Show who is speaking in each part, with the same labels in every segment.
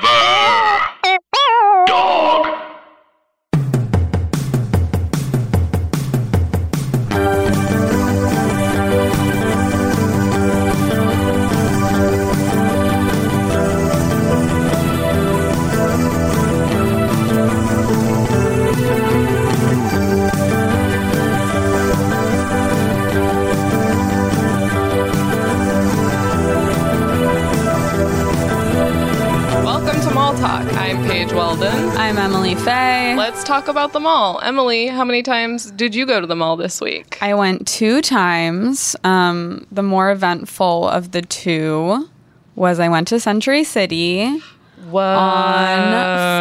Speaker 1: Forever. Dog.
Speaker 2: Welcome to Mall Talk. I'm Paige Weldon.
Speaker 3: I'm Emily Faye.
Speaker 2: Let's talk about the mall. Emily, how many times did you go to the mall this week?
Speaker 3: I went two times. Um, the more eventful of the two was I went to Century City on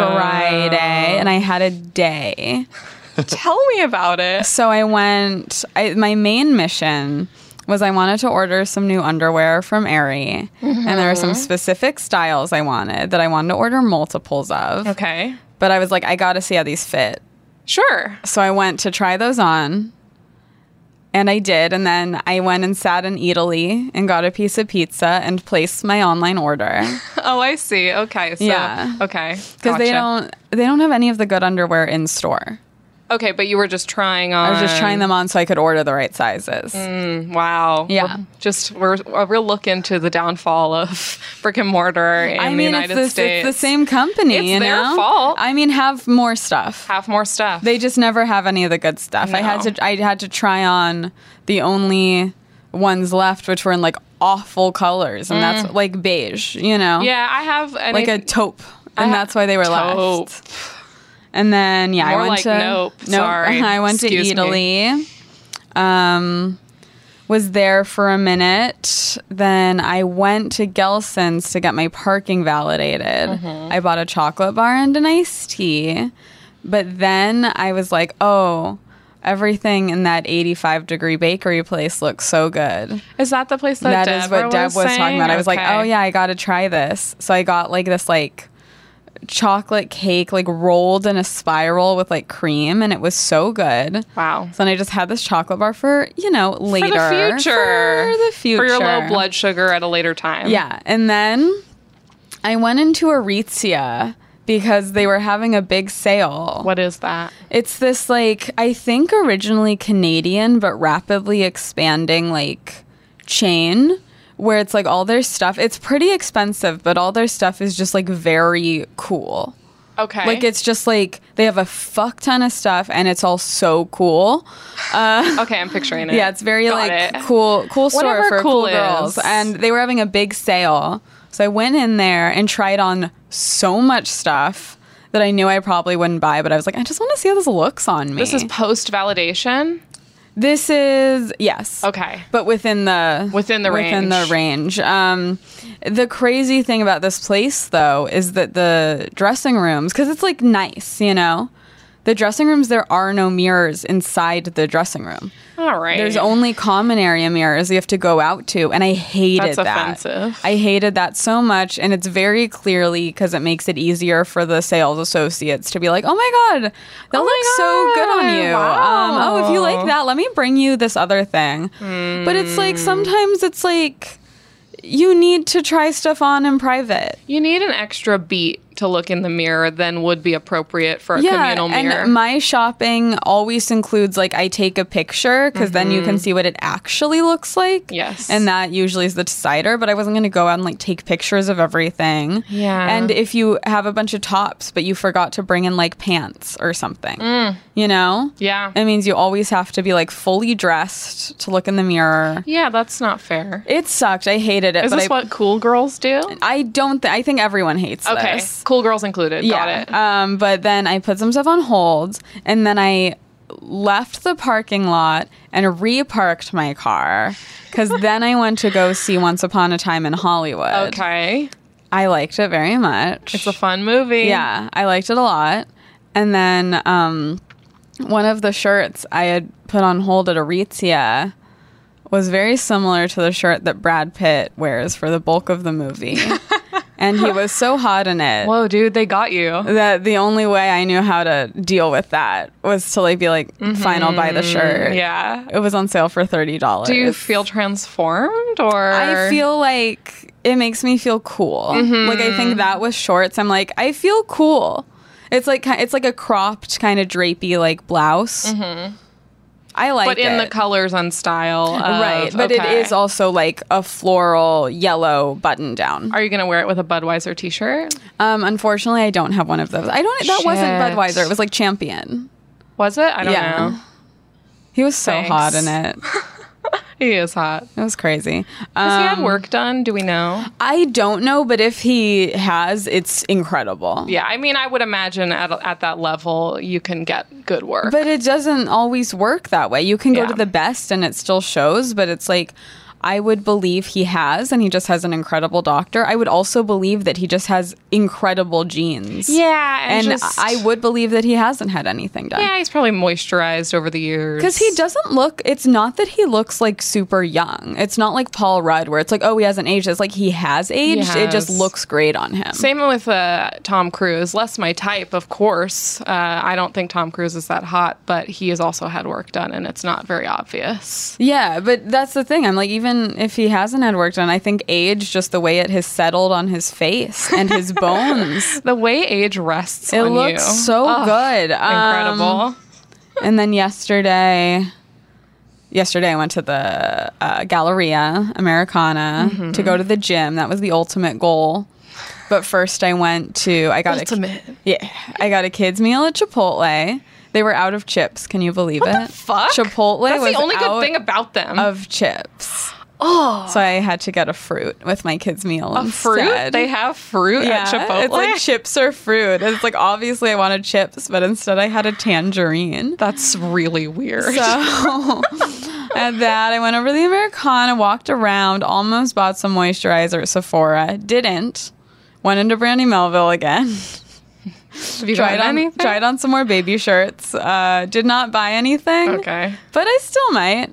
Speaker 3: Friday and I had a day.
Speaker 2: Tell me about it.
Speaker 3: So I went, I, my main mission was I wanted to order some new underwear from Aerie. And there were
Speaker 2: Mm-hmm.
Speaker 3: some specific styles I wanted that I wanted to order multiples of.
Speaker 2: Okay.
Speaker 3: But I was like, I gotta see how these fit.
Speaker 2: Sure.
Speaker 3: So I went to try those on. And I did. And then I went and sat in Italy and got a piece of pizza and placed my online order.
Speaker 2: Oh, I see. Okay. So,
Speaker 3: Yeah.
Speaker 2: Okay.
Speaker 3: Because they
Speaker 2: Gotcha.
Speaker 3: don't they don't have any of the good underwear in store.
Speaker 2: Okay, but you were just trying on.
Speaker 3: I was just trying them on so I could order the right sizes.
Speaker 2: Mm, Wow.
Speaker 3: Yeah.
Speaker 2: We're just we're a real look into the downfall of brick and mortar in
Speaker 3: I
Speaker 2: the
Speaker 3: mean, it's
Speaker 2: United
Speaker 3: the, it's
Speaker 2: States.
Speaker 3: the same company.
Speaker 2: It's
Speaker 3: you
Speaker 2: their
Speaker 3: know?
Speaker 2: fault.
Speaker 3: I mean, have more stuff.
Speaker 2: Have more stuff.
Speaker 3: They just never have any of the good stuff. I had
Speaker 2: No.
Speaker 3: to I had to try on the only ones left, which were in like awful colors, and that's like beige. You know.
Speaker 2: Mm. yeah, I have an e-
Speaker 3: like a taupe, and
Speaker 2: I-
Speaker 3: that's why they were
Speaker 2: Taupe.
Speaker 3: left. And then yeah,
Speaker 2: More
Speaker 3: I went
Speaker 2: like
Speaker 3: to
Speaker 2: nope, sorry.
Speaker 3: I went
Speaker 2: Excuse
Speaker 3: to
Speaker 2: me.
Speaker 3: Italy. Um, was there for a minute. Then I went to Gelson's to get my parking validated.
Speaker 2: Mm-hmm.
Speaker 3: I bought a chocolate bar and an iced tea. But then I was like, oh. Everything in that 85 degree bakery place looks so good.
Speaker 2: Is that the place that,
Speaker 3: That is
Speaker 2: Deborah
Speaker 3: what Deb was, talking
Speaker 2: saying?
Speaker 3: about. I was like,
Speaker 2: Okay.
Speaker 3: oh yeah, I got to try this. So I got like this like chocolate cake like rolled in a spiral with like cream and it was so good.
Speaker 2: Wow.
Speaker 3: So then I just had this chocolate bar for, you know, later.
Speaker 2: For the future.
Speaker 3: For the future.
Speaker 2: For your low blood sugar at a later time.
Speaker 3: Yeah. And then I went into Aritzia because they were having a big sale.
Speaker 2: What is that?
Speaker 3: It's this like I think originally Canadian but rapidly expanding like chain where it's like all their stuff it's pretty expensive but all their stuff is just like very cool.
Speaker 2: Okay.
Speaker 3: Like it's just like they have a fuck ton of stuff and it's all so cool.
Speaker 2: okay, I'm picturing it.
Speaker 3: Yeah, it's very
Speaker 2: Got
Speaker 3: like
Speaker 2: it.
Speaker 3: cool, cool store
Speaker 2: Whatever
Speaker 3: for
Speaker 2: cool
Speaker 3: cool girls.
Speaker 2: is.
Speaker 3: And they were having a big sale, so I went in there and tried on so much stuff that I knew I probably wouldn't buy. But I was like, I just want to see how this looks on me.
Speaker 2: This is post validation.
Speaker 3: this is yes,
Speaker 2: Okay.
Speaker 3: but within the
Speaker 2: Within the
Speaker 3: within the range. Um, the crazy thing about this place though is that the dressing rooms, because it's like nice, you know. The dressing rooms, there are no mirrors inside the dressing room.
Speaker 2: All right.
Speaker 3: There's only common area mirrors you have to go out to, and I
Speaker 2: That's
Speaker 3: hated that.
Speaker 2: offensive.
Speaker 3: I hated that so much, and it's very clearly because it makes it easier for the sales associates to be like, "Oh my god, that looks so good on you.
Speaker 2: Oh wow. Hmm.
Speaker 3: Um, oh, if you like that, let me bring you this other thing." But it's like sometimes it's like you need to try stuff on in private.
Speaker 2: you need an extra beat to look in the mirror than would be appropriate for a communal mirror.
Speaker 3: And my shopping always includes like I take a picture because then you can see what it actually looks like.
Speaker 2: Mm-hmm. Yes.
Speaker 3: And that usually is the decider, but I wasn't going to go out and like take pictures of everything.
Speaker 2: Yeah.
Speaker 3: And if you have a bunch of tops, but you forgot to bring in like pants or something, you know?
Speaker 2: Mm. yeah.
Speaker 3: It means you always have to be like fully dressed to look in the mirror.
Speaker 2: yeah, that's not fair.
Speaker 3: It sucked. I hated it.
Speaker 2: Is
Speaker 3: but
Speaker 2: this
Speaker 3: I,
Speaker 2: what cool girls do?
Speaker 3: I don't. Th- I think everyone hates
Speaker 2: Okay.
Speaker 3: this.
Speaker 2: Cool girls included.
Speaker 3: Yeah.
Speaker 2: Got it.
Speaker 3: Um, but then I put some stuff on hold, and then I left the parking lot and reparked my car because then I went to go see Once Upon a Time in Hollywood.
Speaker 2: Okay.
Speaker 3: I liked it very much.
Speaker 2: It's a fun movie.
Speaker 3: yeah, I liked it a lot. And then um, one of the shirts I had put on hold at Aritzia was very similar to the shirt that Brad Pitt wears for the bulk of the movie. and he was so hot in it
Speaker 2: Whoa, dude, they got you.
Speaker 3: that the only way I knew how to deal with that was to like be like, fine, I'll buy the shirt.
Speaker 2: Mm-hmm. Yeah.
Speaker 3: It was on sale for thirty dollars.
Speaker 2: Do you feel transformed or
Speaker 3: I feel like it makes me feel cool.
Speaker 2: Mm-hmm.
Speaker 3: Like I think that with shorts, I'm like I feel cool. It's like ki- it's like a cropped kind of drapey like blouse. I like
Speaker 2: Mm-hmm. but in the
Speaker 3: it.
Speaker 2: colors and style. of-
Speaker 3: right, but
Speaker 2: okay.
Speaker 3: it is also like a floral yellow button down.
Speaker 2: Are you going to wear it with a Budweiser t shirt?
Speaker 3: Um, unfortunately, I don't have one of those. I don't. That wasn't
Speaker 2: Shit.
Speaker 3: Budweiser. It was like Champion.
Speaker 2: Was it? I don't
Speaker 3: Yeah.
Speaker 2: know.
Speaker 3: He was so
Speaker 2: Thanks.
Speaker 3: hot in it.
Speaker 2: He is hot.
Speaker 3: It was crazy.
Speaker 2: Has he
Speaker 3: Um,
Speaker 2: had work done? Do we know?
Speaker 3: I don't know, but if he has, it's incredible.
Speaker 2: Yeah, I mean, I would imagine at, at that level, you can get good work.
Speaker 3: But it doesn't always work that way. You can go
Speaker 2: Yeah.
Speaker 3: to the best and it still shows, but it's like I would believe he has and he just has an incredible doctor. I would also believe that he just has incredible genes.
Speaker 2: yeah,
Speaker 3: And I would believe that he hasn't had anything done.
Speaker 2: Yeah, he's probably moisturized over the years.
Speaker 3: Because he doesn't look, it's not that he looks like super young. It's not like Paul Rudd, where it's like, oh, he hasn't aged. It's like he has aged. It just
Speaker 2: has.
Speaker 3: looks great on him.
Speaker 2: Same with uh, Tom Cruise. Less my type, of course. Uh, I don't think Tom Cruise is that hot, but he has also had work done, and it's not very obvious.
Speaker 3: Yeah, but that's the thing. I'm like, even if he hasn't had work done, I think age, just the way it has settled on his face and his bones,
Speaker 2: The way age rests
Speaker 3: it
Speaker 2: on
Speaker 3: looks
Speaker 2: you.
Speaker 3: so good. Um,
Speaker 2: incredible.
Speaker 3: and then yesterday, yesterday I went to the uh, Galleria Americana
Speaker 2: Mm-hmm.
Speaker 3: to go to the gym. That was the ultimate goal. But first, I went to I got
Speaker 2: Ultimate.
Speaker 3: a yeah I got a kids meal at Chipotle. They were out of chips. Can you believe it?
Speaker 2: Fuck.
Speaker 3: Chipotle
Speaker 2: That's
Speaker 3: was
Speaker 2: the only good
Speaker 3: out
Speaker 2: thing about them.
Speaker 3: of chips. Oh. So I had to get a fruit with my kids' meal. A
Speaker 2: fruit? They have fruit
Speaker 3: yeah,
Speaker 2: at Chipotle.
Speaker 3: It's like chips or fruit. It's like obviously I wanted chips, but instead I had a tangerine.
Speaker 2: That's really weird.
Speaker 3: So at that, I went over to the Americana, walked around, almost bought some moisturizer at Sephora, didn't. Went into Brandy Melville again.
Speaker 2: Have you
Speaker 3: Tried
Speaker 2: gotten
Speaker 3: on
Speaker 2: anything?
Speaker 3: tried on some more baby shirts. Uh, did not buy anything.
Speaker 2: Okay.
Speaker 3: But I still might.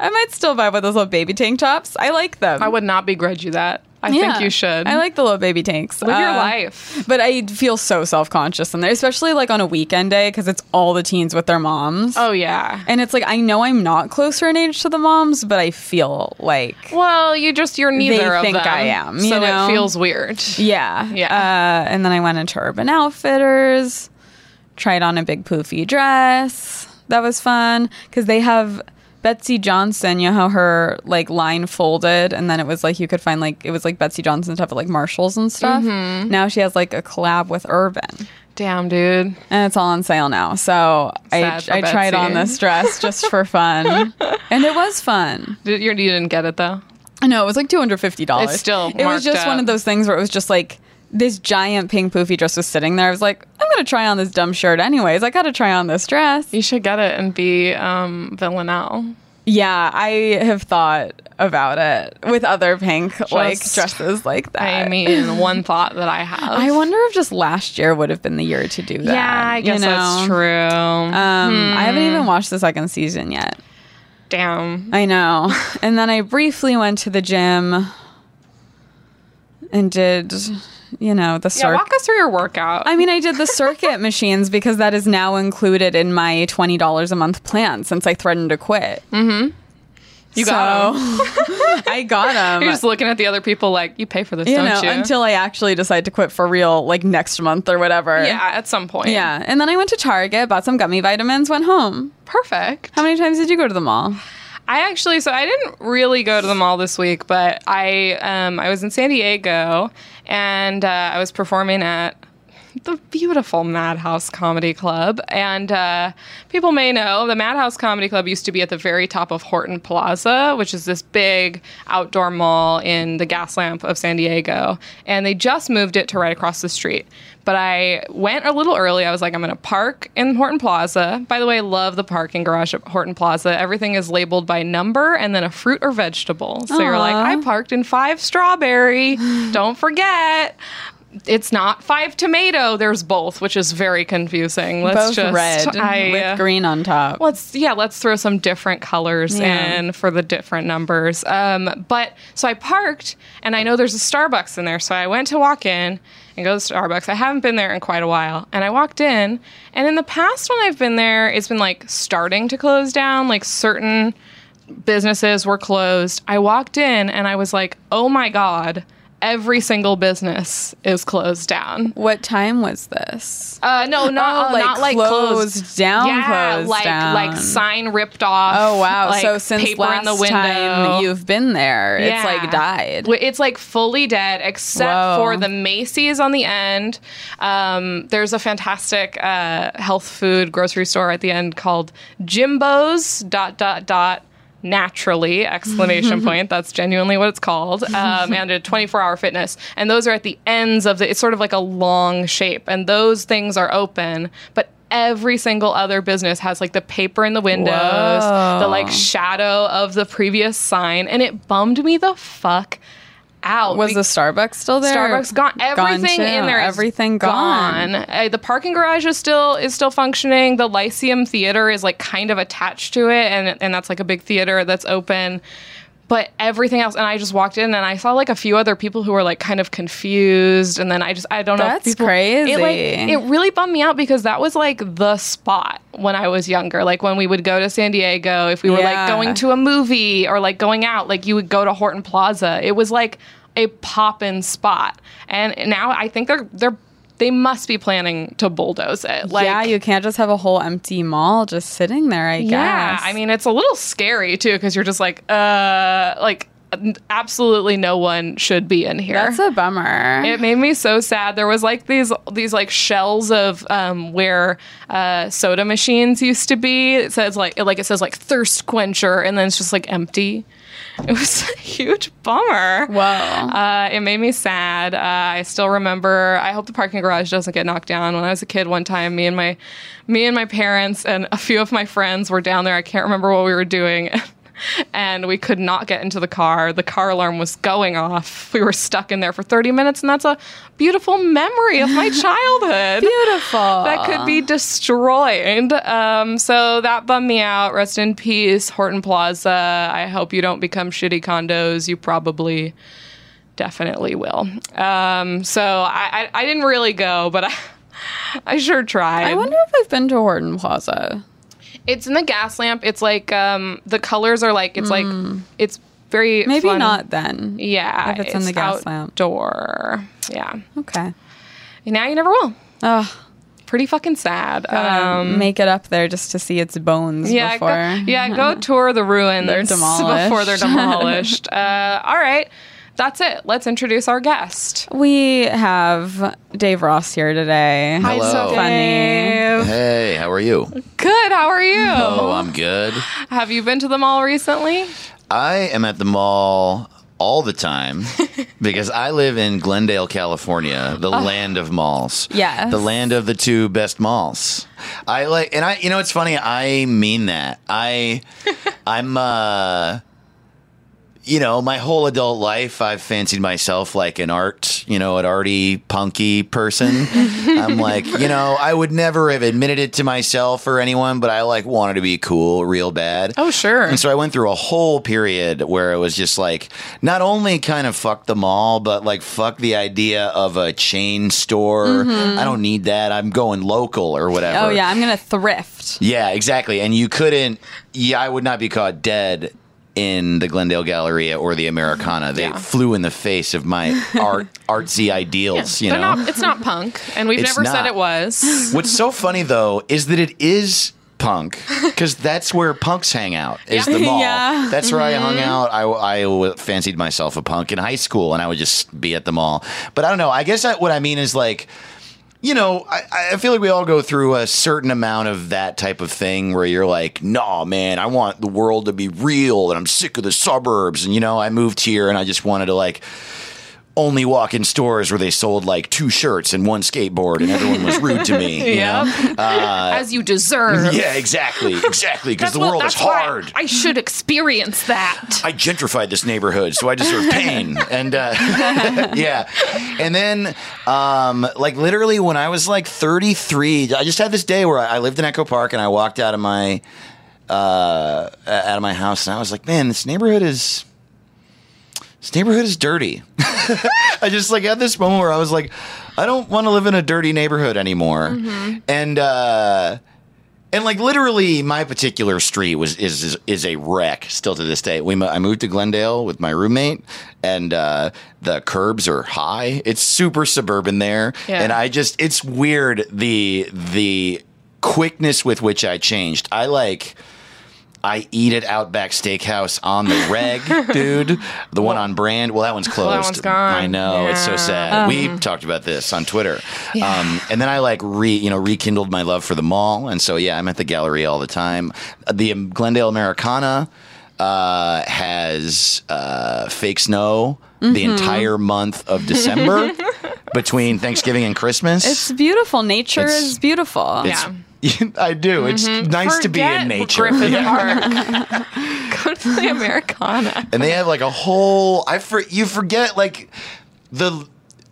Speaker 3: I might still buy one of those little baby tank tops. I like them.
Speaker 2: I would not begrudge you that. I think you should.
Speaker 3: I like the little baby tanks.
Speaker 2: Live your
Speaker 3: Uh,
Speaker 2: life.
Speaker 3: But I feel so self conscious in there, especially like on a weekend day because it's all the teens with their moms.
Speaker 2: Oh, yeah.
Speaker 3: And it's like, I know I'm not closer in age to the moms, but I feel like,
Speaker 2: Well, you just, you're neither of
Speaker 3: think
Speaker 2: them.
Speaker 3: I am, you
Speaker 2: so
Speaker 3: know?
Speaker 2: it feels weird.
Speaker 3: yeah.
Speaker 2: Yeah.
Speaker 3: Uh, and then I went into Urban Outfitters, tried on a big poofy dress. That was fun because they have Betsy Johnson. You know how her like line folded, and then it was like you could find like it was like Betsy Johnson stuff at like Marshalls and stuff.
Speaker 2: Mm-hmm.
Speaker 3: Now she has like a collab with Urban.
Speaker 2: Damn, dude.
Speaker 3: and it's all on sale now. So I,
Speaker 2: Sad for
Speaker 3: I tried
Speaker 2: Betsy.
Speaker 3: on this dress just for fun, and it was fun.
Speaker 2: Did, you, you didn't get it, though.
Speaker 3: No, it was like two hundred fifty dollars.
Speaker 2: It's still
Speaker 3: it was
Speaker 2: marked
Speaker 3: just one
Speaker 2: up.
Speaker 3: of those things where it was just like this giant pink poofy dress was sitting there. I was like, I'm gonna try on this dumb shirt anyways. I gotta try on this dress.
Speaker 2: You should get it and be um, Villanelle.
Speaker 3: Yeah, I have thought about it with other pink like
Speaker 2: Just-
Speaker 3: dresses like that.
Speaker 2: I mean, one thought that I have.
Speaker 3: I wonder if just last year would have been the year to do that.
Speaker 2: yeah, I
Speaker 3: you
Speaker 2: guess
Speaker 3: know?
Speaker 2: that's true. Hmm.
Speaker 3: Um, I haven't even watched the second season yet.
Speaker 2: Damn.
Speaker 3: I know. And then I briefly went to the gym and did, you know, the
Speaker 2: Yeah,
Speaker 3: circuit.
Speaker 2: walk us through your workout.
Speaker 3: I mean, I did the circuit machines because that is now included in my twenty dollars a month plan since I threatened to quit. Mm-hmm.
Speaker 2: You got
Speaker 3: I got them.
Speaker 2: You're just looking at the other people like, you pay for this,
Speaker 3: you
Speaker 2: don't
Speaker 3: know,
Speaker 2: you?
Speaker 3: until I actually decide to quit for real, like next month or whatever.
Speaker 2: yeah, at some point.
Speaker 3: Yeah. And then I went to Target, bought some gummy vitamins, went home.
Speaker 2: Perfect.
Speaker 3: How many times did you go to the mall?
Speaker 2: I actually, so I didn't really go to the mall this week, but I um, I was in San Diego and uh, I was performing at the beautiful Madhouse Comedy Club. And uh, people may know the Madhouse Comedy Club used to be at the very top of Horton Plaza, which is this big outdoor mall in the Gaslamp of San Diego. And they just moved it to right across the street. But I went a little early. I was like, I'm going to park in Horton Plaza. By the way, I love the parking garage at Horton Plaza. Everything is labeled by number and then a fruit or vegetable. So you're like, I parked in five strawberry. Don't forget it's not five tomato. There's both, which is very confusing. Let's
Speaker 3: Both
Speaker 2: just
Speaker 3: red
Speaker 2: I, uh,
Speaker 3: with green on top.
Speaker 2: Let's yeah, let's throw some different colors
Speaker 3: Yeah.
Speaker 2: in for the different numbers. Um, but so I parked, and I know there's a Starbucks in there, so I went to walk in and go to Starbucks. I haven't been there in quite a while, and I walked in, and in the past when I've been there, it's been like starting to close down, like certain businesses were closed. I walked in and I was like, oh my God, every single business is closed down.
Speaker 3: What time was this?
Speaker 2: Uh, no, not,
Speaker 3: Oh,
Speaker 2: like,
Speaker 3: like
Speaker 2: not like closed,
Speaker 3: closed down,
Speaker 2: Yeah,
Speaker 3: closed
Speaker 2: like
Speaker 3: down.
Speaker 2: like sign ripped off.
Speaker 3: Oh wow!
Speaker 2: like,
Speaker 3: so since
Speaker 2: paper
Speaker 3: last
Speaker 2: in the window.
Speaker 3: time you've been there, it's
Speaker 2: Yeah.
Speaker 3: like died.
Speaker 2: W- It's like fully dead, except
Speaker 3: Whoa.
Speaker 2: for the Macy's on the end. Um, there's a fantastic uh, health food grocery store at the end called Jimbo's dot dot dot naturally exclamation point that's genuinely what it's called um, and a 24 hour fitness and those are at the ends of the it's sort of like a long shape and those things are open but every single other business has like the paper in the windows the like shadow of the previous sign and it bummed me the fuck out
Speaker 3: Was the Starbucks still there?
Speaker 2: Starbucks gone. Everything
Speaker 3: too.
Speaker 2: in there. is
Speaker 3: Everything gone.
Speaker 2: Uh, the parking garage is still is still functioning. The Lyceum Theater is like kind of attached to it, and and that's like a big theater that's open. But everything else, and I just walked in and I saw like a few other people who were like kind of confused, and then I just I don't know. if
Speaker 3: That's
Speaker 2: people- It like
Speaker 3: crazy.
Speaker 2: it really bummed me out because that was like the spot when I was younger. Like when we would go to San Diego, if we were like
Speaker 3: Yeah.
Speaker 2: going to a movie or like going out, like you would go to Horton Plaza. It was like a poppin' spot. And now I think they're they're they must be planning to bulldoze it. Like
Speaker 3: yeah, you can't just have a whole empty mall just sitting there. I
Speaker 2: yeah,
Speaker 3: guess.
Speaker 2: I mean, it's a little scary too because you're just like, uh, like absolutely no one should be in here.
Speaker 3: that's a bummer.
Speaker 2: It made me so sad. There was like these these like shells of um, where uh, soda machines used to be. It says like it, like it says like thirst quencher, and then it's just like empty. It was a huge bummer.
Speaker 3: Whoa.
Speaker 2: Uh, it made me sad. Uh, I still remember. I hope the parking garage doesn't get knocked down. When I was a kid, one time, me and my, me and my parents and a few of my friends were down there. I can't remember what we were doing. And we could not get into the car. The car alarm was going off. We were stuck in there for 30 minutes, and that's a beautiful memory of my childhood
Speaker 3: Beautiful.
Speaker 2: that could be destroyed. Um, so that bummed me out. Rest in peace, Horton Plaza. I hope you don't become shitty condos. You probably definitely will. Um, so I, I, I didn't really go, but I, I sure tried.
Speaker 3: I wonder if I've been to Horton Plaza.
Speaker 2: it's in the gas lamp. It's like um, the colors are like it's like it's very
Speaker 3: Hmm. Maybe
Speaker 2: fun.
Speaker 3: not then.
Speaker 2: Yeah,
Speaker 3: If it's in the gas lamp.
Speaker 2: outdoor. Yeah,
Speaker 3: Okay.
Speaker 2: and now you never will.
Speaker 3: Oh,
Speaker 2: Pretty fucking sad. Um,
Speaker 3: make it up there just to see its bones
Speaker 2: Yeah,
Speaker 3: before.
Speaker 2: go, yeah, go tour the ruins
Speaker 3: They're demolished.
Speaker 2: before they're demolished. uh, all right, that's it. Let's introduce our guest.
Speaker 3: We have Dave Ross here today.
Speaker 4: Hi, Hello. Sophie.
Speaker 2: Funny.
Speaker 4: Hey, how are you?
Speaker 2: Good. How are you?
Speaker 4: Oh, I'm good.
Speaker 2: Have you been to the mall recently?
Speaker 4: I am at the mall all the time because I live in Glendale, California, the land of malls.
Speaker 3: Yes.
Speaker 4: The land of the two best malls. I like and I you know it's funny, I mean that. I I'm uh you know, my whole adult life, I've fancied myself like an art, you know, an arty, punky person. I'm like, you know, I would never have admitted it to myself or anyone, but I like wanted to be cool real bad.
Speaker 2: Oh, sure.
Speaker 4: And so I went through a whole period where it was just like, not only kind of fuck the mall, but like fuck the idea of a chain store.
Speaker 2: Mm-hmm.
Speaker 4: I don't need that. I'm going local or whatever.
Speaker 3: Oh yeah, I'm gonna thrift.
Speaker 4: Yeah, exactly. And you couldn't, yeah, I would not be caught dead in the Glendale Galleria or the Americana. They
Speaker 2: Yeah.
Speaker 4: flew in the face of my art artsy ideals, you
Speaker 2: They're
Speaker 4: know?
Speaker 2: not, it's not punk, and we've
Speaker 4: It's
Speaker 2: never said
Speaker 4: not.
Speaker 2: it was.
Speaker 4: What's so funny though is that it is punk because that's where punks hang out is
Speaker 2: Yeah.
Speaker 4: the mall
Speaker 3: Yeah.
Speaker 4: that's where i hung out I, I w- fancied myself a punk in high school and i would just be at the mall but i don't know i guess I, what i mean is like you know, I, I feel like we all go through a certain amount of that type of thing where you're like, nah, man, I want the world to be real and I'm sick of the suburbs. And, you know, I moved here and I just wanted to like only walk in stores where they sold like two shirts and one skateboard and everyone was rude to me. You know? Uh,
Speaker 2: As you deserve.
Speaker 4: Yeah, exactly. Exactly. Because the
Speaker 2: what-
Speaker 4: world is
Speaker 2: why
Speaker 4: hard.
Speaker 2: I should experience that.
Speaker 4: I gentrified this neighborhood, so I deserve pain. And uh, yeah, and then um, like literally when I was like 33, I just had this day where I, I lived in Echo Park and I walked out of my uh, out of my house and I was like, man, this neighborhood is this neighborhood is dirty. I just like had this moment where I was like, I don't want to live in a dirty neighborhood anymore, and. uh And like literally, my particular street was is is, is a wreck still to this day. We mo- I moved to Glendale with my roommate, and uh, the curbs are high. It's super suburban there,
Speaker 2: Yeah.
Speaker 4: and I just it's weird the the quickness with which I changed. I like. I eat at Outback Steakhouse on the reg, dude. The one on brand. Well, that one's closed.
Speaker 2: one's gone.
Speaker 4: I know. It's so
Speaker 2: Yeah. Um,
Speaker 4: sad. we talked about this on Twitter. Um, and then I like re, you know, rekindled my love for the mall. And so, yeah, I'm at the gallery all the time. The um, Glendale Americana uh, has uh, fake snow the
Speaker 2: Mm-hmm.
Speaker 4: entire month of December between Thanksgiving and Christmas.
Speaker 3: It's beautiful. Nature
Speaker 4: It's-
Speaker 3: is beautiful.
Speaker 4: It's-
Speaker 2: Yeah.
Speaker 4: I do. It's nice to be
Speaker 2: Mm-hmm. Forget
Speaker 4: in nature.
Speaker 2: Griffith Park. Go to the Americana.
Speaker 4: and they have like a whole I for you forget like the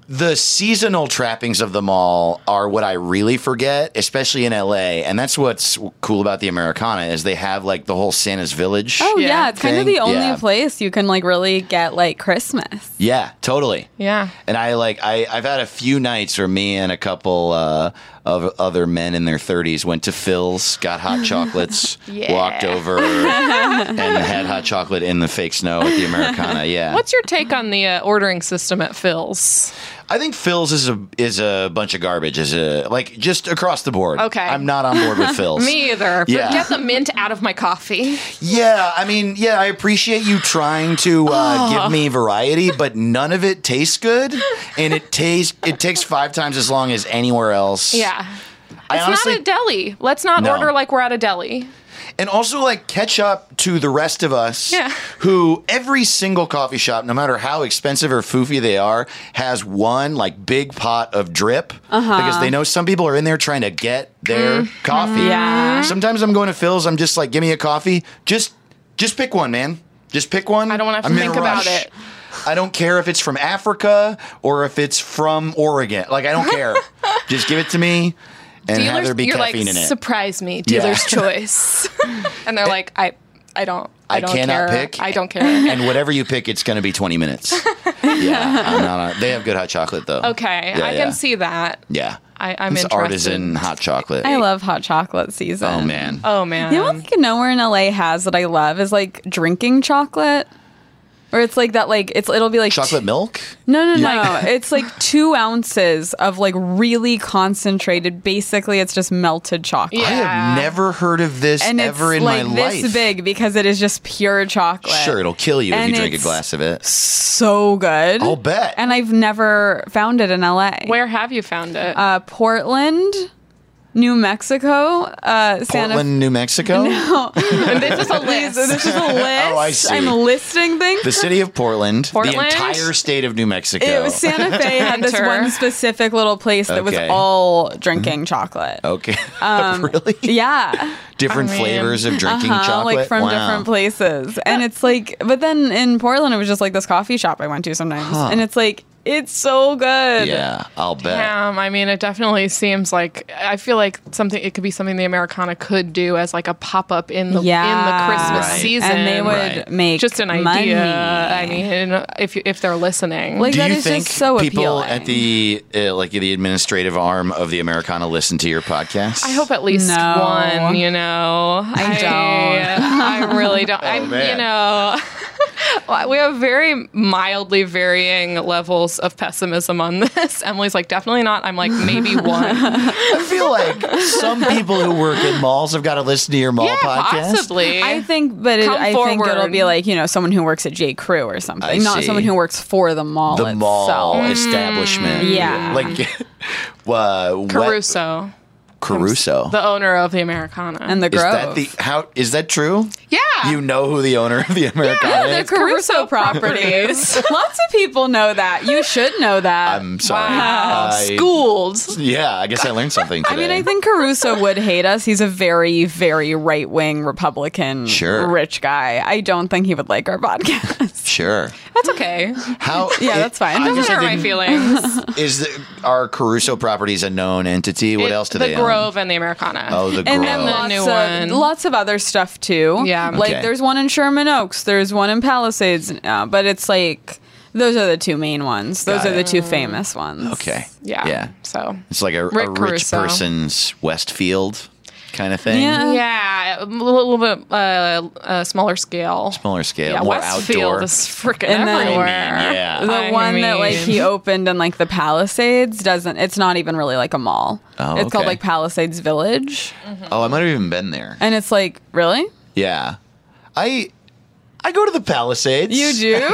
Speaker 4: the seasonal trappings of the mall are what I really forget, especially in LA, and that's what's cool about the Americana is they have like the whole Santa's Village.
Speaker 3: Oh yeah,
Speaker 2: Yeah.
Speaker 3: it's kind of
Speaker 4: Thing,
Speaker 3: the only
Speaker 4: yeah.
Speaker 3: place you can like really get like Christmas.
Speaker 4: Yeah, totally.
Speaker 2: Yeah.
Speaker 4: And I like I I've had a few nights where me and a couple uh, of other men in their 30s went to Phil's, got hot chocolates,
Speaker 2: Yeah.
Speaker 4: walked over, and had hot chocolate in the fake snow at the Americana. Yeah.
Speaker 2: What's your take on the uh, ordering system at Phil's?
Speaker 4: I think Phil's is a is a bunch of garbage. Is a like just across the board.
Speaker 2: Okay.
Speaker 4: I'm not on board with Phil's.
Speaker 2: Me either.
Speaker 4: Yeah.
Speaker 2: Get the mint out of my coffee.
Speaker 4: Yeah, I mean, yeah, I appreciate you trying to
Speaker 2: Oh.
Speaker 4: uh, give me variety, but none of it tastes good, and it tastes it takes five times as long as anywhere else.
Speaker 2: Yeah.
Speaker 4: I
Speaker 2: It's
Speaker 4: honestly
Speaker 2: not a deli. Let's not
Speaker 4: No.
Speaker 2: order like we're at a deli.
Speaker 4: and also like catch up to the rest of us
Speaker 2: Yeah.
Speaker 4: who every single coffee shop no matter how expensive or foofy they are has one like big pot of drip
Speaker 2: Uh-huh.
Speaker 4: because they know some people are in there trying to get their
Speaker 2: Mm-hmm.
Speaker 4: coffee
Speaker 3: Yeah.
Speaker 4: sometimes i'm going to phil's i'm just like give me a coffee just just pick one man just pick one
Speaker 2: I don't wanna have to
Speaker 4: I'm in a
Speaker 2: think about
Speaker 4: rush.
Speaker 2: it.
Speaker 4: I don't care if it's from Africa or if it's from Oregon. Like I don't care. Just give it to me, and have there be
Speaker 2: you're like,
Speaker 4: caffeine in it.
Speaker 2: surprise me,
Speaker 4: Yeah.
Speaker 2: dealer's choice. and they're like, I, I don't, I,
Speaker 4: I
Speaker 2: don't
Speaker 4: cannot
Speaker 2: care.
Speaker 4: pick.
Speaker 2: I don't care.
Speaker 4: and whatever you pick, it's going to be 20 minutes. yeah, I'm not. they have good hot chocolate though.
Speaker 2: Okay,
Speaker 4: Yeah,
Speaker 2: I
Speaker 4: yeah.
Speaker 2: can see that.
Speaker 4: Yeah,
Speaker 2: I- I'm
Speaker 4: It's
Speaker 2: interested.
Speaker 4: artisan hot chocolate.
Speaker 3: I love hot chocolate season.
Speaker 4: oh man,
Speaker 2: Oh man,
Speaker 3: The only thing nowhere in LA has that I love is like drinking chocolate. Or it's like that like it's it'll be like
Speaker 4: chocolate
Speaker 3: t-
Speaker 4: milk.
Speaker 3: No, no, no. it's like two ounces of like really concentrated. Basically, it's just melted chocolate.
Speaker 4: I have
Speaker 2: Yeah.
Speaker 4: never heard of this
Speaker 3: And
Speaker 4: ever
Speaker 3: it's
Speaker 4: in
Speaker 3: like
Speaker 4: my
Speaker 3: this
Speaker 4: life.
Speaker 3: big because it is just pure chocolate.
Speaker 4: Sure, it'll kill you
Speaker 3: And
Speaker 4: if you drink a
Speaker 3: it's-
Speaker 4: glass of it.
Speaker 3: so good.
Speaker 4: I'll bet.
Speaker 3: And I've never found it in LA.
Speaker 2: where have you found it?
Speaker 3: Uh, Portland, New Mexico, uh, Santa.
Speaker 4: Portland, New Mexico.
Speaker 2: this is a list.
Speaker 3: Please, this is a list.
Speaker 4: Oh, I see.
Speaker 3: I'm listing things.
Speaker 4: The city of Portland,
Speaker 2: Portland?
Speaker 4: the entire state of New Mexico.
Speaker 3: It was Santa Fe had this
Speaker 2: Enter.
Speaker 3: one specific little place that was
Speaker 4: Okay. Mm-hmm. Oh.
Speaker 3: all drinking chocolate.
Speaker 4: okay, really
Speaker 3: um, Yeah,
Speaker 4: different
Speaker 2: I mean,
Speaker 4: flavors of drinking
Speaker 3: Uh-huh,
Speaker 4: chocolate,
Speaker 3: like from
Speaker 4: Wow.
Speaker 3: different places, and it's like. But then in Portland, it was just like this coffee shop I went to sometimes, and it's like it's so good.
Speaker 4: Yeah, I'll bet.
Speaker 2: Um, I mean, it definitely seems like I feel like something. It could be something the Americana could do as like a pop up in the
Speaker 3: Yeah.
Speaker 2: in the Christmas
Speaker 4: Right.
Speaker 2: season,
Speaker 3: and they would
Speaker 4: Right.
Speaker 3: make
Speaker 2: just an idea.
Speaker 3: money.
Speaker 2: I mean, if you, if they're listening,
Speaker 3: Like-
Speaker 4: Do
Speaker 3: That
Speaker 4: you
Speaker 3: is
Speaker 4: think
Speaker 3: just so
Speaker 4: people
Speaker 3: appealing.
Speaker 4: at the uh, like the administrative arm of the Americana listen to your podcast?
Speaker 2: I hope at least
Speaker 3: No.
Speaker 2: one. You know, I,
Speaker 3: don't.
Speaker 2: I really don't. I,
Speaker 4: Oh, man.
Speaker 2: you know. We have very mildly varying levels of pessimism on this. Emily's like, definitely not. I'm like, maybe one.
Speaker 4: I feel like some people who work at malls have got to listen to your mall
Speaker 2: yeah,
Speaker 4: podcast.
Speaker 2: possibly.
Speaker 3: I think, but it,
Speaker 2: Come
Speaker 3: I think it'll
Speaker 2: forward.
Speaker 3: be like you know someone who works at J Crew or something,
Speaker 4: I
Speaker 3: not
Speaker 4: see.
Speaker 3: someone who works for the mall.
Speaker 4: The mall
Speaker 3: itself.
Speaker 4: establishment,
Speaker 3: Mm. Yeah.
Speaker 4: like uh, what-
Speaker 2: Caruso,
Speaker 4: Caruso.
Speaker 2: the owner of the Americana,
Speaker 3: and the
Speaker 4: is
Speaker 3: Grove.
Speaker 4: that the how? Is that true?
Speaker 2: Yeah.
Speaker 4: You know who the owner of the Americana
Speaker 2: the
Speaker 4: is?
Speaker 2: Caruso properties.
Speaker 3: Lots of people know that. You should know that.
Speaker 4: I'm sorry.
Speaker 2: Wow.
Speaker 4: I-
Speaker 2: Schooled.
Speaker 4: Yeah, I guess I learned something today.
Speaker 3: I mean, I think Caruso would hate us. He's a very, very right wing Republican
Speaker 4: Sure.
Speaker 3: rich guy. I don't think he would like our podcast.
Speaker 4: sure.
Speaker 2: That's okay.
Speaker 4: How?
Speaker 3: yeah, that's fine.
Speaker 4: I guess
Speaker 2: Those
Speaker 4: I
Speaker 2: are my
Speaker 4: didn't-
Speaker 2: feelings.
Speaker 4: Is the, are Caruso properties a known entity? What
Speaker 2: It-
Speaker 4: else do
Speaker 2: the
Speaker 4: they own?
Speaker 2: Grove and the Americana.
Speaker 4: Oh, the
Speaker 3: and
Speaker 4: Grove.
Speaker 3: then lots
Speaker 2: new
Speaker 3: of
Speaker 2: one.
Speaker 3: lots of other stuff too.
Speaker 2: Yeah.
Speaker 3: like
Speaker 4: Okay.
Speaker 3: there's one in Sherman Oaks, there's one in Palisades, uh, but it's like those are the two main ones. Those
Speaker 4: Got
Speaker 3: are the
Speaker 4: it.
Speaker 3: two famous ones.
Speaker 4: okay.
Speaker 2: yeah.
Speaker 4: Yeah.
Speaker 2: So
Speaker 4: It's like a, a
Speaker 2: Rick
Speaker 4: rich
Speaker 2: Caruso.
Speaker 4: person's Westfield. kind of thing.
Speaker 2: Uh,
Speaker 3: Yeah.
Speaker 2: Yeah, a little bit uh, uh, smaller scale.
Speaker 4: Smaller scale,
Speaker 2: Yeah,
Speaker 4: more
Speaker 2: Westfield
Speaker 4: outdoor.
Speaker 2: is freaking
Speaker 3: And then-
Speaker 2: everywhere.
Speaker 4: yeah.
Speaker 3: The
Speaker 2: I
Speaker 3: one that like
Speaker 2: mean-
Speaker 3: he opened in like the Palisades doesn't. It's not even really like a mall.
Speaker 4: Oh,
Speaker 3: it's called
Speaker 4: okay.
Speaker 3: like Palisades Village,
Speaker 4: Oh, I might have even been there.
Speaker 3: and it's like really
Speaker 4: Yeah, I I go to the Palisades.
Speaker 3: you do.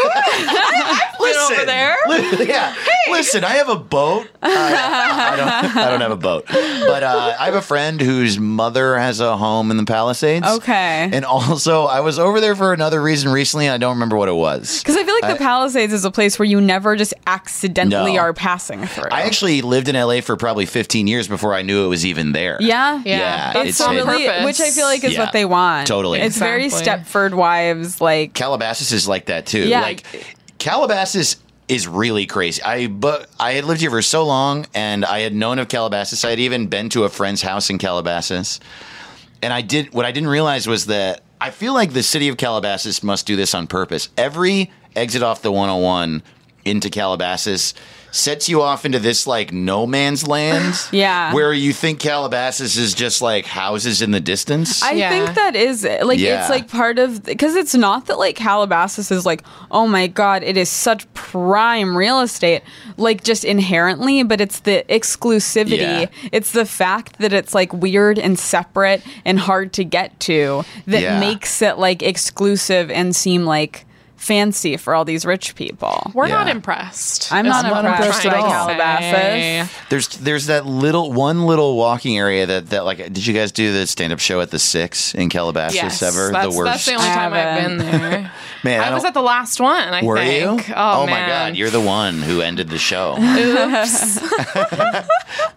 Speaker 4: listen
Speaker 2: over there?
Speaker 4: li- yeah. Listen, I have a boat. I, I don't. I don't have a boat, but uh, I have a friend whose mother has a home in the Palisades.
Speaker 3: Okay.
Speaker 4: And also, I was over there for another reason recently, and I don't remember what it was.
Speaker 3: Because I feel like the
Speaker 4: I-
Speaker 3: Palisades is a place where you never just accidentally
Speaker 4: No.
Speaker 3: are passing through.
Speaker 4: I actually lived in LA for probably 15 years before I knew it was even there.
Speaker 3: yeah,
Speaker 2: Yeah,
Speaker 4: Yeah,
Speaker 2: that's
Speaker 4: it's
Speaker 2: on
Speaker 4: a-
Speaker 3: really,
Speaker 2: purpose.
Speaker 3: which I feel like is
Speaker 4: Yeah,
Speaker 3: what they want.
Speaker 4: totally.
Speaker 3: it's very
Speaker 2: Exactly.
Speaker 3: Stepford Wives like.
Speaker 4: Calabasas is like that too.
Speaker 3: Yeah.
Speaker 4: Like Calabasas is really crazy. I but I had lived here for so long and I had known of Calabasas. I had even been to a friend's house in Calabasas. And I did what I didn't realize was that I feel like the city of Calabasas must do this on purpose. Every exit off the 101 into Calabasas sets you off into this like no man's land.
Speaker 3: Yeah.
Speaker 4: Where you think Calabasas is just like houses in the distance.
Speaker 3: I
Speaker 2: Yeah.
Speaker 3: think that is it. Like
Speaker 4: Yeah.
Speaker 3: it's like part of because it's not that like Calabasas is like oh my god it is such prime real estate like just inherently, but it's the exclusivity.
Speaker 4: Yeah.
Speaker 3: It's the fact that it's like weird and separate and hard to get to that
Speaker 4: Yeah.
Speaker 3: makes it like exclusive and seem like fancy for all these rich people.
Speaker 2: We're not
Speaker 4: Yeah.
Speaker 2: impressed.
Speaker 3: I'm
Speaker 2: is
Speaker 3: not
Speaker 2: what
Speaker 3: impressed
Speaker 2: trying
Speaker 3: by
Speaker 2: to
Speaker 3: Calabasas.
Speaker 2: say.
Speaker 4: There's there's that little one little walking area that that like did you guys do the stand up show at the Six in Calabasas
Speaker 2: Yes,
Speaker 4: ever
Speaker 2: that's,
Speaker 4: the worst
Speaker 2: That's the only
Speaker 3: I
Speaker 2: time I've been
Speaker 3: haven't.
Speaker 2: there.
Speaker 4: man
Speaker 2: I was
Speaker 4: don't-
Speaker 2: at the last one. I
Speaker 4: were
Speaker 2: think.
Speaker 4: you
Speaker 2: Oh,
Speaker 4: my
Speaker 2: man.
Speaker 4: god you're the one who ended the show
Speaker 2: Oops.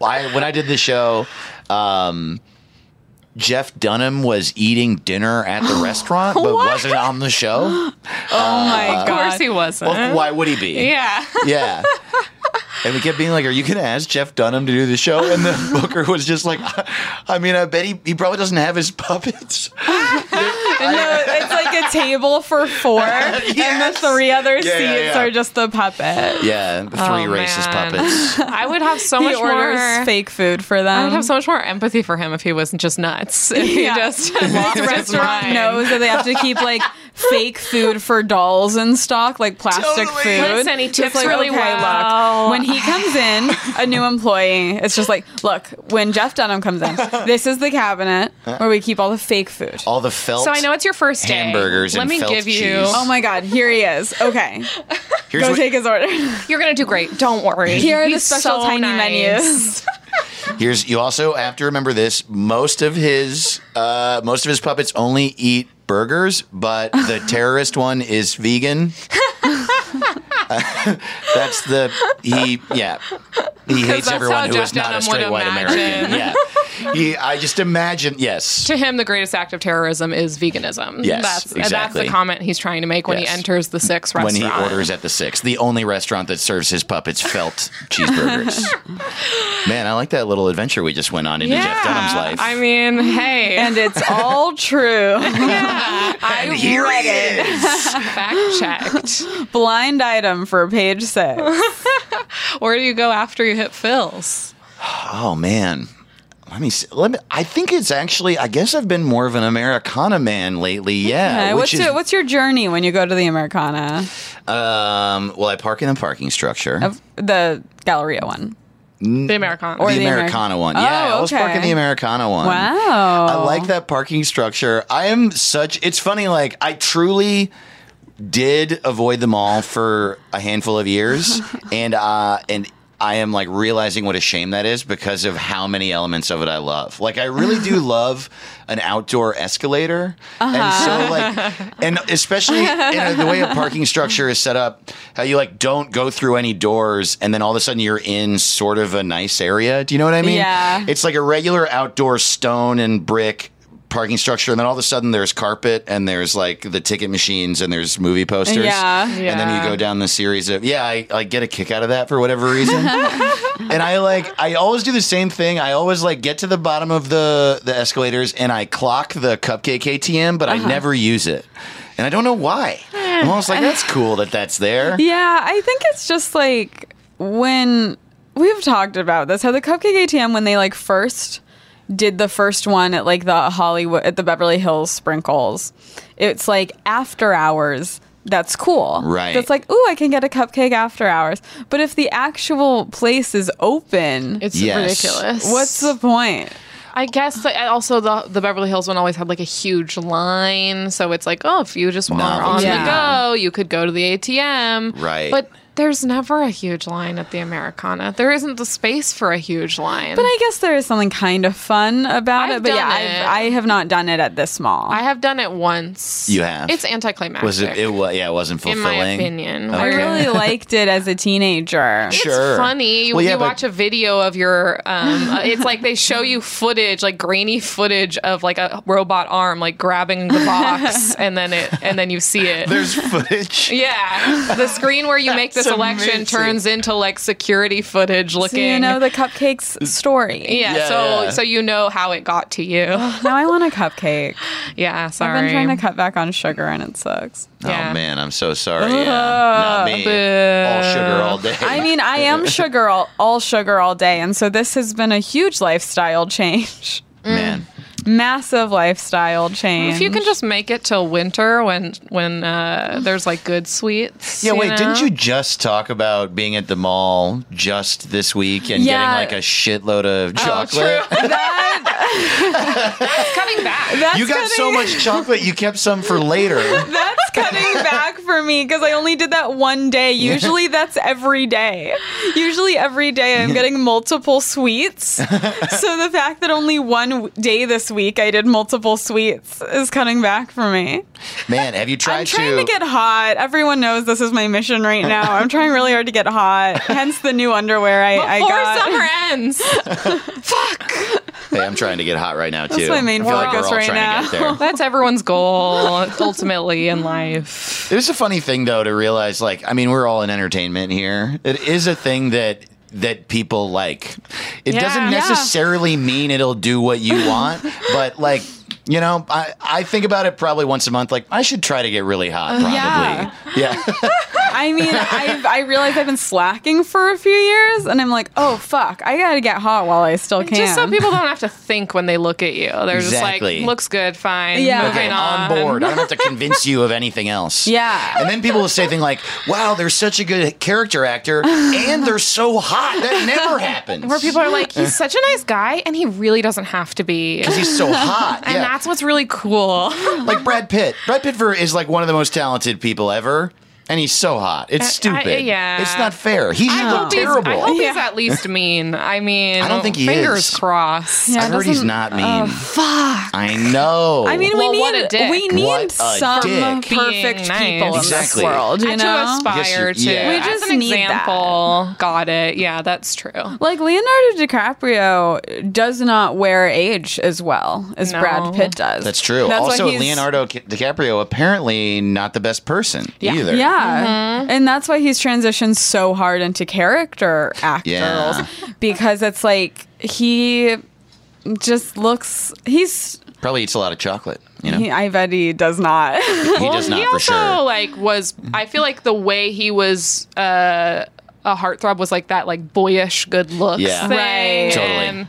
Speaker 4: well, I, when I did the show um, Jeff Dunham was eating dinner at the restaurant but wasn't on the show
Speaker 3: Oh my
Speaker 2: of course
Speaker 3: god.
Speaker 2: he wasn't.
Speaker 4: well, why would he be
Speaker 2: Yeah.
Speaker 4: Yeah. And we kept being like, "Are you going to ask Jeff Dunham to do the show?" And the booker was just like, "I mean, I bet he, he probably doesn't have his puppets."
Speaker 3: No, it's like a table for four, and the
Speaker 4: Yes.
Speaker 3: three other
Speaker 4: Yeah,
Speaker 3: seats
Speaker 4: yeah, yeah.
Speaker 3: are just the puppet.
Speaker 4: Yeah, the three
Speaker 2: Oh,
Speaker 4: racist
Speaker 2: man.
Speaker 4: puppets.
Speaker 2: I would have so
Speaker 3: He
Speaker 2: much
Speaker 3: orders
Speaker 2: more.
Speaker 3: fake food for them.
Speaker 2: I would have so much more empathy for him if he wasn't just nuts. If
Speaker 3: Yeah.
Speaker 2: he just lost
Speaker 3: the
Speaker 2: his
Speaker 3: restaurant
Speaker 2: mind.
Speaker 3: knows that they have to keep like fake food for dolls in stock, like plastic
Speaker 4: Totally.
Speaker 3: food.
Speaker 2: Listen, he
Speaker 3: It's
Speaker 2: tips really
Speaker 3: look,
Speaker 2: well.
Speaker 3: when he comes in, a new employee, it's just like, look, when Jeff Dunham comes in, this is the cabinet where we keep all the fake food.
Speaker 4: All the felt.
Speaker 2: So I know it's your first day.
Speaker 4: Hamburgers
Speaker 2: Let
Speaker 4: and
Speaker 2: me
Speaker 4: felt
Speaker 2: give you.
Speaker 4: cheese.
Speaker 3: Oh my God, here he is. Okay,
Speaker 4: Here's
Speaker 3: go
Speaker 4: what-
Speaker 3: take his order.
Speaker 2: You're gonna do great. Don't worry.
Speaker 3: Here are the
Speaker 2: He's
Speaker 3: special
Speaker 2: so
Speaker 3: tiny
Speaker 2: nice.
Speaker 3: menus.
Speaker 4: Here's you also have to remember this. Most of his uh, most of his puppets only eat burgers, but the terrorist one is vegan. That's the he yeah. He
Speaker 2: that's
Speaker 4: hates
Speaker 2: how
Speaker 4: everyone who
Speaker 2: Jeff
Speaker 4: is not
Speaker 2: Dunham
Speaker 4: a straight
Speaker 2: would
Speaker 4: white
Speaker 2: imagine.
Speaker 4: American. Yeah. He I just imagine yes.
Speaker 2: To him, the greatest act of terrorism is veganism.
Speaker 4: Yes,
Speaker 2: that's, That's
Speaker 4: exactly.
Speaker 2: the comment he's trying to make when
Speaker 4: Yes.
Speaker 2: he enters the six
Speaker 4: When
Speaker 2: restaurant.
Speaker 4: he orders at the six, the only restaurant that serves his puppets felt cheeseburgers. Man, I like that little adventure we just went on into
Speaker 2: yeah.
Speaker 4: Jeff Dunham's life.
Speaker 2: I mean, hey,
Speaker 3: and it's all true.
Speaker 2: yeah, I
Speaker 4: here he is.
Speaker 2: fact checked.
Speaker 3: Blind item for page six.
Speaker 2: Where do you go after you hit Phil's?
Speaker 4: Oh man. Let me see. Let me. I think it's actually. I guess I've been more of an Americana man lately. Yeah.
Speaker 3: Okay, Uh,
Speaker 4: Uh, which
Speaker 3: what's,
Speaker 4: is,
Speaker 3: your, what's your journey when you go to the Americana?
Speaker 4: um. Well, I park in the parking structure.
Speaker 3: Of the Galleria one.
Speaker 2: The Americana.
Speaker 3: Or-
Speaker 4: the,
Speaker 3: the Ameri-
Speaker 4: Americana one. yeah. I
Speaker 3: Oh,
Speaker 4: always park in
Speaker 3: okay.
Speaker 4: the Americana one.
Speaker 3: Wow.
Speaker 4: I like that parking structure. I am such. It's funny. Like I truly did avoid them all for a handful of years, and uh, and I am like realizing what a shame that is because of how many elements of it I love. Like I really do love an outdoor escalator, and so like, and especially in a, the way a parking structure is set up, how you like don't go through any doors, and then all of a sudden you're in sort of a nice area. Do you know what I mean?
Speaker 3: Yeah.
Speaker 4: It's like a regular outdoor stone and brick parking structure, and then all of a sudden there's carpet and there's like the ticket machines and there's movie posters.
Speaker 3: Yeah.
Speaker 4: And then
Speaker 2: Yeah.
Speaker 4: you go down the series of yeah, I, I get a kick out of that for whatever reason. and I like I always do the same thing. I always like get to the bottom of the the escalators and I clock the cupcake ATM, but
Speaker 2: Uh-huh.
Speaker 4: I never use it. And I don't know why. I'm almost like that's cool that that's there.
Speaker 3: Yeah, I think it's just like when we've talked about this, how the Cupcake ATM, when they like first did the first one at like the Hollywood at the Beverly Hills Sprinkles. It's like after hours. That's cool.
Speaker 4: Right.
Speaker 3: That's like, ooh, I can get a cupcake after hours. But if the actual place is open,
Speaker 2: It's
Speaker 4: Yes.
Speaker 2: ridiculous.
Speaker 3: what's the point?
Speaker 2: I guess that and also the the Beverly Hills one always had like a huge line, so it's like, oh, if you just want on
Speaker 4: Novelty.
Speaker 2: the
Speaker 3: Yeah.
Speaker 2: go, you could go to the ATM.
Speaker 4: Right.
Speaker 2: But there's never a huge line at the Americana. There isn't the space for a huge line.
Speaker 3: But I guess there is something kind of fun about
Speaker 2: I've
Speaker 3: it. But yeah,
Speaker 2: done it.
Speaker 3: I've, I have not done it at this mall.
Speaker 2: I have done it once.
Speaker 4: You have?
Speaker 2: It's anticlimactic.
Speaker 4: Was it? It was. Yeah, it wasn't
Speaker 2: In
Speaker 4: fulfilling.
Speaker 2: my opinion.
Speaker 3: I
Speaker 2: Where
Speaker 3: really liked it as a teenager.
Speaker 2: It's
Speaker 4: Sure.
Speaker 2: funny. You,
Speaker 4: Well, yeah,
Speaker 2: you
Speaker 4: but-
Speaker 2: watch a video of your. Um, uh, it's like they show you footage, like grainy footage of like a robot arm, like grabbing the box, and then it, and then you see it.
Speaker 4: There's footage.
Speaker 2: yeah, the screen where you make the
Speaker 4: That's
Speaker 2: selection
Speaker 4: amazing.
Speaker 2: turns into like security footage
Speaker 3: So
Speaker 2: looking.
Speaker 3: you know the cupcakes story.
Speaker 2: yeah,
Speaker 4: Yeah,
Speaker 2: so
Speaker 4: yeah.
Speaker 2: so you know how it got to you.
Speaker 3: Now I want a cupcake.
Speaker 2: Yeah, sorry.
Speaker 3: I've been trying to cut back on sugar and it sucks.
Speaker 2: Yeah.
Speaker 4: Oh man, I'm so sorry. Yeah, not me. All sugar all day.
Speaker 3: Uh-huh. I mean, I am sugar all, all sugar all day, and so this has been a huge lifestyle change, mm,
Speaker 4: man.
Speaker 3: massive lifestyle change.
Speaker 2: If you can just make it till winter when when uh, there's like good sweets.
Speaker 4: Yeah, wait,
Speaker 2: know?
Speaker 4: didn't you just talk about being at the mall just this week and
Speaker 3: Yeah.
Speaker 4: getting like a shitload of
Speaker 2: Oh, true.
Speaker 4: chocolate?
Speaker 2: That's coming back.
Speaker 3: That's
Speaker 4: You got
Speaker 3: cutting-
Speaker 4: so much chocolate, you kept some for later.
Speaker 3: That's cutting back for me because I only did that one day. Usually that's every day. Usually every day I'm getting multiple sweets. so the fact that only one w- day this week I did multiple sweets is cutting back for me.
Speaker 4: Man, have you tried
Speaker 3: I'm trying to get hot. Everyone knows this is my mission right now. I'm trying really hard to get hot. Hence the new underwear I, I
Speaker 2: Before
Speaker 3: got.
Speaker 2: summer ends.
Speaker 4: Hey, I'm trying to get hot right now too.
Speaker 3: my main
Speaker 4: I feel like
Speaker 3: focus
Speaker 4: we're all
Speaker 3: right
Speaker 4: trying to get
Speaker 3: now.
Speaker 4: there.
Speaker 2: That's everyone's goal ultimately in life.
Speaker 4: It is a funny thing though to realize like I mean we're all in entertainment here. It is a thing that that people like. It
Speaker 2: Yeah.
Speaker 4: doesn't
Speaker 2: Yeah.
Speaker 4: necessarily mean it'll do what you want, but like you know, I, I think about it probably once a month. Like I should try to get really hot,
Speaker 3: yeah.
Speaker 4: probably. Yeah,
Speaker 3: I mean, I've, I realize I've been slacking for a few years, and I'm like, oh fuck, I gotta get hot while I still can.
Speaker 2: Just so people don't have to think when they look at you. They're just
Speaker 4: Exactly.
Speaker 2: like, looks good, fine.
Speaker 3: Yeah.
Speaker 2: Moving
Speaker 4: Okay, on board. I don't have to convince you of anything else.
Speaker 3: Yeah.
Speaker 4: And then people will say things like, "Wow, they're such a good character actor, and they're so hot." That never happens.
Speaker 2: Where people are like, he's such a nice guy and he really doesn't have to be. And
Speaker 4: He's so hot. yeah.
Speaker 2: that's what's really cool.
Speaker 4: like Brad Pitt. Brad Pitt for, is like one of the most talented people ever, and he's so hot. It's stupid.
Speaker 2: yeah.
Speaker 4: it's not fair. He should look
Speaker 2: he's,
Speaker 4: terrible.
Speaker 2: I hope he's
Speaker 3: Yeah.
Speaker 2: at least mean. I mean,
Speaker 4: I don't think he
Speaker 2: fingers
Speaker 4: is.
Speaker 2: crossed.
Speaker 3: Yeah,
Speaker 4: I
Speaker 3: it
Speaker 4: heard he's
Speaker 3: doesn't-
Speaker 4: not mean. fuck. I know.
Speaker 3: I mean,
Speaker 2: Well,
Speaker 3: we need
Speaker 2: what a dick.
Speaker 3: we need
Speaker 4: What a
Speaker 3: some
Speaker 4: dick.
Speaker 3: perfect
Speaker 2: Being nice.
Speaker 3: people in
Speaker 4: Exactly.
Speaker 3: this world, you
Speaker 2: And
Speaker 3: know.
Speaker 2: to aspire
Speaker 4: Yes, you-
Speaker 2: to.
Speaker 4: yeah. We
Speaker 2: As
Speaker 3: just
Speaker 2: an
Speaker 3: need that.
Speaker 2: example. Got it. Yeah, that's true.
Speaker 3: Like Leonardo DiCaprio does not wear age as well as
Speaker 2: No.
Speaker 3: Brad Pitt does.
Speaker 4: that's true.
Speaker 3: why
Speaker 4: also,
Speaker 3: he's-
Speaker 4: Leonardo Ca- DiCaprio apparently not the best person either.
Speaker 3: Yeah.
Speaker 2: Mm-hmm.
Speaker 3: And that's why he's transitioned so hard into character actor
Speaker 4: Yeah.
Speaker 3: roles because it's like he just looks he's
Speaker 4: Probably eats a lot of chocolate. You know,
Speaker 3: he, I bet he does not.
Speaker 4: he does not
Speaker 2: he
Speaker 4: for
Speaker 2: also
Speaker 4: sure.
Speaker 2: like was. I feel like the way he was uh, a heartthrob was like that, like boyish good looks
Speaker 4: Yeah.
Speaker 2: thing.
Speaker 3: Right.
Speaker 4: Totally.
Speaker 2: And,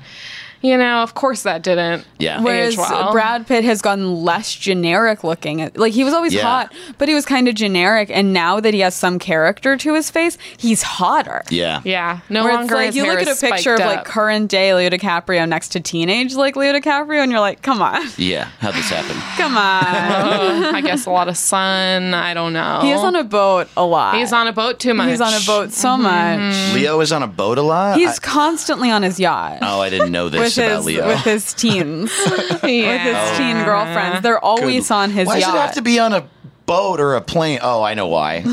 Speaker 2: you know, of course that didn't.
Speaker 4: Yeah.
Speaker 3: Whereas
Speaker 2: Age well.
Speaker 3: Brad Pitt has gotten less generic looking. Like he was always
Speaker 4: Yeah.
Speaker 3: hot, but he was kind of generic. And now that he has some character to his face, he's hotter.
Speaker 4: Yeah.
Speaker 2: Yeah, no
Speaker 3: Where it's
Speaker 2: longer.
Speaker 3: like
Speaker 2: his
Speaker 3: you
Speaker 2: hair
Speaker 3: look at a
Speaker 2: is
Speaker 3: picture of
Speaker 2: spiked
Speaker 3: like
Speaker 2: up.
Speaker 3: current day Leo DiCaprio next to teenage like Leo DiCaprio, and you're like, come on,
Speaker 4: Yeah. How'd this happen?
Speaker 3: come on.
Speaker 2: Uh, I guess a lot of sun. I don't know.
Speaker 3: He's on a boat a lot.
Speaker 2: He's on a boat too much. Mm-hmm.
Speaker 3: He's on a boat so much.
Speaker 4: Leo is on a boat a lot.
Speaker 3: He's
Speaker 4: I-
Speaker 3: constantly on his yacht
Speaker 4: oh, I didn't know
Speaker 3: with
Speaker 4: this about
Speaker 3: his
Speaker 4: Leo.
Speaker 3: with his teens,
Speaker 2: Yeah.
Speaker 3: with his teen girlfriends. They're always on his
Speaker 4: Why
Speaker 3: yacht.
Speaker 4: does it have to be on a boat or a plane? Oh, I know why.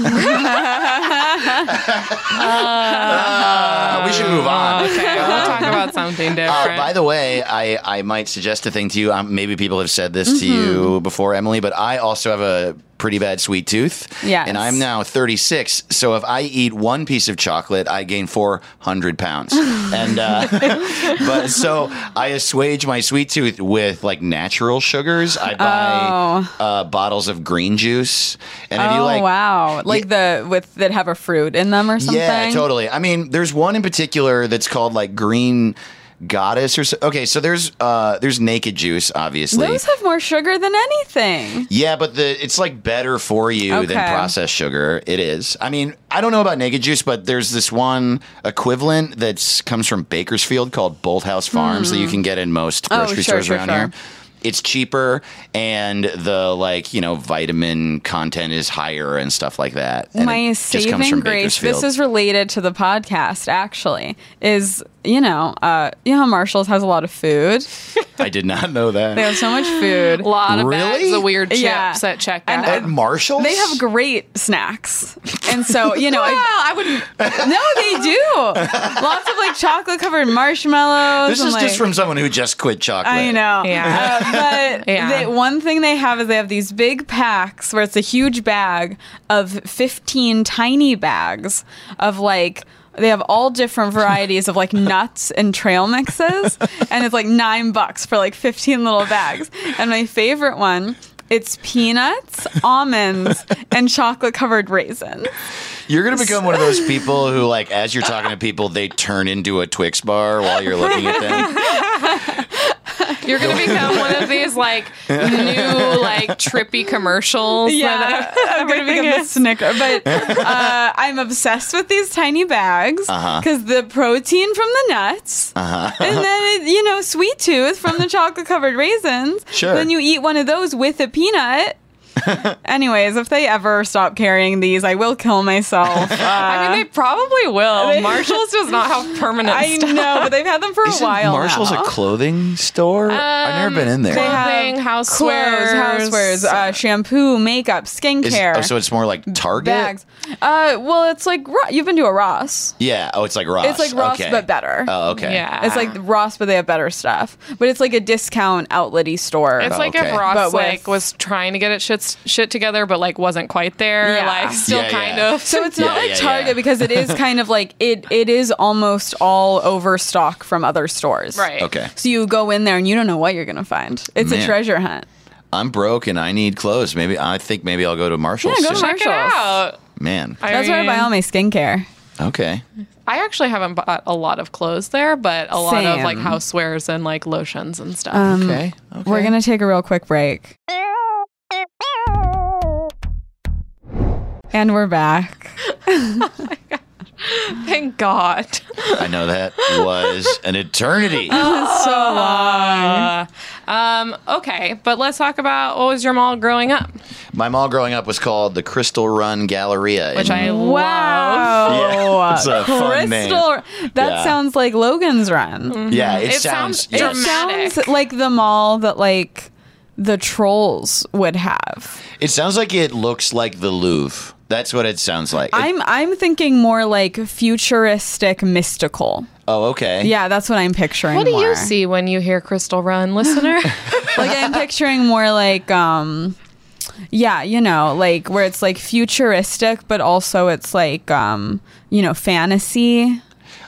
Speaker 4: Ah, we should move
Speaker 3: Oh,
Speaker 4: on.
Speaker 2: Okay, we'll talk about something different.
Speaker 4: Uh, by the way, I, I might suggest a thing to you. Um, maybe people have said this to
Speaker 3: Mm-hmm.
Speaker 4: you before, Emily, but I also have a pretty bad sweet tooth.
Speaker 3: Yes.
Speaker 4: And I'm now 36. So if I eat one piece of chocolate, I gain 400 pounds. and, uh, but so I assuage my sweet tooth with like natural sugars. I buy uh, bottles of green juice. And if you
Speaker 3: oh
Speaker 4: like,
Speaker 3: wow! Like the with that have a fruit in them or something.
Speaker 4: yeah, totally. I mean, there's one in particular that's called like green goddess or so. Okay, so there's uh there's naked juice, obviously.
Speaker 3: Those have more sugar than anything.
Speaker 4: Yeah, but the it's like better for you than
Speaker 3: Okay.
Speaker 4: processed sugar. It is. I mean, I don't know about naked juice, but there's this one equivalent that comes from Bakersfield called Bolt House Farms that you can get in most
Speaker 3: Oh,
Speaker 4: grocery
Speaker 3: sure,
Speaker 4: stores
Speaker 3: sure,
Speaker 4: around
Speaker 3: sure.
Speaker 4: here. It's cheaper and the like, you know, vitamin content is higher and stuff like that. And it
Speaker 3: My
Speaker 4: just comes
Speaker 3: saving
Speaker 4: from
Speaker 3: grace. This
Speaker 4: Bakersfield.
Speaker 3: is related to the podcast. Actually, is you know, uh, you know, how Marshalls has a lot of food.
Speaker 4: I did not know that.
Speaker 3: They have so much food.
Speaker 2: A lot of bags
Speaker 4: Really?
Speaker 2: of weird chips
Speaker 3: Yeah.
Speaker 2: at checkout.
Speaker 3: And
Speaker 4: At Marshalls?
Speaker 3: They have great snacks. And so, you know, well, I wouldn't. No, they do. Lots of like chocolate covered marshmallows.
Speaker 4: This
Speaker 3: and,
Speaker 4: is just
Speaker 3: like-
Speaker 4: from someone who just quit chocolate.
Speaker 3: I know.
Speaker 2: Yeah.
Speaker 3: Uh, but
Speaker 2: Yeah.
Speaker 3: they- one thing they have is they have these big packs where it's a huge bag of 15 tiny bags of like, they have all different varieties of like nuts and trail mixes. And it's like nine bucks for like 15 little bags. And my favorite one, it's peanuts, almonds, and chocolate covered raisins.
Speaker 4: You're gonna become one of those people who, like, as you're talking to people, they turn into a Twix bar while you're looking at them.
Speaker 2: You're gonna become one of these like new like trippy commercials.
Speaker 3: Yeah, I'm gonna become a Snicker. But uh, I'm obsessed with these tiny bags
Speaker 4: Uh-huh.
Speaker 3: because the protein from the nuts, and then it, you know sweet tooth from the chocolate covered raisins.
Speaker 4: Sure.
Speaker 3: Then you eat one of those with a peanut. Anyways, if they ever stop carrying these, I will kill myself. Uh,
Speaker 2: I mean, they probably will. Marshalls does not have permanent
Speaker 3: I
Speaker 2: stuff.
Speaker 3: know, but they've had them for
Speaker 4: Isn't
Speaker 3: a while.
Speaker 4: Marshalls
Speaker 3: now. Um,
Speaker 4: a clothing store? I've never been in there.
Speaker 3: They have
Speaker 2: Clothing,
Speaker 3: clothes,
Speaker 2: housewares,
Speaker 3: housewares, uh, shampoo, makeup,
Speaker 4: Is-
Speaker 3: skincare.
Speaker 4: oh, so it's more like Target.
Speaker 3: bags. Uh, well, it's like Ro- you've been to a Ross.
Speaker 4: Yeah. Oh, it's like Ross.
Speaker 3: It's like Ross,
Speaker 4: Okay.
Speaker 3: but better.
Speaker 4: Oh, okay.
Speaker 2: Yeah.
Speaker 3: It's like Ross, but they have better stuff. But it's like a discount outlet-y store.
Speaker 2: It's
Speaker 4: Oh,
Speaker 2: like
Speaker 4: okay.
Speaker 2: if Ross
Speaker 3: But with-
Speaker 2: like was trying to get it shit shit together, but like wasn't quite there.
Speaker 3: Yeah.
Speaker 2: Like still
Speaker 4: Yeah,
Speaker 2: kind
Speaker 4: yeah.
Speaker 2: of.
Speaker 3: so it's
Speaker 4: Yeah,
Speaker 3: not like
Speaker 4: yeah,
Speaker 3: Target
Speaker 4: yeah.
Speaker 3: because it is kind of like it. It is almost all overstock from other stores.
Speaker 2: right.
Speaker 4: Okay.
Speaker 3: So you go in there and you don't know what you're gonna find. It's
Speaker 4: Man.
Speaker 3: a treasure hunt.
Speaker 4: I'm broke and I need clothes. Maybe I think maybe I'll go to Marshalls.
Speaker 3: Yeah, go to
Speaker 4: soon.
Speaker 2: Check it
Speaker 3: Marshalls.
Speaker 2: out.
Speaker 4: Man.
Speaker 2: I
Speaker 3: That's where I Hmm. buy
Speaker 2: mean,
Speaker 3: all my skincare.
Speaker 4: Okay.
Speaker 2: I actually haven't bought a lot of clothes there, but a lot of like
Speaker 3: Same. Um,
Speaker 2: housewares and like lotions and stuff.
Speaker 4: Okay. okay.
Speaker 3: We're gonna take a real quick break, and we're back.
Speaker 2: Thank God.
Speaker 4: I know that was an eternity.
Speaker 3: so long.
Speaker 2: Uh, um, okay, but let's talk about what was your mall growing up,
Speaker 4: My mall growing up was called the Crystal Run Galleria.
Speaker 2: which
Speaker 4: in
Speaker 2: I love.
Speaker 3: Wow.
Speaker 4: Yeah, it's a fun name.
Speaker 3: Crystal. That
Speaker 4: Yeah.
Speaker 3: sounds like Logan's
Speaker 2: Mm-hmm.
Speaker 3: Run.
Speaker 4: Yeah, it,
Speaker 2: It
Speaker 4: sounds,
Speaker 2: sounds
Speaker 4: yes.
Speaker 3: It
Speaker 2: dramatic.
Speaker 3: sounds like the mall that like the trolls would have.
Speaker 4: It sounds like it looks like the Louvre. That's what it sounds like. It-
Speaker 3: I'm I'm thinking more like futuristic mystical.
Speaker 4: oh, okay.
Speaker 3: Yeah, that's what I'm picturing.
Speaker 2: What do
Speaker 3: more.
Speaker 2: you see when you hear Crystal Run, listener?
Speaker 3: Like I'm picturing more like um yeah, you know, like where it's like futuristic but also it's like um, you know, fantasy.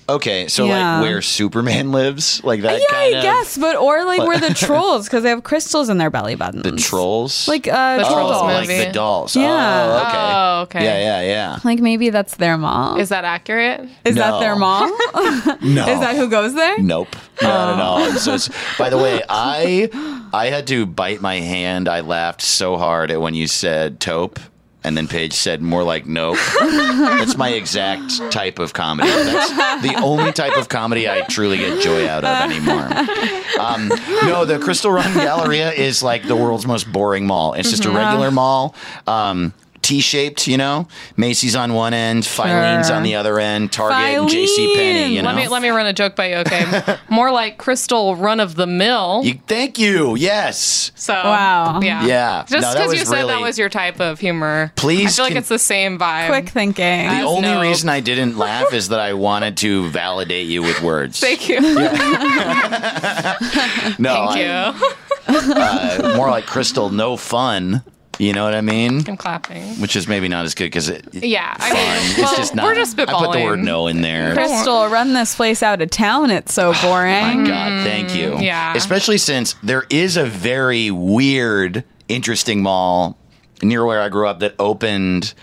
Speaker 4: Okay, so
Speaker 3: Yeah.
Speaker 4: like where Superman lives, like that
Speaker 3: yeah,
Speaker 4: kind
Speaker 3: I
Speaker 4: of
Speaker 3: guess, but or like where the trolls cuz they have crystals in their belly buttons.
Speaker 4: the trolls.
Speaker 3: Like uh
Speaker 2: The
Speaker 3: doll
Speaker 2: Trolls
Speaker 4: oh,
Speaker 3: dolls.
Speaker 4: like
Speaker 2: movie.
Speaker 4: the dolls.
Speaker 3: Yeah.
Speaker 4: Oh, okay.
Speaker 2: Oh, okay.
Speaker 4: Yeah, yeah,
Speaker 3: Like maybe that's their mall.
Speaker 2: Is that accurate?
Speaker 3: Is
Speaker 4: No.
Speaker 3: that their mall?
Speaker 4: yeah. No.
Speaker 3: Is that who goes there?
Speaker 4: Nope, not at all. I'm so s- by the way, I I had to bite my hand. I laughed so hard at when you said taupe, and then Paige said more like nope. That's my exact type of comedy. That's the only type of comedy I truly get joy out of anymore. Um, no, the Crystal Run Galleria is like the world's most boring mall. It's
Speaker 2: Mm-hmm.
Speaker 4: just a regular mall. Um, T-shaped, you know, Macy's on one end, Filene's on the other end, Target and J.C. Penney. You know,
Speaker 2: Let me let me run a joke by you. Okay, more like Crystal Run of the Mill.
Speaker 4: You, thank you. Yes.
Speaker 2: so
Speaker 3: Wow.
Speaker 2: yeah,
Speaker 4: Yeah.
Speaker 2: Just
Speaker 4: No, that
Speaker 2: because
Speaker 4: was
Speaker 2: you said that
Speaker 4: really-
Speaker 2: was your type of humor,
Speaker 4: Please
Speaker 2: I feel like
Speaker 4: con-
Speaker 2: it's the same vibe.
Speaker 3: Quick thinking.
Speaker 4: The only
Speaker 2: no.
Speaker 4: reason I didn't laugh is that I wanted to validate you with words.
Speaker 2: Thank you.
Speaker 4: no,
Speaker 2: Thank
Speaker 4: I-
Speaker 2: you.
Speaker 4: uh, more like Crystal, no fun. You know what I mean?
Speaker 2: I'm clapping.
Speaker 4: Which is maybe not as good because it, it's
Speaker 2: Yeah, I mean, well,
Speaker 4: it's just not.
Speaker 2: we're just spitballing.
Speaker 4: I put the word no in there.
Speaker 3: Crystal, run this place out of town. It's so
Speaker 4: Oh My
Speaker 3: boring.
Speaker 4: God, thank you.
Speaker 2: mm, yeah.
Speaker 4: Especially since there is a very weird, interesting mall near where I grew up that opened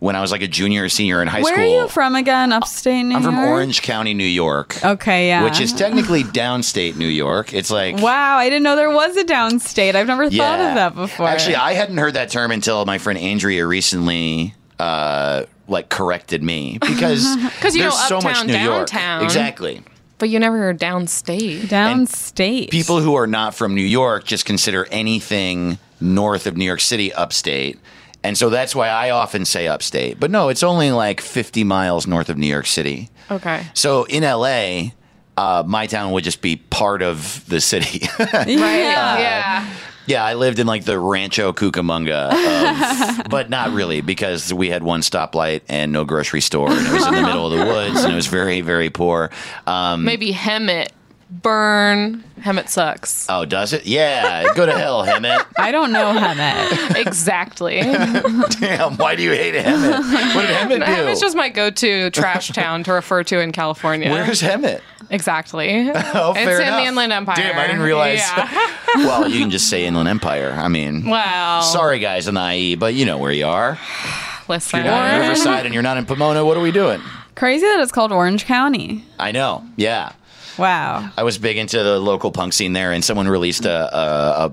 Speaker 4: when I was like a junior or senior in high
Speaker 3: Where
Speaker 4: school.
Speaker 3: are you from again? Upstate New
Speaker 4: I'm from
Speaker 3: York?
Speaker 4: Orange County, New York.
Speaker 3: Okay, yeah.
Speaker 4: Which is technically downstate New York. It's like
Speaker 3: Wow, I didn't know there was a downstate. I've never thought of that before.
Speaker 4: Actually, I hadn't heard that term until my friend Andrea recently uh, like corrected me because there's
Speaker 2: 'Cause you know
Speaker 4: so much
Speaker 2: uptown,
Speaker 4: New York.
Speaker 2: downtown.
Speaker 4: Exactly.
Speaker 2: But you never heard downstate.
Speaker 3: downstate.
Speaker 4: People who are not from New York just consider anything north of New York City upstate. And so that's why I often say upstate. But no, it's only like 50 miles north of New York City.
Speaker 2: Okay.
Speaker 4: So in LA, uh, my town would just be part of the city.
Speaker 2: Right.
Speaker 3: Yeah.
Speaker 2: yeah.
Speaker 4: Yeah, I lived in like the Rancho Cucamonga, of, but not really because we had one stoplight and no grocery store, and it was in the middle of the woods, and it was very, very poor. Um,
Speaker 2: Maybe Hemet. Burn. Hemet sucks.
Speaker 4: oh, does it? Yeah, go to hell, Hemet.
Speaker 3: I don't know Hemet.
Speaker 2: exactly.
Speaker 4: Damn, why do you hate Hemet? What did Hemet do?
Speaker 2: Hemet's just my go-to trash town to refer to in California.
Speaker 4: Where's Hemet?
Speaker 2: exactly.
Speaker 4: Oh,
Speaker 2: it's
Speaker 4: fair
Speaker 2: in
Speaker 4: enough.
Speaker 2: the Inland Empire.
Speaker 4: Damn, I didn't realize.
Speaker 2: Yeah.
Speaker 4: well, you can just say Inland Empire. I mean,
Speaker 2: Well,
Speaker 4: sorry guys in the IE, but you know where you are.
Speaker 2: Listen.
Speaker 4: You're not in Riverside, and you're not in Pomona. What are we doing?
Speaker 3: Crazy that it's called Orange County.
Speaker 4: I know. Yeah.
Speaker 3: Wow.
Speaker 4: I was big into the local punk scene there, and someone released a a,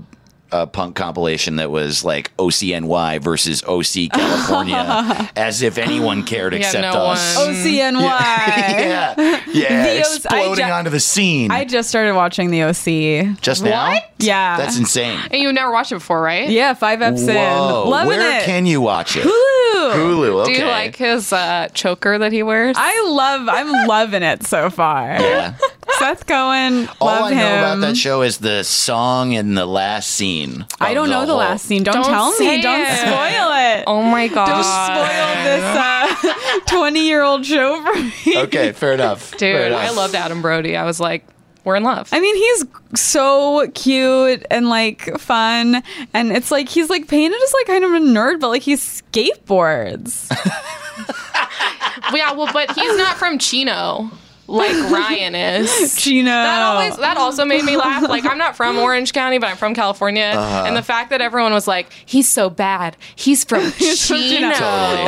Speaker 4: a, a punk compilation that was like OCNY versus OC California, as if anyone cared except
Speaker 2: no
Speaker 4: us.
Speaker 2: one.
Speaker 3: OCNY.
Speaker 4: yeah, yeah,
Speaker 3: The O- I
Speaker 4: exploding
Speaker 3: ju-
Speaker 4: onto the scene
Speaker 3: I just started watching the OC.
Speaker 4: just now.
Speaker 2: What?
Speaker 3: Yeah.
Speaker 4: That's insane.
Speaker 2: And you've never watched it before, right?
Speaker 3: Yeah, five eps in.
Speaker 4: Whoa,
Speaker 3: Loving
Speaker 4: where
Speaker 3: it.
Speaker 4: can you watch it?
Speaker 3: Woo!
Speaker 4: Hulu.
Speaker 2: Do
Speaker 4: Okay.
Speaker 2: you like his uh, choker that he wears?
Speaker 3: I love I'm loving it so far.
Speaker 4: Yeah.
Speaker 3: Seth Cohen,
Speaker 4: All
Speaker 3: love
Speaker 4: I
Speaker 3: him.
Speaker 4: know about that show is the song and the last scene.
Speaker 3: I
Speaker 4: of
Speaker 3: don't know the
Speaker 4: whole-
Speaker 3: last scene. Don't,
Speaker 2: Don't
Speaker 3: tell me.
Speaker 2: say
Speaker 3: Don't
Speaker 2: it.
Speaker 3: spoil it.
Speaker 2: oh my god!
Speaker 3: Don't spoil this uh, twenty-year-old show for me.
Speaker 4: Okay, fair enough.
Speaker 2: Dude,
Speaker 4: fair enough.
Speaker 2: I loved Adam Brody. I was like, we're in love.
Speaker 3: I mean, he's so cute and like fun, and it's like he's like painted as like kind of a nerd, but like he skateboards.
Speaker 2: yeah, well, but he's not from Chino like Ryan is.
Speaker 3: Gino.
Speaker 4: Oh.
Speaker 2: That always that also made me laugh. Like I'm not from Orange County, but I'm from California,
Speaker 4: Uh-huh.
Speaker 2: and the fact that everyone was like, "He's so bad. He's from
Speaker 3: from Chino."
Speaker 2: Chino."
Speaker 4: Totally.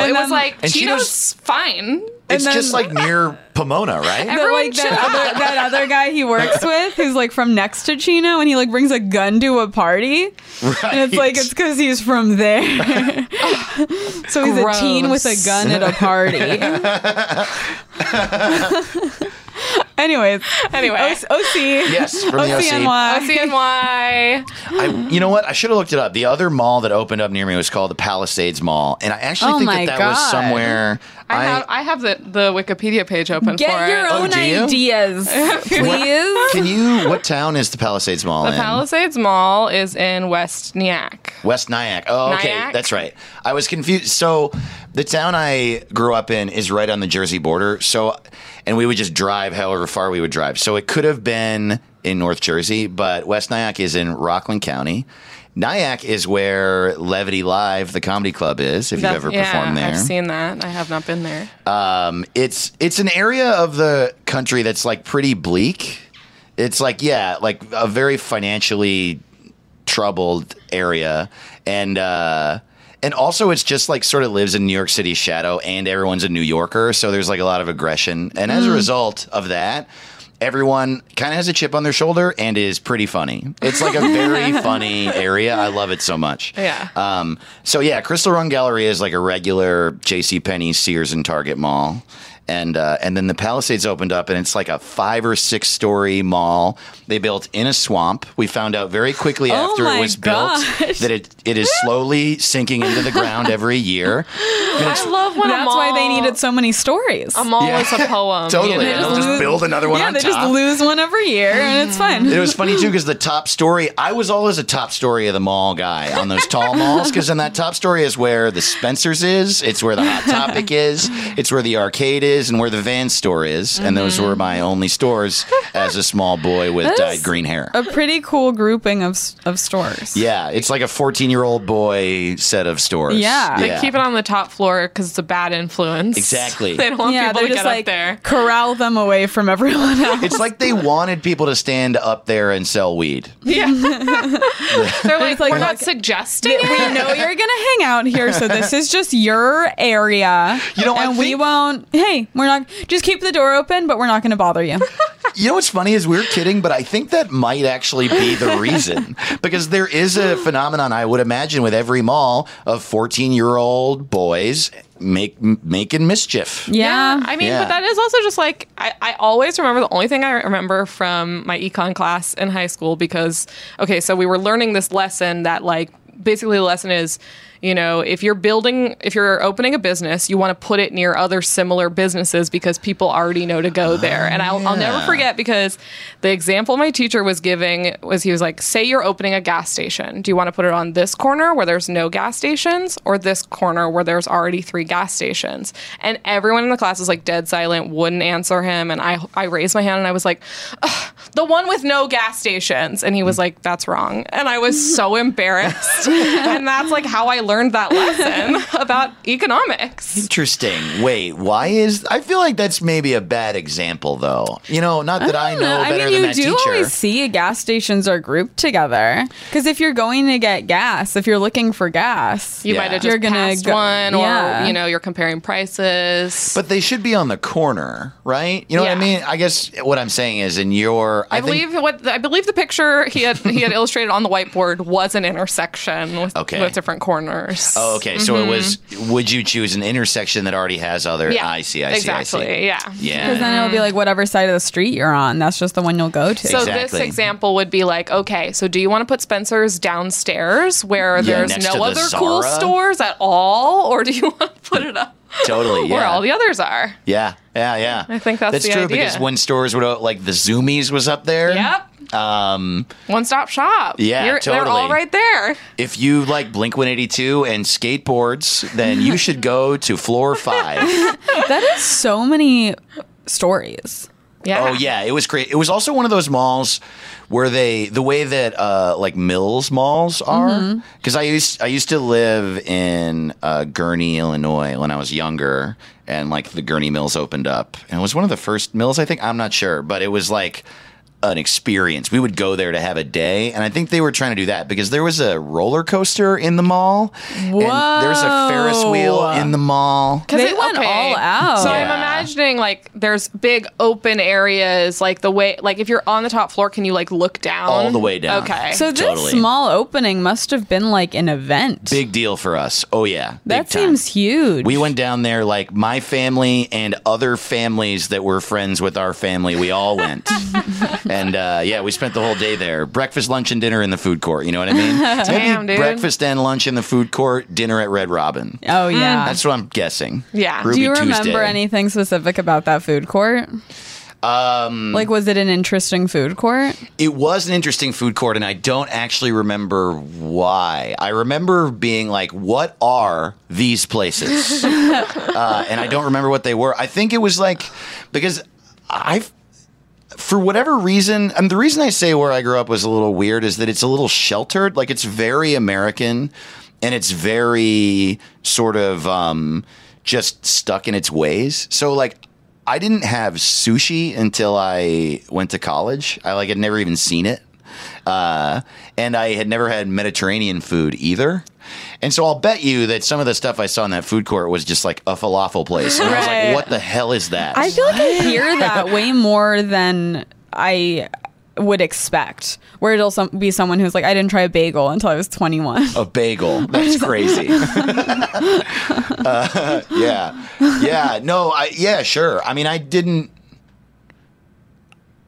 Speaker 2: It
Speaker 3: And
Speaker 2: was
Speaker 3: then-
Speaker 2: like
Speaker 4: And
Speaker 2: Chino's fine.
Speaker 4: It's
Speaker 3: And
Speaker 4: just
Speaker 3: then-
Speaker 4: like near Pomona, right?
Speaker 3: That, like that other, that other guy he works with, who's like from next to Chino, and he like brings a gun to a party, and it's like it's because he's from there. so he's a teen with a
Speaker 2: Gross.
Speaker 3: gun at a party. Anyways,
Speaker 2: Anyway,
Speaker 3: O- OC.
Speaker 4: Yes, from the OC.
Speaker 3: OCNY.
Speaker 2: CNY.
Speaker 4: I, you know what? I should have looked it up. The other mall that opened up near me was called the Palisades Mall, and I actually
Speaker 3: Oh
Speaker 4: think
Speaker 3: my
Speaker 4: that that was
Speaker 3: God.
Speaker 4: somewhere.
Speaker 2: I have I have the, the Wikipedia page open for
Speaker 3: Get your
Speaker 2: it.
Speaker 4: Oh,
Speaker 3: own
Speaker 4: do you?
Speaker 3: ideas, please.
Speaker 4: can you? What town is the Palisades Mall
Speaker 2: The
Speaker 4: in?
Speaker 2: Palisades Mall is in West Nyack.
Speaker 4: West Nyack. Oh, okay,
Speaker 2: Nyack?
Speaker 4: that's right. I was confused. So the town I grew up in is right on the Jersey border. So, and we would just drive however far we would drive. So it could have been in North Jersey, but West Nyack is in Rockland County. Nyack is where Levity Live, the comedy club, is. If you've ever
Speaker 2: yeah,
Speaker 4: performed there,
Speaker 2: I've seen that. I have not been there.
Speaker 4: Um, it's it's an area of the country that's like pretty bleak. It's like yeah, like a very financially troubled area, and uh, and also it's just like sort of lives in New York City's shadow, and everyone's a New Yorker, so there's like a lot of aggression, and as a result of that. Everyone kind of has a chip on their shoulder and is pretty funny. It's like a very funny area. I love it so much.
Speaker 2: Yeah.
Speaker 4: Um, so yeah, Crystal Run Gallery is like a regular J.C. Penney, Sears, and Target mall, and uh, and then the Palisades opened up, and it's like a five or six story mall. They built in a swamp. We found out very quickly after
Speaker 3: Oh my
Speaker 4: it was
Speaker 3: gosh.
Speaker 4: built that it it is slowly sinking into the ground every year. And it's-
Speaker 2: I love when
Speaker 3: That's
Speaker 2: a mall,
Speaker 3: why they needed so many stories.
Speaker 2: a mall
Speaker 4: Yeah.
Speaker 2: is a poem.
Speaker 4: totally.
Speaker 2: you
Speaker 4: And
Speaker 2: know?
Speaker 4: they'll just
Speaker 3: lose-
Speaker 4: build another one
Speaker 3: yeah,
Speaker 4: on
Speaker 3: they
Speaker 4: top.
Speaker 3: just lose one every year, and it's fun.
Speaker 4: it was funny too because the top story i was always a top story of the mall guy on those tall malls because then that top story is where the spencers is it's where the hot topic is it's where the arcade is is and where the Van store is, and those were
Speaker 3: Mm-hmm.
Speaker 4: my only stores as a small boy with dyed green hair.
Speaker 3: A pretty cool grouping of s- of stores.
Speaker 4: yeah, it's like a 14 year old boy set of stores.
Speaker 3: Yeah.
Speaker 2: They keep it on the top floor because it's a bad influence.
Speaker 4: Exactly.
Speaker 2: They don't want
Speaker 3: yeah,
Speaker 2: people
Speaker 3: they're
Speaker 2: to
Speaker 3: just
Speaker 2: get
Speaker 3: like
Speaker 2: up there.
Speaker 3: corral them away from everyone else.
Speaker 4: It's like they wanted people to stand up there and sell weed.
Speaker 2: Yeah. they're like,
Speaker 3: like,
Speaker 2: we're not
Speaker 3: look-
Speaker 2: suggesting it.
Speaker 3: we know you're gonna hang out here, so this is just your area.
Speaker 4: You know, I
Speaker 3: and we
Speaker 4: think-
Speaker 3: won't. Hey, we're not. Just keep the door open, but we're not gonna bother you.
Speaker 4: You know what's funny is we're kidding, but I think that might actually be the reason because there is a phenomenon I would imagine with every mall of 14 year old boys make making mischief.
Speaker 3: Yeah.
Speaker 2: I mean,
Speaker 4: Yeah.
Speaker 2: but that is also just like I, I always remember the only thing I remember from my econ class in high school because okay, so we were learning this lesson that like basically the lesson is you know if you're building if you're opening a business you want to put it near other similar businesses because people already know to go there and I'll, I'll never
Speaker 4: yeah.
Speaker 2: forget because the example my teacher was giving was he was like say you're opening a gas station do you want to put it on this corner where there's no gas stations or this corner where there's already three gas stations and everyone in the class was like dead silent wouldn't answer him and i i raised my hand and i was like "Ugh, the one with no gas stations and he was like that's wrong and i was so embarrassed and that's like how i learned that lesson about economics
Speaker 4: Interesting. Wait, why is I feel like that's maybe a bad example though. You know, not that I, know
Speaker 3: I
Speaker 4: better
Speaker 3: mean,
Speaker 4: than
Speaker 3: you
Speaker 4: that
Speaker 3: do
Speaker 4: teacher.
Speaker 3: always see gas stations are grouped together because if you're going to get gas, if you're looking for gas,
Speaker 2: you
Speaker 4: Yeah.
Speaker 2: might have just
Speaker 3: You're gonna
Speaker 2: passed
Speaker 3: go-
Speaker 2: one, or
Speaker 3: yeah.
Speaker 2: you know, you're comparing prices.
Speaker 4: but they should be on the corner, right? You know what
Speaker 2: Yeah.
Speaker 4: I mean? I guess what I'm saying is in your
Speaker 2: I,
Speaker 4: think-
Speaker 2: believe what I believe the picture he had he had illustrated on the whiteboard was an intersection with,
Speaker 4: Okay.
Speaker 2: with different corners.
Speaker 4: Oh, okay. So it was. Would you choose an intersection that already has other? I see. I see.
Speaker 2: exactly.
Speaker 4: I see.
Speaker 2: Yeah.
Speaker 4: Yeah.
Speaker 3: because then it'll be like whatever side of the street you're on, that's just the one you'll go to.
Speaker 2: So this
Speaker 4: Exactly.
Speaker 2: example would be like, okay, so do you want to put Spencer's downstairs where there's
Speaker 4: next
Speaker 2: no
Speaker 4: to the
Speaker 2: other cool
Speaker 4: Zara?
Speaker 2: stores at all, or do you want to put it up
Speaker 4: Totally. Yeah.
Speaker 2: where all the others are?
Speaker 4: yeah. Yeah. Yeah. I
Speaker 2: think that's the
Speaker 4: true
Speaker 2: idea.
Speaker 4: because when stores would uh, like the Zoomies was up there.
Speaker 2: Yep.
Speaker 4: Um,
Speaker 2: One stop shop.
Speaker 4: Yeah,
Speaker 2: You're, They're all
Speaker 4: totally. Oh,
Speaker 2: right there.
Speaker 4: if you like Blink One Eighty Two and skateboards, then you should go to floor five.
Speaker 3: that is so many stories.
Speaker 2: Yeah.
Speaker 4: oh yeah, it was great. It was also one of those malls where they the way that uh, like Mills malls
Speaker 3: Mm-hmm.
Speaker 4: are. Because I used I used to live in uh, Gurney, Illinois, when I was younger, and like the Gurney Mills opened up, and it was one of the first mills I think. I'm not sure, but it was like an experience. We would go there to have a day, and I think they were trying to do that because there was a roller coaster in the mall, and there's a Ferris wheel
Speaker 3: Whoa.
Speaker 4: in the mall.
Speaker 2: Because
Speaker 3: They went all out.
Speaker 2: So I'm
Speaker 4: Yeah.
Speaker 2: imagining like there's big open areas, like the way, like if you're on the top floor, can you like look down
Speaker 4: All the way down.
Speaker 2: Okay.
Speaker 3: So this
Speaker 4: Totally.
Speaker 3: small opening must have been like an event.
Speaker 4: Big deal for us. Oh yeah, big
Speaker 3: that
Speaker 4: time.
Speaker 3: seems huge.
Speaker 4: We went down there, like my family and other families that were friends with our family. We all went. and uh, yeah, we spent the whole day there. Breakfast, lunch, and dinner in the food court. You know what I mean?
Speaker 2: Damn, dude.
Speaker 4: Breakfast and lunch in the food court, dinner at Red Robin.
Speaker 3: Oh yeah.
Speaker 4: That's what I'm guessing.
Speaker 2: Yeah.
Speaker 4: Ruby
Speaker 3: Do you remember
Speaker 4: Tuesday.
Speaker 3: anything specific about that food court? Um, like, was it an interesting food court?
Speaker 4: It was an interesting food court, and I don't actually remember why. I remember being like, "What are these places?" uh, and I don't remember what they were. I think it was like because I've. For whatever reason, and the reason I say where I grew up was a little weird is that it's a little sheltered. Like it's very American and it's very sort of um, just stuck in its ways. So, like, I didn't have sushi until I went to college. I like had never even seen it. Uh, and I had never had Mediterranean food either. And so I'll bet you that some of the stuff I saw in that food court was just like a falafel place. And I was
Speaker 3: Right.
Speaker 4: like, what the hell is that?
Speaker 3: I feel like I hear that way more than I would expect. Where it'll some- be someone who's like, I didn't try a bagel until I was 21.
Speaker 4: a bagel. That's crazy. Uh, yeah, yeah. No, I yeah, sure. I mean, I didn't.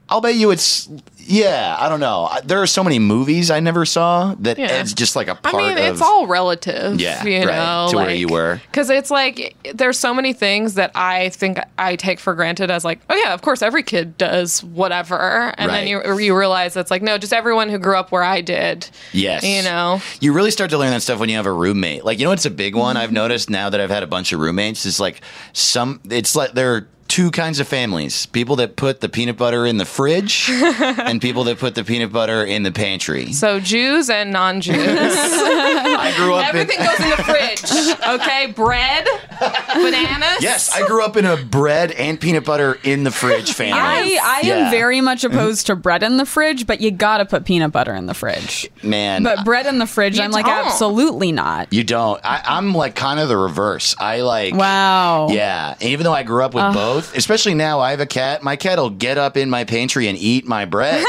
Speaker 4: I'll bet you it's yeah. I don't know. I- There are so many movies I never saw that
Speaker 2: Yeah.
Speaker 4: it's just like a
Speaker 2: I
Speaker 4: part
Speaker 2: mean,
Speaker 4: of.
Speaker 2: it's all relative.
Speaker 4: Yeah,
Speaker 2: you
Speaker 4: right,
Speaker 2: know,
Speaker 4: to where you were.
Speaker 2: Because it's like there's so many things that I think I take for granted as like, oh yeah, of course every kid does whatever, and then
Speaker 4: Right.
Speaker 2: you you realize it's like no, just everyone who grew up where I did.
Speaker 4: Yes.
Speaker 2: You know.
Speaker 4: You really start to learn that stuff when you have a
Speaker 3: Mm-hmm.
Speaker 4: roommate. Like, you know, it's a big one I've noticed now that I've had a bunch of roommates is like some, it's like there are two kinds of families people that put the peanut butter in the fridge and people that put the peanut butter in the pantry.
Speaker 2: So Jews and non-Jews.
Speaker 4: I grew up in.
Speaker 2: Everything goes in the fridge. Okay, bread, bananas.
Speaker 4: Yes, I grew up in a bread and peanut butter in the fridge family.
Speaker 3: I, I
Speaker 4: Yeah. Mm-hmm.
Speaker 3: am very much opposed to bread in the fridge, but you gotta put peanut butter in the fridge.
Speaker 4: man.
Speaker 3: But bread in the fridge,
Speaker 2: You
Speaker 3: I'm like,
Speaker 2: don't.
Speaker 3: absolutely not.
Speaker 4: you don't. I, I'm like kind of the reverse. I like.
Speaker 3: Wow.
Speaker 4: Yeah, and even though I grew up with both, especially now I have a cat. My cat'll get up in my pantry and eat my bread.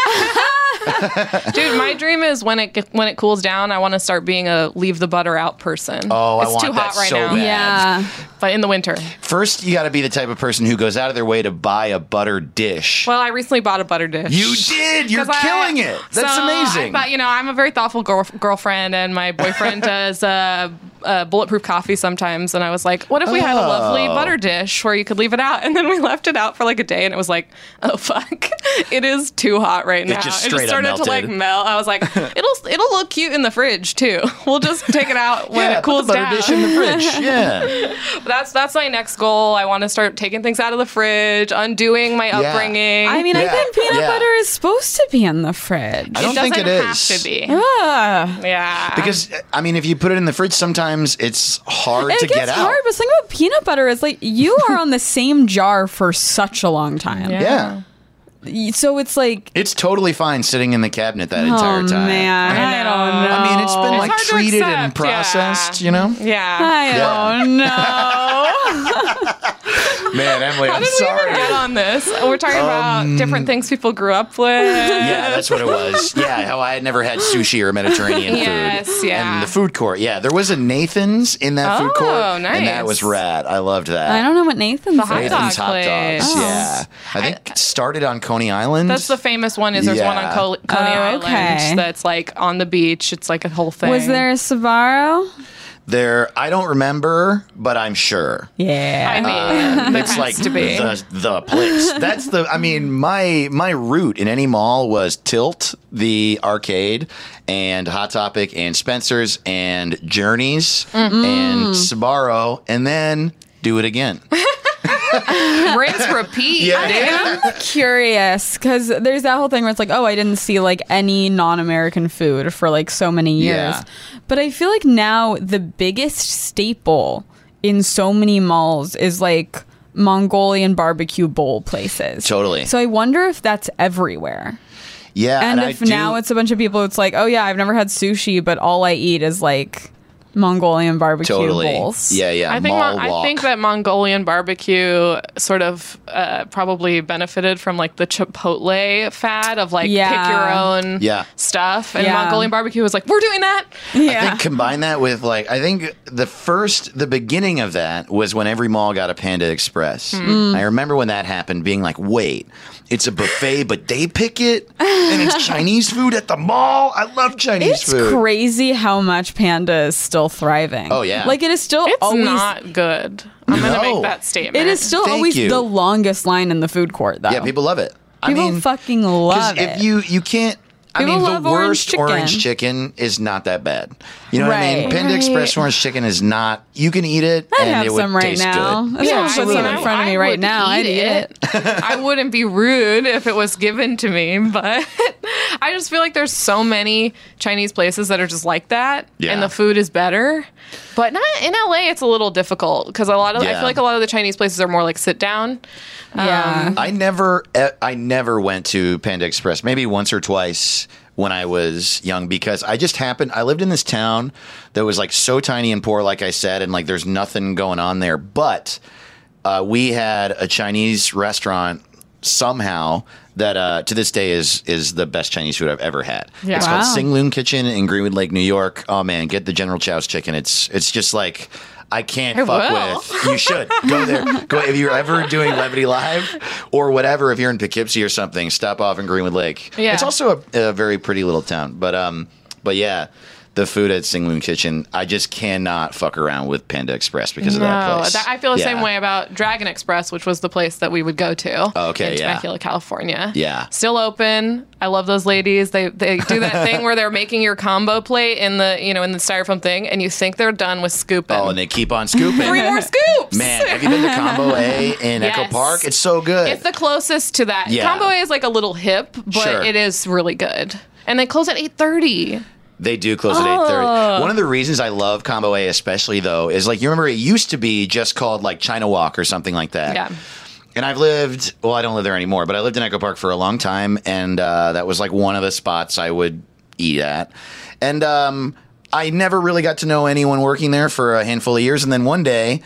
Speaker 2: Dude, my dream is when it ge- when it cools down, I want to start being a leave the butter out person.
Speaker 4: Oh, I
Speaker 2: it's
Speaker 4: want
Speaker 2: too
Speaker 4: that
Speaker 2: hot right
Speaker 4: so
Speaker 2: now.
Speaker 4: bad.
Speaker 3: Yeah.
Speaker 2: But in the winter.
Speaker 4: First, you got to be the type of person who goes out of their way to buy a butter dish.
Speaker 2: Well, I recently bought a butter dish.
Speaker 4: you did. You're
Speaker 2: 'Cause I-
Speaker 4: killing it. That's
Speaker 2: so uh,
Speaker 4: amazing.
Speaker 2: I thought, you know, I'm a very thoughtful girl- girlfriend, and my boyfriend does uh, uh, bulletproof coffee sometimes. And I was like, what if we had a lovely
Speaker 4: Oh.
Speaker 2: butter dish where you could leave it out? And then we left it out for like a day, and it was like, oh fuck, it is too hot right now.
Speaker 4: just
Speaker 2: it
Speaker 4: straight
Speaker 2: just
Speaker 4: up
Speaker 2: started to like
Speaker 4: melted.
Speaker 2: melt. I was like, it'll it'll look cute in the fridge too. We'll just take it out when
Speaker 4: yeah,
Speaker 2: it cools
Speaker 4: put the butter
Speaker 2: down.
Speaker 4: dish in the fridge. Yeah.
Speaker 2: That's that's my next goal. I want to start taking things out of the fridge, undoing my upbringing.
Speaker 3: I mean, I
Speaker 4: Yeah.
Speaker 3: think peanut
Speaker 4: Yeah.
Speaker 3: butter is supposed to be in the fridge.
Speaker 4: I don't
Speaker 2: doesn't
Speaker 4: think it
Speaker 2: have
Speaker 4: is.
Speaker 2: to be.
Speaker 3: Ugh.
Speaker 2: Yeah.
Speaker 4: Because I mean, if you put it in the fridge, sometimes it's hard
Speaker 3: It
Speaker 4: to
Speaker 3: gets
Speaker 4: get out.
Speaker 3: hard, but something about peanut butter is like you are on the same jar for such a long time.
Speaker 4: yeah.
Speaker 3: Y- So it's like,
Speaker 4: It's totally fine sitting in the cabinet
Speaker 3: oh
Speaker 4: that entire time.
Speaker 3: man, I, don't know.
Speaker 2: know.
Speaker 4: I mean, it's been
Speaker 2: It's
Speaker 4: like
Speaker 2: hard to
Speaker 4: treated and
Speaker 2: accept, yeah.
Speaker 4: processed, you know?
Speaker 2: yeah.
Speaker 3: I
Speaker 4: Yeah.
Speaker 3: don't know.
Speaker 4: Man, Emily, I'm sorry.
Speaker 2: Get on this. We're talking
Speaker 4: Um,
Speaker 2: about different things people grew up with.
Speaker 4: Yeah, that's what it was. Yeah, how I had never had sushi or Mediterranean
Speaker 2: Yes,
Speaker 4: food.
Speaker 2: yeah.
Speaker 4: And the food court. Yeah, there was a Nathan's in that food
Speaker 2: Oh,
Speaker 4: court. And that
Speaker 2: nice.
Speaker 4: was rad. I loved that.
Speaker 3: I don't know what Nathan's.
Speaker 2: hot
Speaker 3: is.
Speaker 2: dog
Speaker 4: Nathan's hot
Speaker 2: place.
Speaker 4: dogs.
Speaker 2: Oh.
Speaker 4: Yeah. I think it started on Coney Island.
Speaker 2: That's the famous one. Is there's one
Speaker 4: Yeah.
Speaker 2: on Co- Coney
Speaker 3: Oh,
Speaker 2: Island
Speaker 3: okay.
Speaker 2: that's like on the beach. It's like a whole thing.
Speaker 3: Was there a Sabaro?
Speaker 4: there I don't remember, but I'm sure.
Speaker 2: I
Speaker 3: Yeah.
Speaker 2: mean,
Speaker 4: Um, it's like
Speaker 2: to be.
Speaker 4: the the place. That's the. I mean, my my route in any mall was Tilt, the arcade, and Hot Topic, and Spencer's, and Journeys,
Speaker 3: Mm-hmm.
Speaker 4: and Sbarro, and then do it again.
Speaker 3: uh,
Speaker 2: rinse, repeat.
Speaker 4: Yeah, dude.
Speaker 3: I'm curious because there's that whole thing where it's like, oh, I didn't see like any non-American food for like so many years,
Speaker 4: Yeah.
Speaker 3: but I feel like now the biggest staple in so many malls is like Mongolian barbecue bowl places.
Speaker 4: Totally.
Speaker 3: So I wonder if that's everywhere.
Speaker 4: Yeah,
Speaker 3: And,
Speaker 4: I
Speaker 3: if
Speaker 4: do-
Speaker 3: now it's a bunch of people, it's like, oh yeah, I've never had sushi, but all I eat is like Mongolian barbecue
Speaker 4: totally.
Speaker 3: bowls.
Speaker 4: Yeah, yeah.
Speaker 2: I think
Speaker 4: mall
Speaker 2: Mon- I
Speaker 4: walk.
Speaker 2: think that Mongolian barbecue sort of uh, probably benefited from like the Chipotle fad of like
Speaker 3: Yeah.
Speaker 2: pick your own
Speaker 4: Yeah.
Speaker 2: stuff, and
Speaker 3: Yeah.
Speaker 2: Mongolian barbecue was like we're doing that.
Speaker 4: I think combine that with like I think the first the beginning of that was when every mall got a Panda Express.
Speaker 3: Hmm.
Speaker 4: I remember when that happened, being like, "Wait, it's a buffet, but they pick it, and it's Chinese food at the mall. I love Chinese
Speaker 3: It's
Speaker 4: food.
Speaker 3: crazy how much panda is still thriving.
Speaker 4: Oh, yeah.
Speaker 3: like it is still
Speaker 2: It's
Speaker 3: always.
Speaker 2: not good. I'm
Speaker 4: No.
Speaker 2: gonna make that statement.
Speaker 3: it is still
Speaker 4: Thank
Speaker 3: always
Speaker 4: you.
Speaker 3: the longest line in the food court, though.
Speaker 4: Yeah, people love it. I
Speaker 3: People
Speaker 4: mean,
Speaker 3: fucking
Speaker 4: 'cause
Speaker 3: love it.
Speaker 4: if you you can't. I
Speaker 3: People
Speaker 4: mean,
Speaker 3: love
Speaker 4: the
Speaker 3: orange
Speaker 4: worst
Speaker 3: chicken.
Speaker 4: orange chicken is not that bad. You know what I mean?
Speaker 3: Right.
Speaker 4: Panda Express orange chicken is not. You can eat it,
Speaker 3: I'd
Speaker 4: and
Speaker 3: have
Speaker 4: it would
Speaker 3: some right
Speaker 4: taste
Speaker 3: now.
Speaker 4: good.
Speaker 3: If someone put some
Speaker 2: I-
Speaker 3: in front of
Speaker 2: I
Speaker 3: me right
Speaker 2: would
Speaker 3: now, I'd eat it.
Speaker 2: I wouldn't be rude if it was given to me, but I just feel like there's so many Chinese places that are just like that,
Speaker 4: Yeah.
Speaker 2: and the food is better. But not in LA, it's a little difficult because a lot of I
Speaker 4: Yeah.
Speaker 2: feel like a lot of the Chinese places are more like sit down. Um,
Speaker 3: Yeah.
Speaker 4: I never, eh, I never went to Panda Express. Maybe once or twice when I was young because I just happened. I lived in this town that was like so tiny and poor, like I said, and like there's nothing going on there. But uh, we had a Chinese restaurant somehow that uh, to this day is is the best Chinese food I've ever had.
Speaker 2: Yeah.
Speaker 4: It's called
Speaker 3: Wow.
Speaker 4: Sing Loon Kitchen in Greenwood Lake, New York. Oh man, get the General Chow's chicken. It's it's just like. I can't
Speaker 2: I
Speaker 4: fuck
Speaker 2: will.
Speaker 4: with you should go there. Go if you're ever doing Levity Live or whatever. If you're in Poughkeepsie or something, stop off in Greenwood Lake.
Speaker 2: Yeah.
Speaker 4: it's also a, a very pretty little town. But um, but yeah, the food at Sing Loon Kitchen, I just cannot fuck around with Panda Express because of that
Speaker 2: No,
Speaker 4: place.
Speaker 2: that- I feel the
Speaker 4: Yeah.
Speaker 2: same way about Dragon Express, which was the place that we would go to.
Speaker 4: Okay,
Speaker 2: in
Speaker 4: yeah.
Speaker 2: Temecula, California.
Speaker 4: Yeah.
Speaker 2: still open. I love those ladies. They they do that thing where they're making your combo plate in the you know in the styrofoam thing, and you think they're done with scooping.
Speaker 4: Oh, and they keep on scooping.
Speaker 2: Three more scoops.
Speaker 4: Man, have you been to Combo A in Echo
Speaker 2: Yes.
Speaker 4: Park? It's so good.
Speaker 2: It's the closest to that.
Speaker 4: Yeah.
Speaker 2: Combo A is like a little hip, but
Speaker 4: Sure.
Speaker 2: it is really good. And they close at eight thirty.
Speaker 4: They do close at eight thirty.
Speaker 2: Oh.
Speaker 4: One of the reasons I love Combo A, especially though, is like you remember it used to be just called like China Walk or something like that.
Speaker 2: Yeah.
Speaker 4: And I've lived, well, I don't live there anymore, but I lived in Echo Park for a long time, and uh, that was like one of the spots I would eat at. And um, I never really got to know anyone working there for a handful of years, and then one day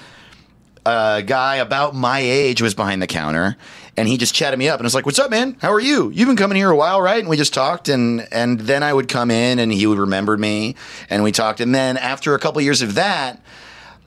Speaker 4: a guy about my age was behind the counter and he just chatted me up and was like, What's up, man? How are you? You've been coming here a while, right? And we just talked and and then I would come in and he would remember me and we talked. And then after a couple years of that,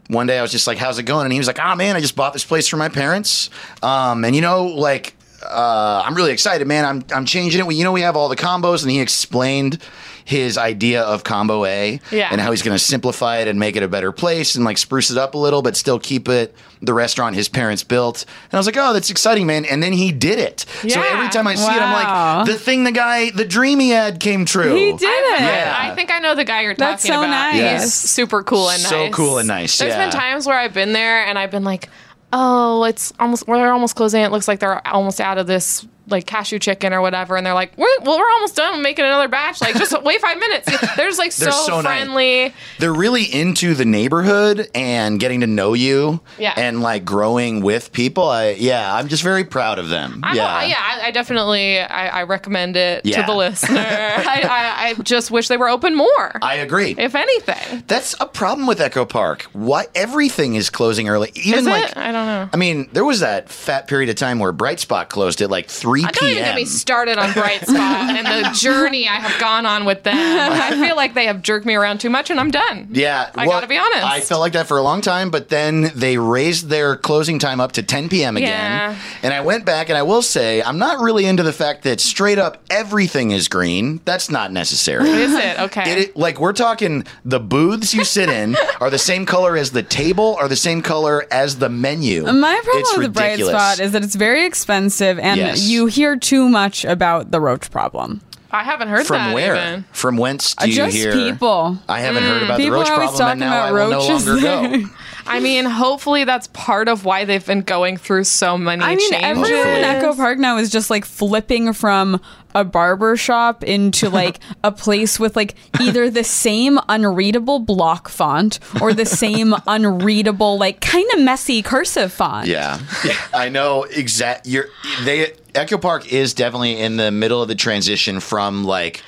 Speaker 4: one day I was just like, How's it going? And he was like, Ah man, I just bought this place for my parents. Um, and you know, like uh, I'm really excited, man. I'm I'm changing it. We, you know, we have all the combos, and he explained his idea of combo A
Speaker 2: Yeah.
Speaker 4: and how he's going to simplify it and make it a better place and like spruce it up a little, but still keep it the restaurant his parents built. And I was like, oh, that's exciting, man. And then he did it. So
Speaker 2: Yeah.
Speaker 4: every time I see it, I'm
Speaker 3: Wow.
Speaker 4: like, the thing the guy, the dream he had came true.
Speaker 3: He did it.
Speaker 4: Yeah.
Speaker 2: I think I know the guy you're talking
Speaker 3: That's so
Speaker 2: about.
Speaker 3: nice.
Speaker 2: He's
Speaker 4: Yes.
Speaker 2: super cool and
Speaker 4: So
Speaker 2: nice.
Speaker 4: cool and nice,
Speaker 2: There's
Speaker 4: yeah.
Speaker 2: been times where I've been there and I've been like, oh, it's almost well, they're almost closing. It looks like they're almost out of this like cashew chicken or whatever. And they're like, we're, well, we're almost done We're making another batch. Like, just wait five minutes. They're just like
Speaker 4: They're
Speaker 2: so,
Speaker 4: so nice.
Speaker 2: friendly.
Speaker 4: They're really into the neighborhood and getting to know you
Speaker 2: Yeah.
Speaker 4: and like growing with people. I, yeah, I'm just very proud of them.
Speaker 2: I'm,
Speaker 4: yeah.
Speaker 2: yeah, I, I definitely I, I recommend it
Speaker 4: Yeah.
Speaker 2: to the listener. I, I, I just wish they were open more,
Speaker 4: I agree.
Speaker 2: if anything.
Speaker 4: That's a problem with Echo Park. Why everything is closing early? Even
Speaker 2: Is
Speaker 4: like
Speaker 2: it? I don't know.
Speaker 4: I mean, there was that fat period of time where Bright Spot closed at like three
Speaker 2: Don't even get
Speaker 4: p.m.
Speaker 2: me started on Bright Spot and the journey I have gone on with them. I feel like they have jerked me around too much, and I'm done.
Speaker 4: Yeah,
Speaker 2: I
Speaker 4: well,
Speaker 2: gotta be honest.
Speaker 4: I felt like that for a long time, but then they raised their closing time up to 10 p.m. again.
Speaker 2: Yeah.
Speaker 4: And I went back, and I will say, I'm not really into the fact that straight up everything is green. That's not necessary.
Speaker 2: Is it okay?
Speaker 4: It, it- like we're talking, the booths you sit in are the same color as the table, are the same color as the menu.
Speaker 3: My problem
Speaker 4: It's
Speaker 3: with the bright
Speaker 4: ridiculous.
Speaker 3: spot is that it's very expensive, and
Speaker 4: Yes.
Speaker 3: you hear too much about the roach problem.
Speaker 2: I haven't heard
Speaker 4: From
Speaker 2: that.
Speaker 4: where?
Speaker 2: even.
Speaker 4: From whence do
Speaker 3: Uh,
Speaker 4: you
Speaker 3: just
Speaker 4: hear?
Speaker 3: people.
Speaker 4: I haven't
Speaker 2: Mm.
Speaker 4: heard about
Speaker 3: People
Speaker 4: the roach
Speaker 3: are always
Speaker 4: problem, and
Speaker 3: talking
Speaker 4: now I
Speaker 3: about
Speaker 4: will no
Speaker 3: roaches
Speaker 4: longer go.
Speaker 3: there.
Speaker 2: I mean, hopefully that's part of why they've been going through so many.
Speaker 3: I mean,
Speaker 2: changes.
Speaker 3: everyone in
Speaker 4: Hopefully.
Speaker 3: Echo Park now is just like flipping from a barber shop into like a place with like either the same unreadable block font or the same unreadable, like kind of messy cursive font.
Speaker 4: Yeah, I know exact. You're they Echo Park is definitely in the middle of the transition from like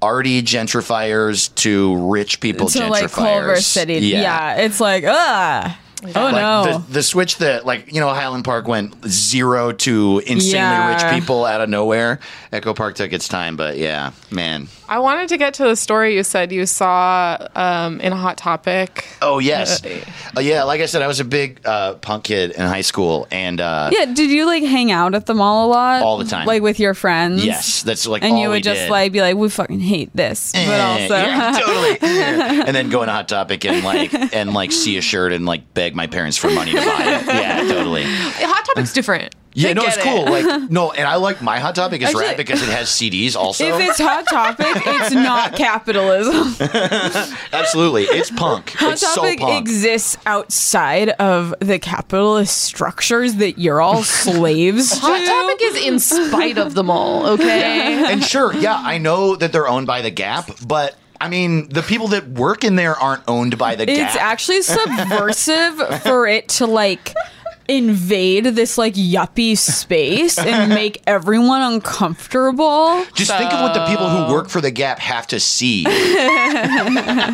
Speaker 4: arty gentrifiers to rich people
Speaker 3: To
Speaker 4: gentrifiers.
Speaker 3: like Culver City. Yeah. It's like, ugh. Oh
Speaker 4: Like
Speaker 3: no.
Speaker 4: the, the switch that like you know Highland Park went zero to insanely
Speaker 3: Yeah.
Speaker 4: rich people out of nowhere. Echo Park took its time, but yeah, man.
Speaker 2: I wanted to get to the story you said you saw um, in Hot Topic.
Speaker 4: Oh yes, uh, yeah. Like I said, I was a big uh, punk kid in high school, and uh,
Speaker 3: yeah. Did you like hang out at the mall a lot?
Speaker 4: All the time.
Speaker 3: Like with your friends?
Speaker 4: yes, that's like
Speaker 3: And
Speaker 4: all
Speaker 3: you
Speaker 4: we
Speaker 3: would just
Speaker 4: did.
Speaker 3: like be like, we fucking hate this. But
Speaker 4: Eh,
Speaker 3: also,
Speaker 4: yeah, totally. Eh. and then go on a hot topic and like and like see a shirt and like beg my parents for money to buy it. Yeah, totally.
Speaker 2: Hot Topic's different.
Speaker 4: Yeah,
Speaker 2: They
Speaker 4: no, it's
Speaker 2: get
Speaker 4: cool.
Speaker 2: it.
Speaker 4: Like no, and I like my hot topic is
Speaker 3: Actually-
Speaker 4: rad because it has CDs also.
Speaker 3: if it's Hot Topic, it's not capitalism.
Speaker 4: Absolutely, it's punk.
Speaker 3: Hot
Speaker 4: it's
Speaker 3: Topic
Speaker 4: so punk.
Speaker 3: exists outside of the capitalist structures that you're all slaves to.
Speaker 2: Hot Topic is in spite of them all. Okay.
Speaker 4: and sure, yeah, I know that they're owned by the Gap, but I mean the people that work in there aren't owned by the Gap.
Speaker 3: It's actually subversive for it to like invade this like yuppie space and make everyone uncomfortable. Oh
Speaker 4: Just think of what the people who work for the Gap have to see. uh,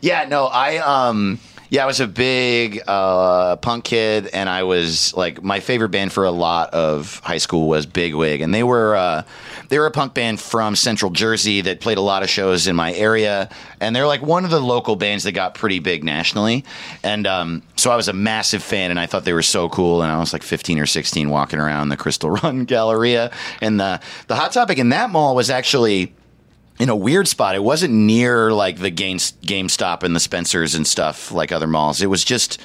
Speaker 4: yeah, no, I um, yeah, I was a big uh, punk kid, and I was like, my favorite band for a lot of high school was Big Wig, and they were uh, they were a punk band from Central Jersey that played a lot of shows in my area, and they're like one of the local bands that got pretty big nationally, and um, so I was a massive fan, and I thought they were so cool, and I was like 15 or 16, walking around the Crystal Run Galleria, and the the hot topic in that mall was actually in a weird spot. It wasn't near like the Game GameStop and the Spencers and stuff like other malls. It was just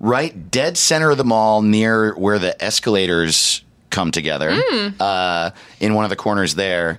Speaker 4: right dead center of the mall near where the escalators come together
Speaker 2: Hmm.
Speaker 4: uh, in one of the corners there.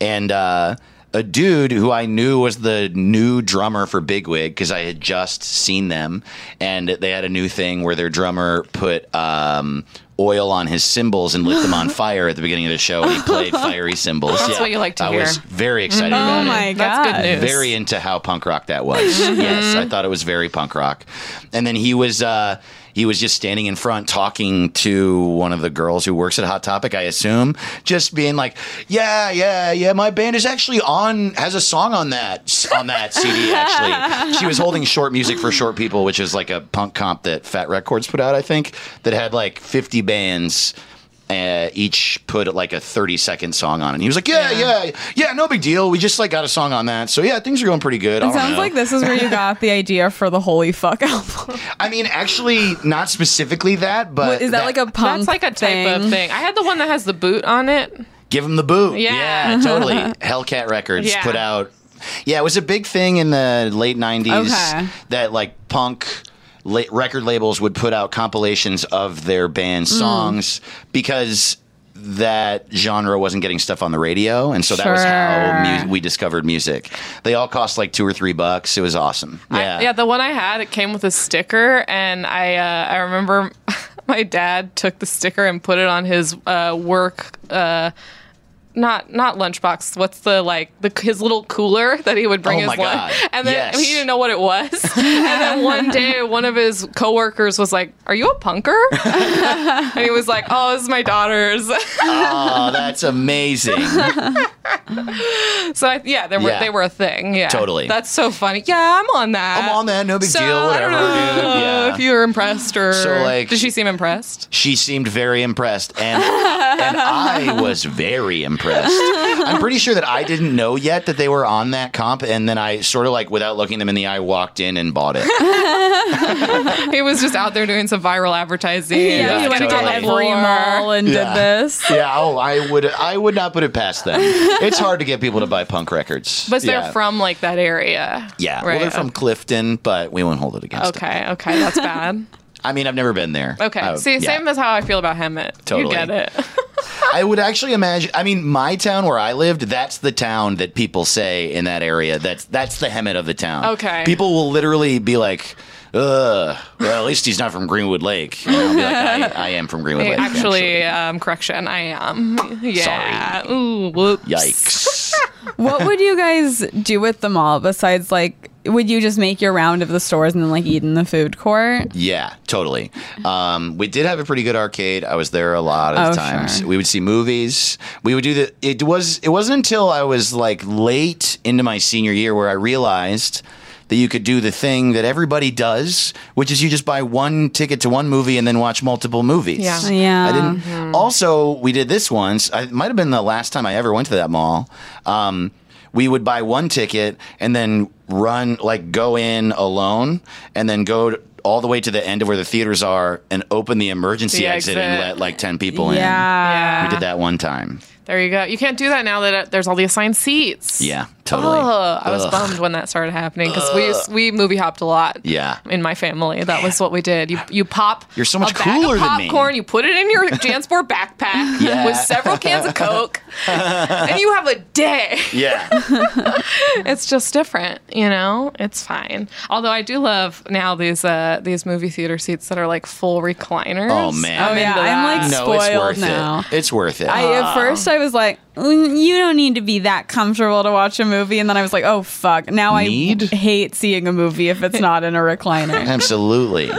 Speaker 4: And uh, a dude who I knew was the new drummer for Bigwig because I had just seen them and they had a new thing where their drummer put um, oil on his cymbals and lit them on fire at the beginning of the show and he played fiery cymbals. That's
Speaker 2: what you like to
Speaker 4: I was
Speaker 2: hear.
Speaker 4: very excited about
Speaker 3: Oh
Speaker 4: it
Speaker 3: my Mm-hmm. god.
Speaker 2: That's good news.
Speaker 4: very into how punk rock that was. yes, I thought it was very punk rock. And then he was uh, he was just standing in front talking to one of the girls who works at Hot Topic, I assume, just being like, "Yeah, yeah, yeah, my band is actually on has a song on that on that CD actually." she was holding Short Music for Short People, which is like a punk comp that Fat Records put out, I think, that had like 50 bands uh, each put like a 30 second song on it. And he was like, yeah, yeah, yeah, no big deal. We just like got a song on that. So yeah, things are going pretty good. I
Speaker 3: It
Speaker 4: don't
Speaker 3: sounds
Speaker 4: know.
Speaker 3: like this is where you got the idea for the holy fuck album.
Speaker 4: I mean, actually, not specifically that, but
Speaker 3: Is that, like a punk?
Speaker 2: That's like a type of thing. I had the one that has the boot on it.
Speaker 4: give him the boot.
Speaker 2: Yeah.
Speaker 4: totally. Hellcat Records
Speaker 2: Yeah.
Speaker 4: put out. Yeah, it was a big thing in the late 90s
Speaker 3: Okay.
Speaker 4: that like punk la- record labels would put out compilations of their band
Speaker 2: Mm.
Speaker 4: songs because that genre wasn't getting stuff on the radio and so that was how
Speaker 3: Sure.
Speaker 4: mu- we discovered music they all cost like two or three bucks it was awesome yeah
Speaker 2: I, yeah, the one I had it came with a sticker, and I uh, I remember my dad took the sticker and put it on his uh, work. Uh, not not lunchbox. What's the like the his little cooler that he would bring
Speaker 4: Oh
Speaker 2: his
Speaker 4: my
Speaker 2: lunch,
Speaker 4: God,
Speaker 2: and then
Speaker 4: yes.
Speaker 2: he didn't know what it was. and then one day, one of his coworkers was like, "Are you a punker?" and he was like, "Oh, this is my daughter's."
Speaker 4: oh that's amazing
Speaker 2: so I, yeah, they were
Speaker 4: Yeah.
Speaker 2: they were a thing. Yeah,
Speaker 4: Totally.
Speaker 2: That's so funny. Yeah, I'm on that.
Speaker 4: I'm on that. No big
Speaker 2: So,
Speaker 4: deal.
Speaker 2: I
Speaker 4: Whatever,
Speaker 2: don't know
Speaker 4: dude. Yeah.
Speaker 2: if you were impressed or.
Speaker 4: So, like-
Speaker 2: did she seem impressed?
Speaker 4: she seemed very impressed, and and I was very impressed. I'm pretty sure that I didn't know yet that they were on that comp, and then I sort of like without looking them in the eye walked in and bought it.
Speaker 2: He was just out there doing some viral advertising.
Speaker 4: Yeah,
Speaker 3: he went
Speaker 4: he went to
Speaker 3: to
Speaker 4: totally.
Speaker 3: every mall and
Speaker 4: Yeah.
Speaker 3: did this.
Speaker 4: yeah, oh, I would I would not put it past them. It's hard to get people to buy punk records.
Speaker 2: But
Speaker 4: Yeah.
Speaker 2: they're from like that area.
Speaker 4: yeah,
Speaker 2: Right.
Speaker 4: well, they're from Clifton, but we won't hold it against them.
Speaker 2: Okay. Okay. That's bad.
Speaker 4: I mean, I've never been there.
Speaker 2: Okay.
Speaker 4: I-
Speaker 2: See,
Speaker 4: yeah.
Speaker 2: same as how I feel about Hemet. You
Speaker 4: Totally.
Speaker 2: get it.
Speaker 4: I would actually imagine. I mean, my town where I lived, that's the town that people say in that area. That's that's the Hemet of the town.
Speaker 2: Okay.
Speaker 4: People will literally be like, "Ugh, well, at least he's not from Greenwood Lake." And I'll be like, I, I am from Greenwood Lake.
Speaker 2: actually, um, correction. I am. Yeah. Ooh. Whoops.
Speaker 4: yikes.
Speaker 3: What would you guys do with the mall besides like? Would you just make your round of the stores and then like eat in the food court?
Speaker 4: Yeah, totally. Um, we did have a pretty good arcade. I was there a lot of
Speaker 3: Oh,
Speaker 4: times.
Speaker 3: sure.
Speaker 4: We would see movies. We would do the. It was. It wasn't until I was like late into my senior year where I realized that you could do the thing that everybody does, which is you just buy one ticket to one movie and then watch multiple movies.
Speaker 2: Yeah.
Speaker 3: Yeah.
Speaker 4: I didn't.
Speaker 3: Mm-hmm.
Speaker 4: Also, we did this once. I it might have been the last time I ever went to that mall. Um, we would buy one ticket and then run, like, go in alone, and then go to, all the way to the end of where the theaters are, and open the emergency
Speaker 2: The
Speaker 4: exit, and
Speaker 2: exit.
Speaker 4: let like ten people
Speaker 3: Yeah.
Speaker 4: in.
Speaker 2: Yeah.
Speaker 4: We did that one time.
Speaker 2: There you go. You can't do that now that uh, there's all the assigned seats.
Speaker 4: Yeah, totally.
Speaker 3: Oh.
Speaker 2: Ugh, Oh, I was
Speaker 4: Ugh.
Speaker 2: bummed when that started happening because we used- we movie hopped a lot.
Speaker 4: Yeah.
Speaker 2: in my family, that was what we did. You you pop.
Speaker 4: You're so much
Speaker 2: a bag
Speaker 4: cooler
Speaker 2: of
Speaker 4: than me.
Speaker 2: popcorn, You put it in your JanSport backpack
Speaker 4: Yeah.
Speaker 2: with several cans of Coke, and you have a day.
Speaker 4: Yeah,
Speaker 2: It's just different, you know. It's fine. Although I do love now these uh these movie theater seats that are like full recliners.
Speaker 4: Oh, man.
Speaker 3: Oh
Speaker 4: I'm
Speaker 3: yeah.
Speaker 2: into
Speaker 3: I'm like
Speaker 2: that. Uh.
Speaker 4: no, it's
Speaker 3: spoiled
Speaker 4: worth
Speaker 3: now.
Speaker 4: it. It's worth it.
Speaker 3: I, uh, at first, I was like, "Mm, "You don't need to be that comfortable to watch a movie," and then I was like, "Oh fuck!" Now
Speaker 4: Need?
Speaker 3: I hate seeing a movie if it's not in a recliner,
Speaker 4: Absolutely.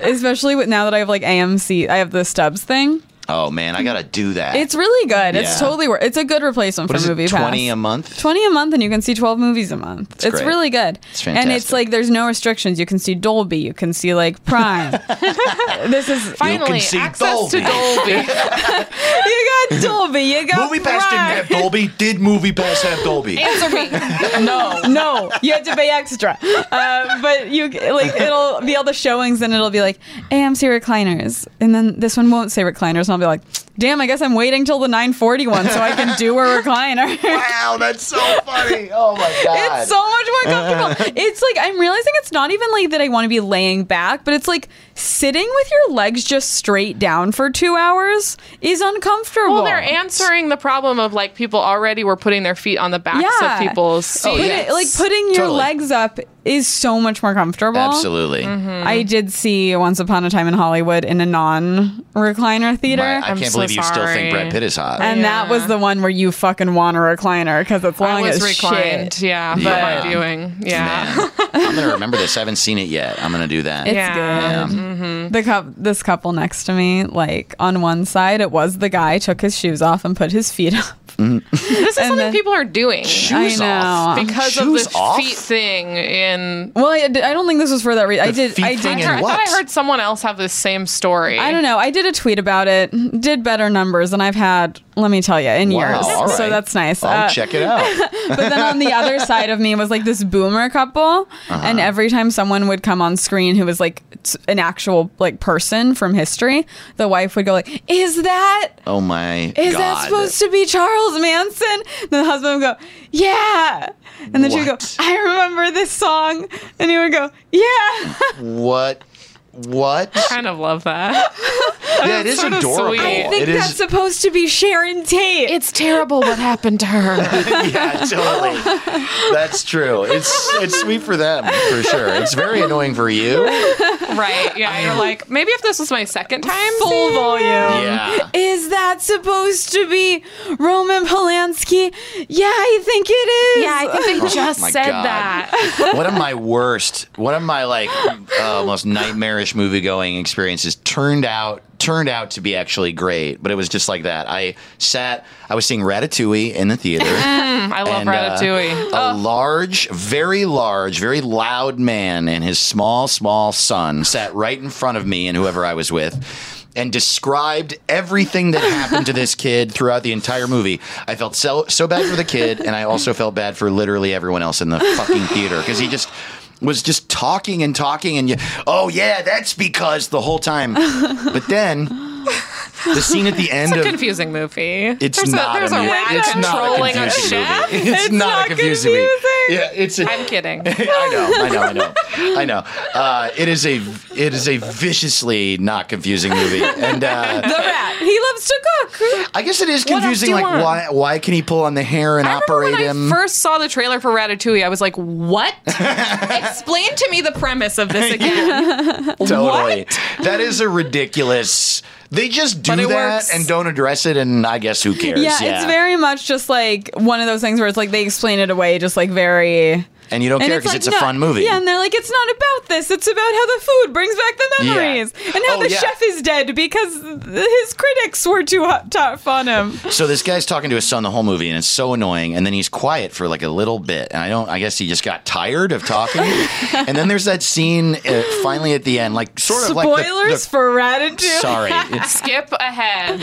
Speaker 3: especially with now that I have like AMC, I have the Stubbs thing.
Speaker 4: Oh man, I gotta do that.
Speaker 3: It's really good. It's
Speaker 4: Yeah.
Speaker 3: totally worth. It's a good replacement
Speaker 4: what
Speaker 3: for
Speaker 4: is
Speaker 3: Movie
Speaker 4: it? Twenty
Speaker 3: Pass.
Speaker 4: a month.
Speaker 3: 20 a month and you can see 12 movies a month. It's,
Speaker 4: great.
Speaker 3: really good.
Speaker 4: It's
Speaker 3: And it's
Speaker 4: fantastic.
Speaker 3: like there's no restrictions. You can see Dolby, you can see like Prime. this is
Speaker 2: Finally,
Speaker 4: see
Speaker 2: access to Dolby.
Speaker 3: you got Dolby, you got
Speaker 4: Movie Pass
Speaker 3: Prime.
Speaker 4: didn't have Dolby. Did Movie Pass have Dolby?
Speaker 2: Answer me. No.
Speaker 3: no, you had to pay extra. Uh, but you like it'll be all the showings, and it'll be like AMC recliners, and then this one won't say recliners, and I'll be like, damn, I guess I'm waiting till the 940 one so I can do a recliner.
Speaker 4: Wow, that's so funny. Oh my god.
Speaker 3: it's so much more comfortable. it's like I'm realizing it's not even like that I want to be laying back, but it's like sitting with your legs just straight down for two hours is uncomfortable.
Speaker 2: Well, they're answering the problem of like people already were putting their feet on the backs
Speaker 3: Yeah.
Speaker 2: of people's
Speaker 4: Oh,
Speaker 2: seats.
Speaker 3: Put it- like putting your
Speaker 4: Totally.
Speaker 3: legs up is so much more comfortable.
Speaker 4: Absolutely.
Speaker 2: Mm-hmm.
Speaker 3: I did see Once Upon a Time in Hollywood in a non recliner theater.
Speaker 4: My- I
Speaker 2: I'm
Speaker 4: can't
Speaker 2: so
Speaker 4: believe you still
Speaker 2: sorry.
Speaker 4: think Brad Pitt is hot.
Speaker 3: and that was the one where you fucking want a recliner because it's long
Speaker 2: I was
Speaker 3: as
Speaker 2: reclined,
Speaker 3: shit.
Speaker 2: yeah, for
Speaker 4: Yeah.
Speaker 2: my viewing. Yeah.
Speaker 4: Man, I'm gonna remember this. I haven't seen it yet. I'm gonna do that.
Speaker 3: It's
Speaker 2: Yeah.
Speaker 3: good.
Speaker 4: yeah. Um,
Speaker 2: Mm-hmm.
Speaker 3: The cou- this couple next to me, like on one side, it was the guy took his shoes off and put his feet up.
Speaker 2: This is something
Speaker 3: then-
Speaker 2: people are doing
Speaker 4: Shoes
Speaker 3: I
Speaker 4: off.
Speaker 3: know.
Speaker 2: because of
Speaker 4: Shoes
Speaker 2: the
Speaker 4: off?
Speaker 2: feet thing in
Speaker 3: Well, I, I don't think this was for that reason. I did.
Speaker 4: feet
Speaker 3: I
Speaker 4: thing
Speaker 3: did.
Speaker 4: in
Speaker 2: I
Speaker 4: What?
Speaker 2: thought I heard someone else have this same story.
Speaker 3: I don't know. I did a tweet about it. Did better numbers than I've had. Let me tell you, in
Speaker 4: Wow,
Speaker 3: years.
Speaker 4: all
Speaker 3: So
Speaker 4: right.
Speaker 3: that's nice.
Speaker 4: I'll
Speaker 3: Uh,
Speaker 4: check it out.
Speaker 3: but then on the other side of me was like this boomer couple
Speaker 4: Uh-huh.
Speaker 3: and every time someone would come on screen who was like t- an actual like person from history the wife would go like is that
Speaker 4: Oh my
Speaker 3: is
Speaker 4: god.
Speaker 3: that supposed to be charles manson then the husband would go yeah and then she would go
Speaker 4: What?
Speaker 3: i remember this song and he would go yeah
Speaker 4: what? What?
Speaker 2: kind of love that.
Speaker 4: yeah, it is
Speaker 2: sort of
Speaker 4: adorable.
Speaker 2: sweet.
Speaker 3: i think
Speaker 4: It is-
Speaker 3: that's supposed to be sharon tate
Speaker 2: It's terrible what happened to her.
Speaker 4: yeah, totally. That's true. It's it's sweet for them for sure. It's very annoying for you.
Speaker 2: right. Yeah. You're like, maybe if this was my second time.
Speaker 3: full volume
Speaker 4: Yeah.
Speaker 3: Is that supposed to be Roman Polanski? Yeah, I think it is.
Speaker 2: think they just
Speaker 4: Oh my God. One of my worst, one of my like uh, most nightmarish movie going experiences turned out turned out to be actually great, but it was just like that. I sat, I was seeing Ratatouille in the theater.
Speaker 2: I love
Speaker 4: And, uh,
Speaker 2: Ratatouille.
Speaker 4: a large, very large, very loud man and his small, small son sat right in front of me and whoever I was with and described everything that happened to this kid throughout the entire movie. I felt so, so bad for the kid and I also felt bad for literally everyone else in the fucking theater because he just was just talking and talking and you, oh yeah, that's because the whole time. But then the scene at the end
Speaker 2: it's a
Speaker 4: of
Speaker 2: confusing movie.
Speaker 4: it's
Speaker 2: there's
Speaker 4: not
Speaker 2: A, there's a
Speaker 4: mu-
Speaker 2: way to
Speaker 4: it's not
Speaker 2: controlling a
Speaker 4: confusing
Speaker 2: chef.
Speaker 4: movie. It's, not, a confusing, movie. Yeah, it's a
Speaker 2: I'm kidding.
Speaker 4: I know, I know, I know, I know. Uh, it is a it is a viciously not confusing movie, and uh,
Speaker 3: The rat. He loves to cook.
Speaker 4: I guess it is
Speaker 2: else do
Speaker 4: confusing.
Speaker 2: you
Speaker 4: Like,
Speaker 2: want?
Speaker 4: why why can he pull on the hair and
Speaker 2: I remember
Speaker 4: operate
Speaker 2: when
Speaker 4: him?
Speaker 2: I first saw the trailer for Ratatouille, I was like, "What? Explain to me the premise of this again."
Speaker 4: totally, that is a ridiculous. They just do
Speaker 2: But
Speaker 4: that
Speaker 2: it works.
Speaker 4: and don't address it, and I guess who cares?
Speaker 3: Yeah, it's very much just like one of those things where it's like they explain it away, just like very.
Speaker 4: and you don't
Speaker 3: and
Speaker 4: care because
Speaker 3: like,
Speaker 4: it's,
Speaker 3: no-
Speaker 4: a fun movie.
Speaker 3: Yeah, and they're like, it's not about this. It's about how the food brings back the
Speaker 4: Yeah.
Speaker 3: memories and how
Speaker 4: Oh,
Speaker 3: the
Speaker 4: yeah.
Speaker 3: chef is dead because th- his critics were too hot, tough on him.
Speaker 4: So this guy's talking to his son the whole movie, and it's so annoying. And then he's quiet for like a little bit, and I don't. I guess he just got tired of talking. and then there's that scene uh, finally at the end, like sort of
Speaker 3: Spoilers
Speaker 4: like the- the-
Speaker 3: for Ratatouille.
Speaker 4: Sorry, it's
Speaker 2: Skip ahead.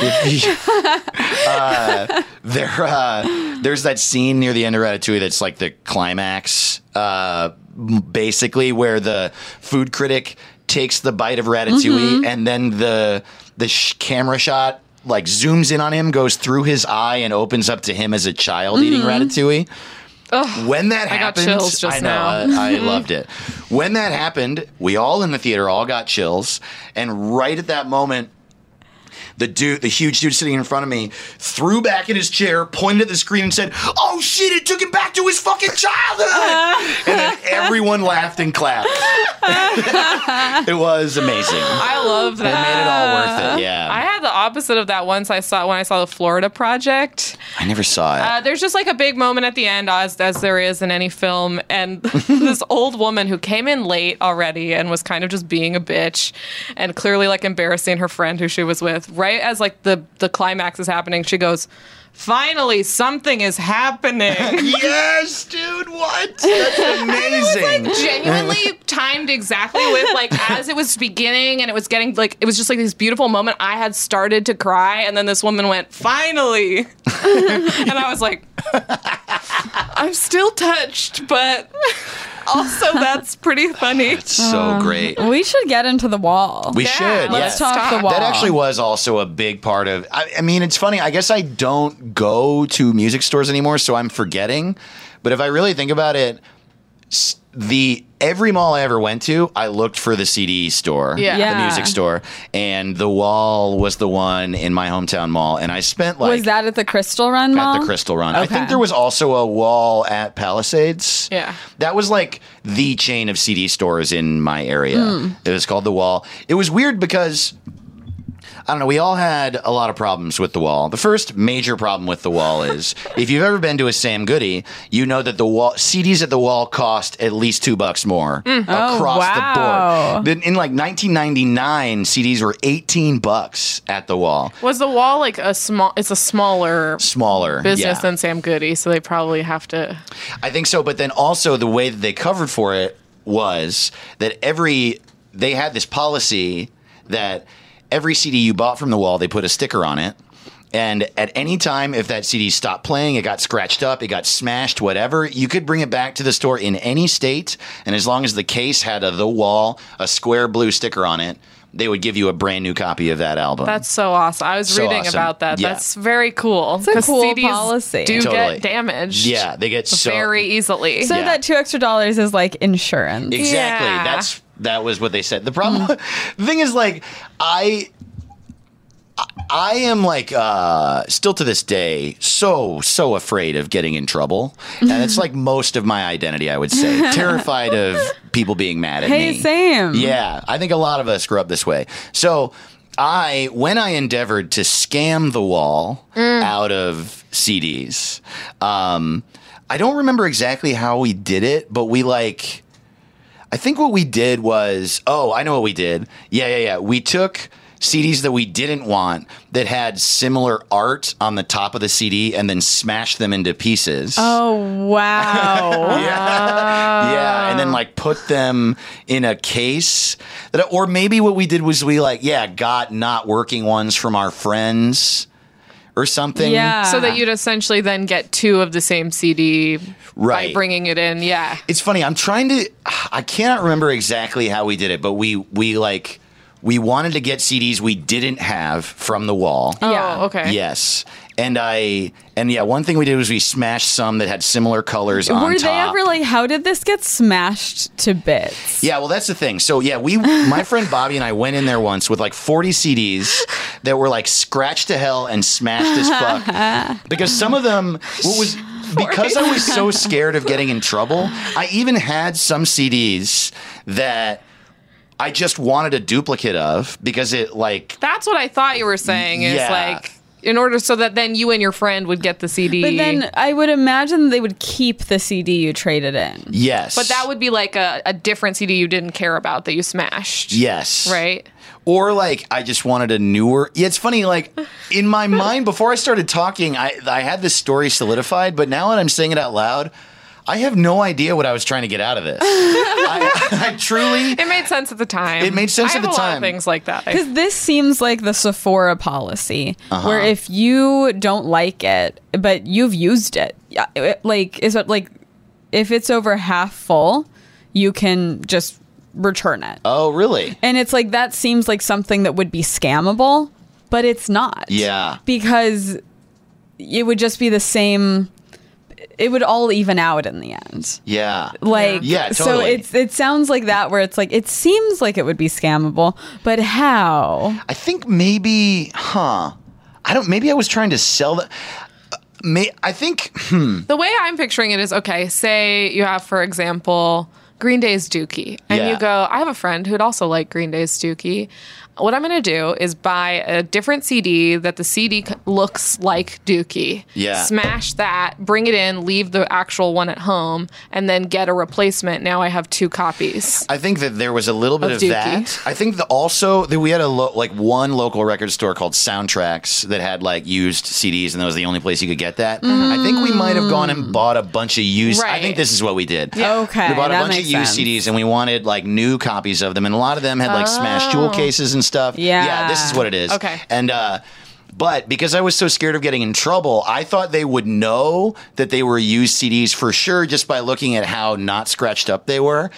Speaker 4: uh, there. Uh, there's that scene near the end of Ratatouille that's like the climax, uh, m- basically where the food critic takes the bite of Ratatouille,
Speaker 2: Mm-hmm.
Speaker 4: and then the the sh- camera shot like zooms in on him, goes through his eye, and opens up to him as a child eating Ratatouille. when that
Speaker 2: Mm-hmm. got
Speaker 4: happened,
Speaker 2: chills just
Speaker 4: I know,
Speaker 2: now. Mm-hmm.
Speaker 4: I, I loved it. When that happened, we all in the theater all got chills, and right at that moment, the dude, the huge dude sitting in front of me, threw back in his chair, pointed at the screen, and said, "Oh shit! It took him back to his fucking childhood!" and then everyone laughed and clapped. it was amazing.
Speaker 2: I love
Speaker 4: It
Speaker 2: that.
Speaker 4: made it all worth it. Yeah,
Speaker 2: I had the opposite of that once I saw when I saw the Florida Project.
Speaker 4: I never saw it.
Speaker 2: Uh, there's just like a big moment at the end, as, as there is in any film, and this old woman who came in late already and was kind of just being a bitch and clearly like embarrassing her friend who she was with. Right as like the the climax is happening, she goes, "Finally, something is happening."
Speaker 4: yes, dude. What? That's amazing.
Speaker 2: Genuinely timed exactly with like as it was beginning and it was getting like it was just like this beautiful moment. I had started to cry, and then this woman went, "Finally," and I was like. I'm still touched, but also, that's pretty funny.
Speaker 4: so great.
Speaker 3: We should get into the wall.
Speaker 4: We
Speaker 2: Yeah,
Speaker 4: should.
Speaker 2: let's
Speaker 4: Yes.
Speaker 3: talk
Speaker 2: stop.
Speaker 3: the wall.
Speaker 4: That actually was also a big part of. I, I mean, it's funny. I guess I don't go to music stores anymore, so I'm forgetting. But if I really think about it, s- the every mall I ever went to, I looked for the CD store,
Speaker 2: Yeah.
Speaker 4: the
Speaker 3: Yeah.
Speaker 4: music store, and the Wall was the one in my hometown mall. And I spent like
Speaker 3: was that at the Crystal Run Mall?
Speaker 4: at the Crystal Run. I
Speaker 3: Okay.
Speaker 4: think there was also a wall at Palisades.
Speaker 2: Yeah.
Speaker 4: That was like the chain of CD stores in my area. It was called The Wall. It was weird because I don't know, we all had a lot of problems with The Wall. The first major problem with The Wall is if you've ever been to a Sam Goody, you know that the wall CDs at The Wall cost at least 2 bucks more across
Speaker 3: wow.
Speaker 4: the board. Then in like 1999, CDs were 18 bucks at The Wall.
Speaker 2: Was the wall like a small? It's a smaller
Speaker 4: Smaller
Speaker 2: business
Speaker 4: yeah.
Speaker 2: than Sam Goody, so they probably have to.
Speaker 4: I think so, but then also the way that they covered for it was that every they had this policy that every CD you bought from the wall, they put a sticker on it. And at any time, if that CD stopped playing, it got scratched up, it got smashed, whatever, you could bring it back to the store in any state. And as long as the case had a The Wall, a square blue sticker on it, they would give you a brand new copy of that album.
Speaker 2: That's so awesome. I was
Speaker 4: So
Speaker 2: reading
Speaker 4: awesome.
Speaker 2: about that.
Speaker 4: Yeah.
Speaker 2: That's very cool. It's
Speaker 3: a cool policy.
Speaker 2: Do
Speaker 4: Totally.
Speaker 2: get damaged.
Speaker 4: yeah, they get so
Speaker 2: very easily.
Speaker 3: so
Speaker 4: Yeah.
Speaker 3: that two extra dollars is like insurance.
Speaker 4: Exactly.
Speaker 2: Yeah.
Speaker 4: That's that was what they said. The problem the thing is like I I am like uh still to this day so so afraid of getting in trouble. And it's like most of my identity, I would say. Terrified of people being mad at
Speaker 3: Hey,
Speaker 4: me.
Speaker 3: same.
Speaker 4: Yeah, I think a lot of us grew up this way. So I, when I endeavored to scam the wall out of CDs, um, I don't remember exactly how we did it, but we like, I think what we did was, oh, I know what we did. Yeah, yeah, yeah. We took. CDs that we didn't want that had similar art on the top of the CD and then smashed them into pieces.
Speaker 3: Oh wow.
Speaker 4: Yeah. yeah.
Speaker 3: Oh.
Speaker 4: And then like put them in a case. That, or maybe what we did was we like, yeah, got not working ones from our friends or something.
Speaker 3: Yeah.
Speaker 2: so
Speaker 4: Uh-huh.
Speaker 2: that you'd essentially then get two of the same CD by
Speaker 4: Right.
Speaker 2: bringing it in. Yeah.
Speaker 4: It's funny. I'm trying to, I cannot remember exactly how we did it, but we, we like, we wanted to get CDs we didn't have from the wall.
Speaker 3: Yeah.
Speaker 2: Oh, okay.
Speaker 4: Yes. And I, and yeah, one thing we did was we smashed some that had similar colors on
Speaker 3: Were
Speaker 4: top.
Speaker 3: they ever like, how did this get smashed to bits?
Speaker 4: Yeah, well, that's the thing. So yeah, we, my friend Bobby and I went in there once with like 40 CDs that were like scratched to hell and smashed as fuck because some of them what was because I was so scared of getting in trouble. I even had some CDs that I just wanted a duplicate of because it like
Speaker 2: That's what I thought you were saying is
Speaker 4: Yeah.
Speaker 2: like in order so that then you and your friend would get the CD.
Speaker 3: But then I would imagine they would keep the CD you traded in.
Speaker 4: yes,
Speaker 2: But that would be like a, a different CD you didn't care about that you smashed.
Speaker 4: yes
Speaker 2: Right?
Speaker 4: or like I just wanted a newer. Yeah, it's funny. Like in my mind, before I started talking, I I had this story solidified, but now that I'm saying it out loud, I have no idea what I was trying to get out of this. I, I truly.
Speaker 2: It made sense at the time.
Speaker 4: It made sense
Speaker 2: I have
Speaker 4: at the
Speaker 2: a lot of
Speaker 4: time.
Speaker 2: things like that. I-
Speaker 3: Because this seems like the Sephora policy,
Speaker 4: Uh-huh.
Speaker 3: where if you don't like it, but you've used it, yeah, it- like is it like if it's over half full, you can just return it.
Speaker 4: Oh, really?
Speaker 3: And it's like that seems like something that would be scammable, but it's not.
Speaker 4: Yeah.
Speaker 3: Because it would just be the same it would all even out in the end.
Speaker 4: Yeah.
Speaker 3: Like
Speaker 4: Yeah,
Speaker 3: so
Speaker 4: totally.
Speaker 3: it's it sounds like that where it's like it seems like it would be scammable, but how?
Speaker 4: I think maybe, huh? I don't. Maybe I was trying to sell the. uh, May I think? Hmm.
Speaker 2: the way I'm picturing it is okay, say you have, for example, Green Day's Dookie, and
Speaker 4: Yeah.
Speaker 2: you go, I have a friend who'd also like Green Day's Dookie. What I'm going to do is buy a different CD that the CD c- looks like Dookie.
Speaker 4: Yeah.
Speaker 2: Smash that, bring it in, leave the actual one at home, and then get a replacement. Now I have two copies.
Speaker 4: I think that there was a little bit
Speaker 2: Of
Speaker 4: of,
Speaker 2: Dookie.
Speaker 4: that. I think that also that we had a lo- like one local record store called Soundtracks that had like used CDs, and that was the only place you could get that. I think we might have gone and bought a bunch of used. I
Speaker 2: Right.
Speaker 4: think this is what we did.
Speaker 3: Mm. Okay.
Speaker 4: We bought a
Speaker 3: that
Speaker 4: bunch of
Speaker 3: makes
Speaker 4: used
Speaker 3: sense.
Speaker 4: CDs and we wanted like new copies of them, and a lot of them had like smashed jewel cases and stuff.
Speaker 3: Oh. Yeah.
Speaker 4: yeah, this is what it is.
Speaker 2: Okay.
Speaker 4: and uh, But because I was so scared of getting in trouble, I thought they would know that they were used CDs for sure just by looking at how not scratched up they were.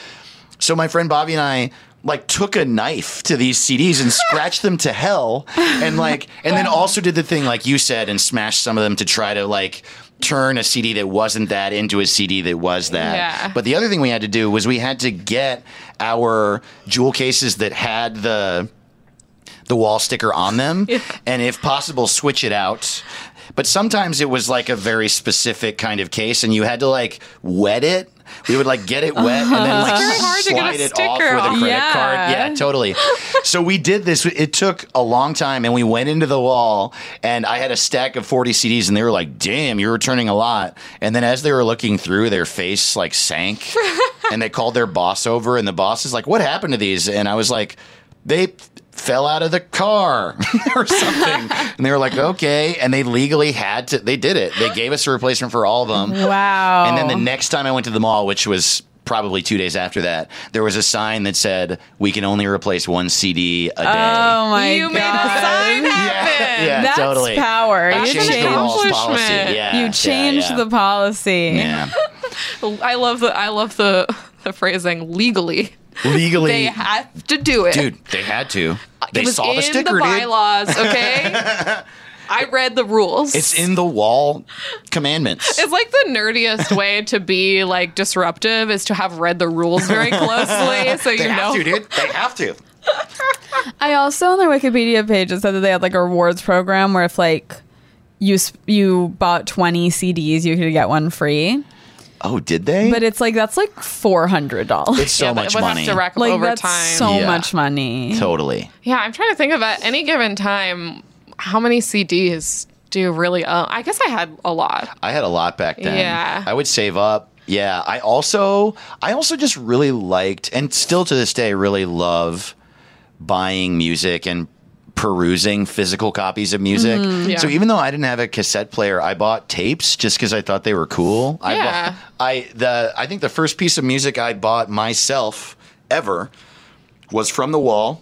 Speaker 4: So my friend Bobby and I like took a knife to these CDs and scratched them to hell and like and then also did the thing like you said and smashed some of them to try to like turn a CD that wasn't that into a CD that was that.
Speaker 2: Yeah.
Speaker 4: But the other thing we had to do was we had to get our jewel cases that had the the wall sticker on them and if possible switch it out but sometimes it was like a very specific kind of case and you had to like wet it we would like get it wet and then like
Speaker 2: very hard to get a
Speaker 4: slide it off with
Speaker 2: sticker
Speaker 4: a
Speaker 2: off.
Speaker 4: credit
Speaker 3: Yeah.
Speaker 4: card yeah totally so we did this it took a long time and we went into the wall and i had a stack of 40 cds and they were like damn you're returning a lot and then as they were looking through their face like sank and they called their boss over and the boss is like what happened to these and i was like they fell out of the car or something and they were like okay and they legally had to they did it they gave us a replacement for all of them
Speaker 3: Wow.
Speaker 4: and then the next time I went to the mall, which was probably two days after that, there was a sign that said, "We can only replace one CD a day."
Speaker 3: oh my
Speaker 2: you
Speaker 3: god.
Speaker 2: made a sign happen.
Speaker 4: yeah, yeah,
Speaker 3: That's
Speaker 4: totally.
Speaker 3: power.
Speaker 4: I
Speaker 3: You
Speaker 4: changed the
Speaker 3: changed-
Speaker 4: mall's policy.
Speaker 2: accomplishment.
Speaker 4: Yeah,
Speaker 3: You
Speaker 4: yeah,
Speaker 3: changed
Speaker 4: yeah.
Speaker 3: the policy.
Speaker 4: Yeah.
Speaker 2: I love the I love the the phrasing legally.
Speaker 4: legally,
Speaker 2: They have to do it.
Speaker 4: dude. They had to. They
Speaker 2: it was
Speaker 4: saw
Speaker 2: in
Speaker 4: the sticker,
Speaker 2: the
Speaker 4: dude.
Speaker 2: bylaws, okay? I read the rules.
Speaker 4: It's in the wall commandments.
Speaker 2: It's like the nerdiest way to be like disruptive is to have read the rules very closely, so
Speaker 4: they
Speaker 2: you
Speaker 4: have
Speaker 2: know.
Speaker 4: to, dude. They have to.
Speaker 3: I also on their Wikipedia page it said that they had like a rewards program where if like you sp- you bought 20 CDs you could get one free.
Speaker 4: Oh, did they?
Speaker 3: But it's like that's like $400.
Speaker 4: it's so
Speaker 2: Yeah, but
Speaker 4: much
Speaker 2: one has
Speaker 4: money.
Speaker 2: to rack up
Speaker 3: like
Speaker 2: over
Speaker 3: that's
Speaker 2: time.
Speaker 3: so
Speaker 4: Yeah.
Speaker 3: much money.
Speaker 4: totally.
Speaker 2: yeah, I'm trying to think of at any given time how many CDs do you really own. I guess I had a lot.
Speaker 4: I had a lot back then.
Speaker 2: Yeah.
Speaker 4: I would save up. Yeah. I also I also just really liked and still to this day really love buying music and perusing physical copies of music.
Speaker 2: Yeah.
Speaker 4: So even though I didn't have a cassette player, I bought tapes just cuz I thought they were cool. I
Speaker 2: Yeah.
Speaker 4: bought, I the I think the first piece of music I bought myself ever was from the wall.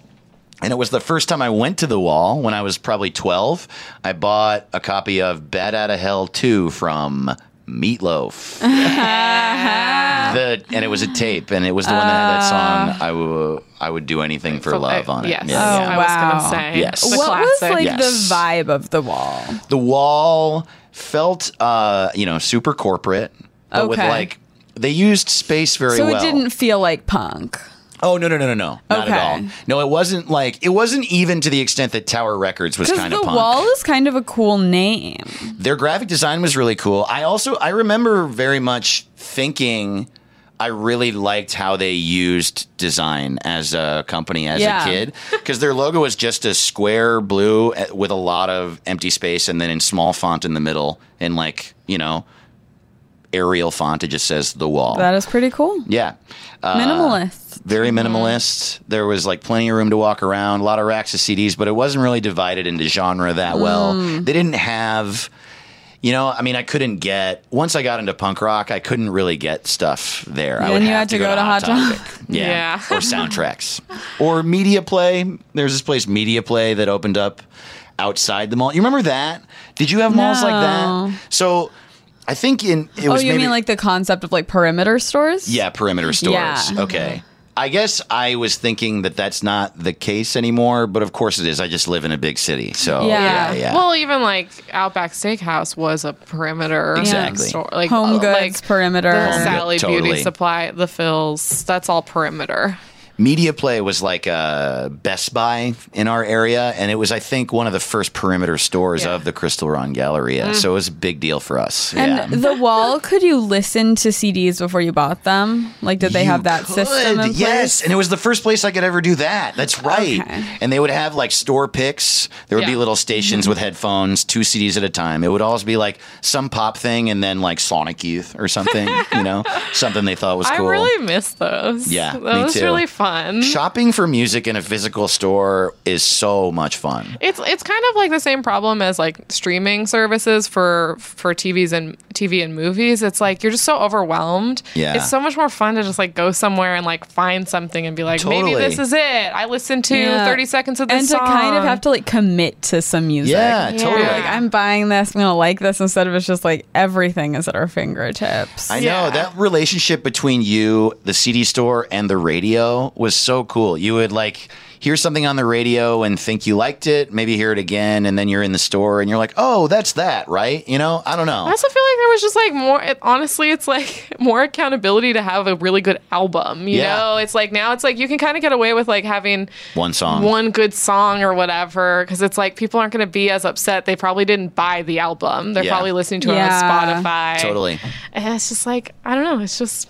Speaker 4: And it was the first time I went to the wall when I was probably 12. I bought a copy of Bad Out of Hell 2 from Meatloaf. the, and it was a tape, and it was the one that had
Speaker 3: Uh.
Speaker 4: that song, I would I would do anything for love on it.
Speaker 2: Yes.
Speaker 4: Yeah, yeah.
Speaker 3: Oh,
Speaker 2: I was
Speaker 3: wow.
Speaker 2: gonna say.
Speaker 4: Yes.
Speaker 2: The
Speaker 3: what
Speaker 2: classic.
Speaker 3: was like
Speaker 4: Yes.
Speaker 3: the vibe of the wall?
Speaker 4: The wall felt, uh, you know, super corporate, but with
Speaker 3: Okay.
Speaker 4: like, they used space very
Speaker 3: So
Speaker 4: well.
Speaker 3: it didn't feel like punk.
Speaker 4: Oh no no no no no! Not at
Speaker 3: Okay.
Speaker 4: all. No, it wasn't like it wasn't even to the extent that Tower Records was
Speaker 3: Cuz
Speaker 4: kind
Speaker 3: the
Speaker 4: of punk.
Speaker 3: wall is kind of a cool name.
Speaker 4: their graphic design was really cool. I also I remember very much thinking I really liked how they used design as a company as
Speaker 3: Yeah.
Speaker 4: a kid because their logo was just a square blue eh, with a lot of empty space and then in small font in the middle and like you know Arial font it just says the wall.
Speaker 3: That is pretty cool.
Speaker 4: yeah, uh,
Speaker 3: Minimalist.
Speaker 4: very minimalist. There was like plenty of room to walk around, a lot of racks of CDs, but it wasn't really divided into genre that well.
Speaker 3: Mm.
Speaker 4: They didn't have, you know, I mean, I couldn't get once I got into punk rock, I couldn't really get stuff there. I
Speaker 3: Then
Speaker 4: would
Speaker 3: you
Speaker 4: have
Speaker 3: had to go to Hot
Speaker 4: Topic.
Speaker 3: Topic.
Speaker 4: yeah,
Speaker 2: Yeah.
Speaker 4: or soundtracks, or Media Play. There's this place Media Play that opened up outside the mall. You remember that? Did you have malls like
Speaker 3: No.
Speaker 4: that? So. I think in it
Speaker 3: Oh,
Speaker 4: was
Speaker 3: you
Speaker 4: maybe,
Speaker 3: mean like the concept of like perimeter stores?
Speaker 4: yeah, perimeter stores.
Speaker 3: Yeah.
Speaker 4: Okay. I guess I was thinking that that's not the case anymore, but of course it is. I just live in a big city, so yeah,
Speaker 3: Yeah.
Speaker 4: yeah.
Speaker 2: Well, even like Outback Steakhouse was a perimeter
Speaker 4: Exactly.
Speaker 2: store, like
Speaker 3: Home
Speaker 2: uh,
Speaker 3: goods
Speaker 2: like
Speaker 3: perimeter.
Speaker 2: the
Speaker 4: Home
Speaker 2: Sally
Speaker 4: good- totally.
Speaker 2: Beauty Supply, the Phils. That's all perimeter.
Speaker 4: Media Play was like a Best Buy in our area, and it was, I think, one of the first perimeter stores
Speaker 2: Yeah.
Speaker 4: of the Crystal Ron Galleria. So it was a big deal for us.
Speaker 3: And
Speaker 4: yeah.
Speaker 3: the wall, could you listen to CDs before you bought them? Like, did they
Speaker 4: You
Speaker 3: have that system?
Speaker 4: could,
Speaker 3: In
Speaker 4: yes,
Speaker 3: place?
Speaker 4: and it was the first place I could ever do that. That's right.
Speaker 3: Okay.
Speaker 4: And they would have like store picks. There would be
Speaker 2: Yeah.
Speaker 4: little stations with headphones, two CDs at a time. It would always be like some pop thing, and then like Sonic Youth or something. you know, something they thought was cool.
Speaker 2: I really miss those.
Speaker 4: Yeah,
Speaker 2: that
Speaker 4: me
Speaker 2: was
Speaker 4: too.
Speaker 2: really fun.
Speaker 4: Shopping for music in a physical store is so much fun.
Speaker 2: It's it's kind of like the same problem as like streaming services for for TVs and TV and movies. It's like you're just so overwhelmed.
Speaker 4: Yeah.
Speaker 2: It's so much more fun to just like go somewhere and like find something and be like,
Speaker 4: Totally.
Speaker 2: maybe this is it. I listened to
Speaker 3: Yeah.
Speaker 2: 30 seconds of this
Speaker 3: and to
Speaker 2: song.
Speaker 3: kind of have to like commit to some music.
Speaker 4: Yeah,
Speaker 2: Yeah.
Speaker 4: totally.
Speaker 3: Like I'm buying this, I'm gonna like this instead of it's just like everything is at our fingertips.
Speaker 4: I know
Speaker 2: Yeah.
Speaker 4: that relationship between you, the CD store, and the radio was so cool. You would like hear something on the radio and think you liked it, maybe hear it again, and then you're in the store and you're like, "Oh, that's that, right?" You know, I don't know.
Speaker 2: I also feel like there was just like more. It, honestly, it's like more accountability to have a really good album. You
Speaker 4: Yeah.
Speaker 2: know, it's like now it's like you can kind of get away with like having
Speaker 4: one song.
Speaker 2: one good song or whatever because it's like people aren't going to be as upset. They probably didn't buy the album. They're
Speaker 4: Yeah.
Speaker 2: probably listening to it
Speaker 3: Yeah.
Speaker 2: on Spotify.
Speaker 4: Totally.
Speaker 2: And it's just like I don't know. It's just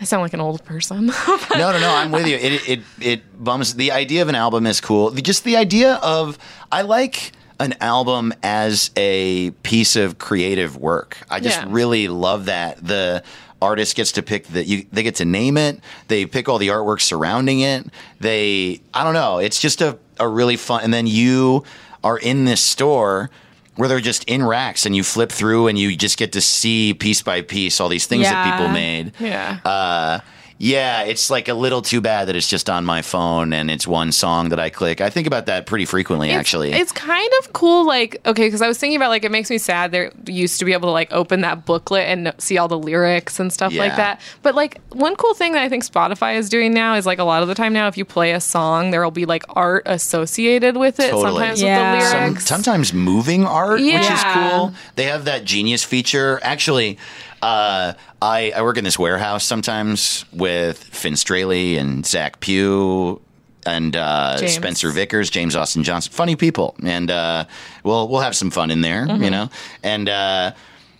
Speaker 2: I sound like an old person.
Speaker 4: no, no, no. I'm with you. It it it bums. The idea of an album is cool. The- Just the idea of I like an album as a piece of creative work. I just
Speaker 2: Yeah.
Speaker 4: really love that the artist gets to pick the you they get to name it they pick all the artwork surrounding it they i don't know it's just a, a really fun and then you are in this store where they're just in racks and you flip through and you just get to see piece by piece all these things that people
Speaker 3: Yeah.
Speaker 4: made
Speaker 2: yeah.
Speaker 4: uh, yeah, it's like a little too bad that it's just on my phone and it's one song that I click. I think about that pretty frequently,
Speaker 2: It's-
Speaker 4: actually.
Speaker 2: It's kind of cool, like, okay, because I was thinking about, like, it makes me sad there used to be able to, like, open that booklet and see all the lyrics and stuff
Speaker 4: Yeah.
Speaker 2: like that. But, like, one cool thing that I think Spotify is doing now is, like, a lot of the time now, if you play a song, there will be, like, art associated with it,
Speaker 4: Totally.
Speaker 2: sometimes
Speaker 3: Yeah.
Speaker 2: with the
Speaker 3: Some-
Speaker 2: lyrics.
Speaker 4: sometimes moving art, which is
Speaker 2: Yeah.
Speaker 4: cool. They have that genius feature. Actually, uh, I, I work in this warehouse sometimes with Finn Straley and Zach Pugh and uh,
Speaker 2: James.
Speaker 4: Spencer Vickers, James Austin Johnson. Funny people, and uh, we'll we'll have some fun in there,
Speaker 2: Mm-hmm.
Speaker 4: you know. And uh,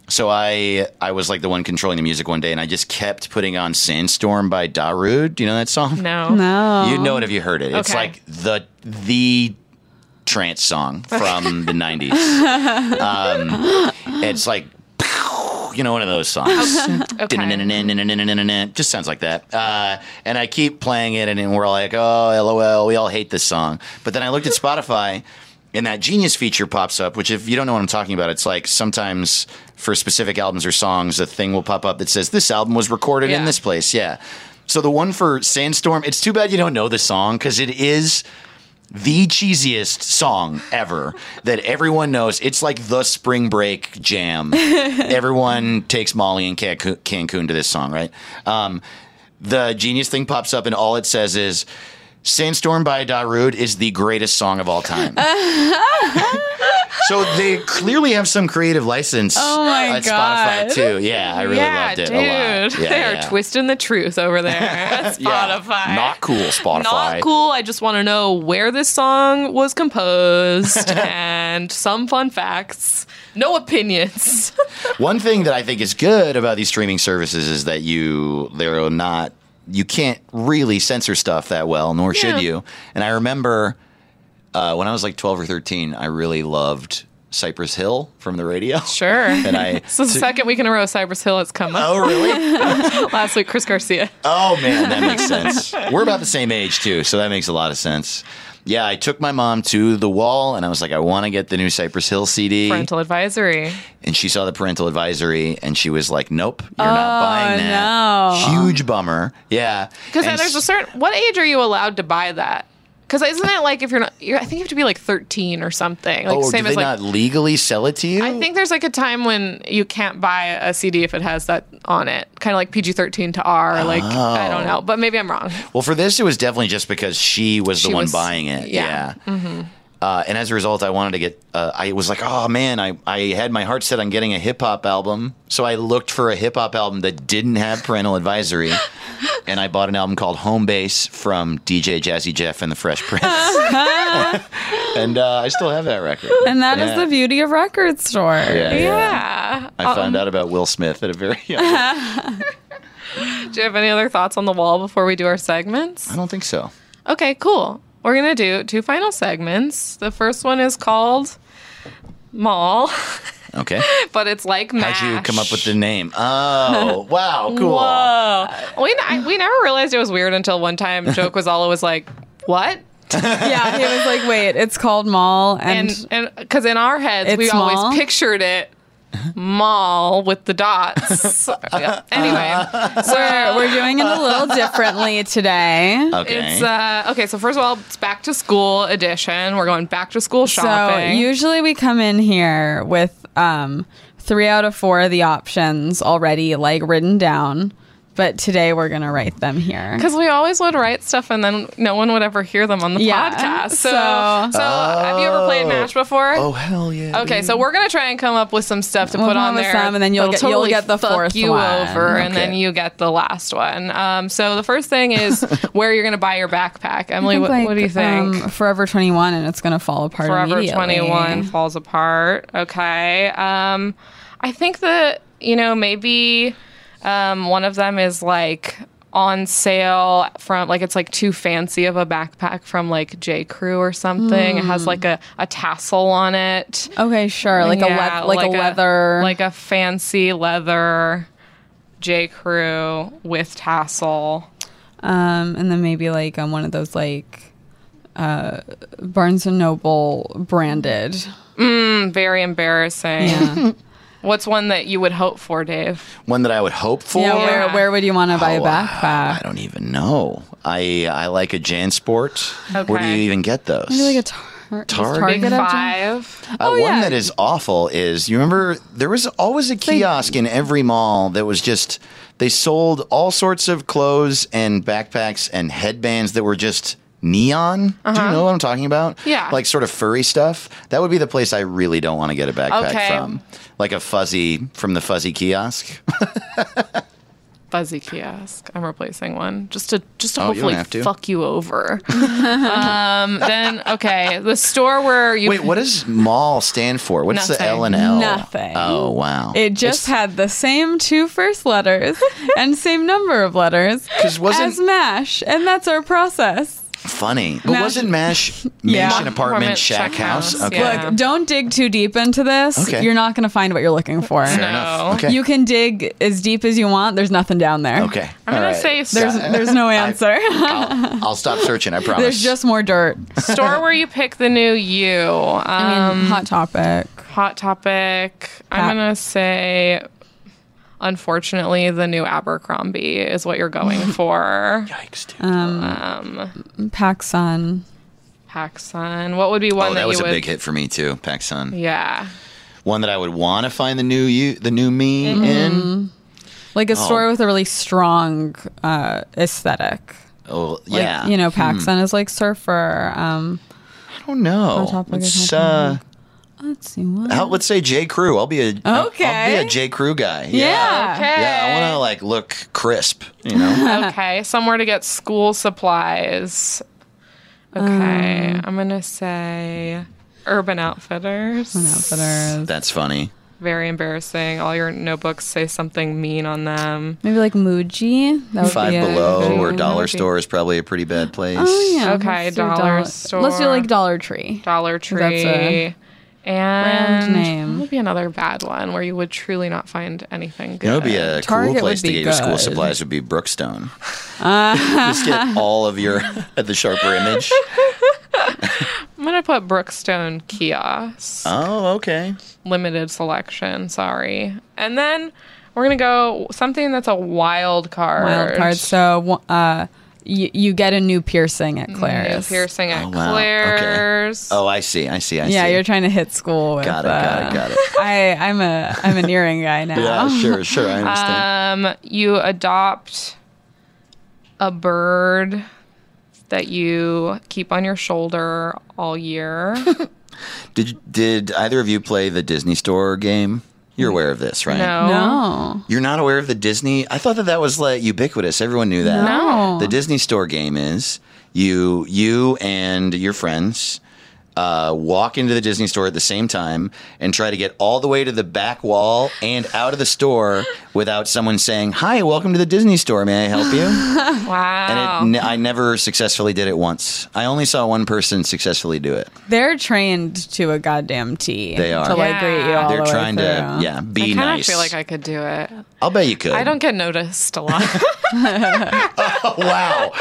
Speaker 4: so I I was like the one controlling the music one day, and I just kept putting on "Sandstorm" by Darude. Do you know that song?
Speaker 2: no.
Speaker 3: No.
Speaker 4: You know it if you heard it. It's
Speaker 2: Okay.
Speaker 4: like the the trance song from the '90s. Um, it's like you know one of those songs. Just sounds like that. Uh, and I keep playing it, and then we're like, oh, lol, we all hate this song. But then I looked at Spotify. And that genius feature pops up, which, if you don't know what I'm talking about, it's like sometimes for specific albums or songs, a thing will pop up that says, This album was recorded in
Speaker 2: Yeah.
Speaker 4: this place. Yeah. So the one for Sandstorm, it's too bad you don't know the song because it is the cheesiest song ever that everyone knows. It's like the spring break jam. everyone takes Molly and Cancun, Cancun to this song, right? Um, the genius thing pops up, and all it says is. Sandstorm by Darude is the greatest song of all time. so they clearly have some creative license
Speaker 3: Oh my
Speaker 4: on Spotify
Speaker 3: God.
Speaker 4: too. Yeah, I really
Speaker 2: yeah,
Speaker 4: loved it
Speaker 2: dude.
Speaker 4: a lot. Yeah,
Speaker 2: they are
Speaker 4: yeah.
Speaker 2: twisting the truth over there at
Speaker 4: Yeah.
Speaker 2: Spotify.
Speaker 4: Not cool, Spotify.
Speaker 2: Not cool. I just want to know where this song was composed and some fun facts. No opinions.
Speaker 4: One thing that I think is good about these streaming services is that you they're not you can't really censor stuff that well, nor should
Speaker 2: Yeah.
Speaker 4: you. And I remember uh, when I was like twelve or thirteen, I really loved Cypress Hill from the radio.
Speaker 2: Sure.
Speaker 4: And I
Speaker 2: This is the second week in a row Cypress Hill has come up.
Speaker 4: Oh really?
Speaker 2: Last week, Chris Garcia.
Speaker 4: Oh man, that makes sense. We're about the same age too, so that makes a lot of sense. Yeah, I took my mom to the wall and I was like, I want to get the new Cypress Hill CD.
Speaker 2: Parental advisory.
Speaker 4: and she saw the parental advisory and she was like, "Nope, you're
Speaker 2: Oh,
Speaker 4: not buying that."
Speaker 3: no.
Speaker 4: Huge bummer. Yeah,
Speaker 2: Because
Speaker 4: And
Speaker 2: there's a
Speaker 4: s-
Speaker 2: certain. What age are you allowed to buy that? Because isn't it like if you're not? You're, I think you have to be like 13 or something. Like
Speaker 4: oh,
Speaker 2: same
Speaker 4: do
Speaker 2: as
Speaker 4: they
Speaker 2: like.
Speaker 4: not legally sell it to you?
Speaker 2: I think there's like a time when you can't buy a CD if it has that on it, kind of like PG 13 to R. Like I
Speaker 4: Oh.
Speaker 2: don't know, but maybe I'm wrong.
Speaker 4: Well, for this, it was definitely just because she was the
Speaker 2: She
Speaker 4: one
Speaker 2: was-
Speaker 4: buying it.
Speaker 2: yeah.
Speaker 4: Yeah.
Speaker 2: Mm-hmm.
Speaker 4: Uh, and as a result, I wanted to get. Uh, I was like, "Oh man!" I, I had my heart set on getting a hip hop album, so I looked for a hip hop album that didn't have parental advisory, and I bought an album called Home Base from DJ Jazzy Jeff and the Fresh Prince, and uh, I still have that record.
Speaker 3: and that is
Speaker 4: Yeah.
Speaker 3: the beauty of record store.
Speaker 4: Yeah,
Speaker 2: Yeah. Uh-huh.
Speaker 4: I found out about Will Smith at a very young age.
Speaker 2: Do you have any other thoughts on the wall before we do our segments?
Speaker 4: I don't think so.
Speaker 2: Okay, cool. We're going to do two final segments. The first one is called Mall.
Speaker 4: Okay.
Speaker 2: but it's like mash.
Speaker 4: How'd you come up with the name? Oh, wow, cool.
Speaker 2: Whoa. We, I, we never realized it was weird until one time Joe Quazala was like, what?
Speaker 3: yeah, he was like, wait, it's called Mall, and,
Speaker 2: And and because in our heads, we
Speaker 3: It's mall?
Speaker 2: always pictured it
Speaker 4: Uh-huh.
Speaker 2: mall with the dots. Yeah. Anyway, so
Speaker 3: we're doing it a little differently today.
Speaker 4: Okay.
Speaker 2: It's uh, okay. So first of all, it's back to school edition. We're going back to school shopping.
Speaker 3: So usually we come in here with um, three out of four of the options already like written down, but today we're gonna write them here.
Speaker 2: because we always would write stuff and then no one would ever hear them on the
Speaker 3: Yeah,
Speaker 2: podcast. So,
Speaker 3: so-
Speaker 2: so, have you ever played
Speaker 4: Oh.
Speaker 2: Mash before?
Speaker 4: oh, hell yeah.
Speaker 2: Okay, so we're gonna try and come up with some stuff to
Speaker 3: We'll
Speaker 2: put
Speaker 3: come
Speaker 2: on
Speaker 3: up with
Speaker 2: there,
Speaker 3: some, and then you'll
Speaker 2: that'll
Speaker 3: get- you'll get the
Speaker 2: fuck
Speaker 3: fourth
Speaker 2: you
Speaker 3: one.
Speaker 2: over, and
Speaker 4: Okay.
Speaker 2: then you get the last one. Um, so the first thing is where you're gonna buy your backpack, Emily. What, what do you think?
Speaker 3: Um, Forever 21, and it's gonna fall apart.
Speaker 2: Forever
Speaker 3: immediately.
Speaker 2: 21 falls apart. Okay, um, I think that you know maybe um, one of them is like on sale from like it's like too fancy of a backpack from like J Crew or something. It has like a, a tassel on it.
Speaker 3: Okay, sure. Hmm. Like
Speaker 2: Yeah,
Speaker 3: a le- like, a leather.
Speaker 2: like a fancy leather J Crew with tassel.
Speaker 3: Um, and then maybe like on one of those like uh, Barnes and Noble branded.
Speaker 2: Mm, Very embarrassing.
Speaker 3: Yeah,
Speaker 2: What's one that you would hope for, Dave?
Speaker 4: One that I would hope for.
Speaker 3: yeah. Where
Speaker 2: Yeah.
Speaker 3: where would you want to buy a
Speaker 4: Oh, I
Speaker 3: backpack?
Speaker 4: don't even know. I I like a JanSport. Where do
Speaker 2: Okay.
Speaker 4: you even get those?
Speaker 3: Maybe like a tar- does
Speaker 4: Target?
Speaker 3: Target.
Speaker 2: Big
Speaker 3: have
Speaker 2: five.
Speaker 4: Uh, one
Speaker 3: yeah.
Speaker 4: that is awful is you remember there was always a kiosk in every mall that was just they sold all sorts of clothes and backpacks and headbands that were just neon. Do
Speaker 3: Uh-huh.
Speaker 4: you know what I'm talking about?
Speaker 2: Yeah.
Speaker 4: like sort of furry stuff. That would be the place I really don't want to get a backpack
Speaker 2: Okay.
Speaker 4: from, like a fuzzy from the fuzzy kiosk.
Speaker 2: Fuzzy kiosk. I'm replacing one just to just to
Speaker 4: Oh, you
Speaker 2: hopefully
Speaker 4: don't have to.
Speaker 2: fuck you over. um, then okay, the store where you
Speaker 4: Wait, what does mall stand for? What's the
Speaker 2: Nothing.
Speaker 4: L and L?
Speaker 3: Nothing.
Speaker 4: Oh wow.
Speaker 3: It just had the same two first letters and same number of letters
Speaker 4: 'Cause wasn't-
Speaker 3: as MASH, and that's our process.
Speaker 4: funny. But
Speaker 3: Mash-
Speaker 4: wasn't Mash
Speaker 3: Yeah.
Speaker 4: mansion apartment
Speaker 2: Apartment,
Speaker 4: shack,
Speaker 2: shack
Speaker 4: house?
Speaker 2: house,
Speaker 4: Okay.
Speaker 2: yeah.
Speaker 3: Look, don't dig too deep into this.
Speaker 4: Okay.
Speaker 3: You're not going to find what you're looking for.
Speaker 4: Fair enough.
Speaker 2: No.
Speaker 4: Okay.
Speaker 3: You can dig as deep as you want. There's nothing down there.
Speaker 4: okay.
Speaker 2: I'm
Speaker 4: All
Speaker 2: gonna
Speaker 4: right.
Speaker 2: say
Speaker 3: There's there's no answer.
Speaker 4: I'll, I'll stop searching. I promise.
Speaker 3: there's just more dirt.
Speaker 2: store where you pick the new you. Um,
Speaker 3: I mean, hot topic.
Speaker 2: Hot Topic.
Speaker 3: Pat-
Speaker 2: I'm gonna say, unfortunately, the new Abercrombie is what you're going for.
Speaker 4: Yikes, dude.
Speaker 2: um,
Speaker 3: Pacsun.
Speaker 2: PacSun. What would be one
Speaker 4: oh,
Speaker 2: that,
Speaker 4: that was
Speaker 2: you
Speaker 4: a
Speaker 2: would?
Speaker 4: big hit for me too, PacSun.
Speaker 2: Yeah.
Speaker 4: One that I would want to find the new you, the new me
Speaker 3: Mm-hmm.
Speaker 4: in.
Speaker 3: Like
Speaker 4: Oh.
Speaker 3: a store with a really strong uh, aesthetic.
Speaker 4: Oh
Speaker 3: Like,
Speaker 4: yeah,
Speaker 3: You know, Pacsun is like surfer. Um,
Speaker 4: I don't know.
Speaker 3: On top of
Speaker 4: Let's,
Speaker 3: the
Speaker 4: uh,
Speaker 3: let's see. What?
Speaker 4: how- let's say J Crew. I'll be a I'll- I'll
Speaker 3: Okay.
Speaker 4: be a J Crew guy.
Speaker 3: yeah.
Speaker 2: Okay.
Speaker 4: Yeah, I want to like look crisp, you know.
Speaker 2: okay. Somewhere to get school supplies. Okay.
Speaker 3: Um,
Speaker 2: I'm gonna say. Urban Outfitters.
Speaker 3: Outfitters.
Speaker 4: That's funny.
Speaker 2: Very embarrassing. All your notebooks say something mean on them.
Speaker 3: Maybe like Muji. Oh, That would
Speaker 4: Five
Speaker 3: be a-
Speaker 4: Below or
Speaker 2: Ooh,
Speaker 4: Dollar
Speaker 2: that'd be-
Speaker 4: Store is probably a pretty bad place.
Speaker 3: Oh, yeah.
Speaker 2: Okay,
Speaker 3: let's do
Speaker 2: dollar
Speaker 3: Let's do
Speaker 2: store.
Speaker 3: like Dollar Tree.
Speaker 2: Dollar Tree.
Speaker 3: a
Speaker 2: and
Speaker 3: name.
Speaker 2: What would be another bad one where you would truly not find anything good?
Speaker 4: You know, it'd be a
Speaker 3: Target
Speaker 4: cool
Speaker 3: would
Speaker 4: place to
Speaker 3: be
Speaker 4: get your school
Speaker 3: good.
Speaker 4: supplies would be Brookstone. Just get all of your at the sharper image.
Speaker 2: I'm gonna put Brookstone kiosk,
Speaker 4: Oh, okay.
Speaker 2: limited selection. Sorry, and then we're gonna go something that's a wild card.
Speaker 3: Wild card. So uh, you, you get a new piercing at
Speaker 2: New
Speaker 3: Claire's.
Speaker 2: piercing at
Speaker 4: Oh, wow. Okay.
Speaker 2: Claire's.
Speaker 4: Oh, I see. I see. I
Speaker 3: Yeah,
Speaker 4: see.
Speaker 3: you're trying to hit school. With,
Speaker 4: Got it,
Speaker 3: uh,
Speaker 4: got it, got it.
Speaker 3: I, I'm a I'm an earring guy now.
Speaker 4: Yeah, sure, sure. I understand.
Speaker 3: Uh,
Speaker 2: Um, you adopt a bird that you keep on your shoulder all year.
Speaker 4: did did either of you play the Disney Store game? You're aware of this, right?
Speaker 3: No.
Speaker 4: You're not aware of the Disney. I thought that that was like ubiquitous. Everyone knew that.
Speaker 3: No.
Speaker 4: The Disney Store game is you you and your friends uh, walk into the Disney store at the same time and try to get all the way to the back wall and out of the store without someone saying, "Hi, welcome to the Disney store. May I help you?"
Speaker 2: Wow.
Speaker 4: And it, I never successfully did it once. I only saw one person successfully do it.
Speaker 3: They're trained to a goddamn T.
Speaker 4: They are.
Speaker 3: to like greet you.
Speaker 2: Yeah.
Speaker 3: All
Speaker 4: They're
Speaker 3: the
Speaker 4: trying
Speaker 3: way
Speaker 4: to,
Speaker 3: through.
Speaker 4: yeah,
Speaker 2: I
Speaker 4: be
Speaker 2: kind of
Speaker 4: nice.
Speaker 2: feel like I could do it.
Speaker 4: I'll bet you could.
Speaker 2: I don't get noticed a lot.
Speaker 4: wow.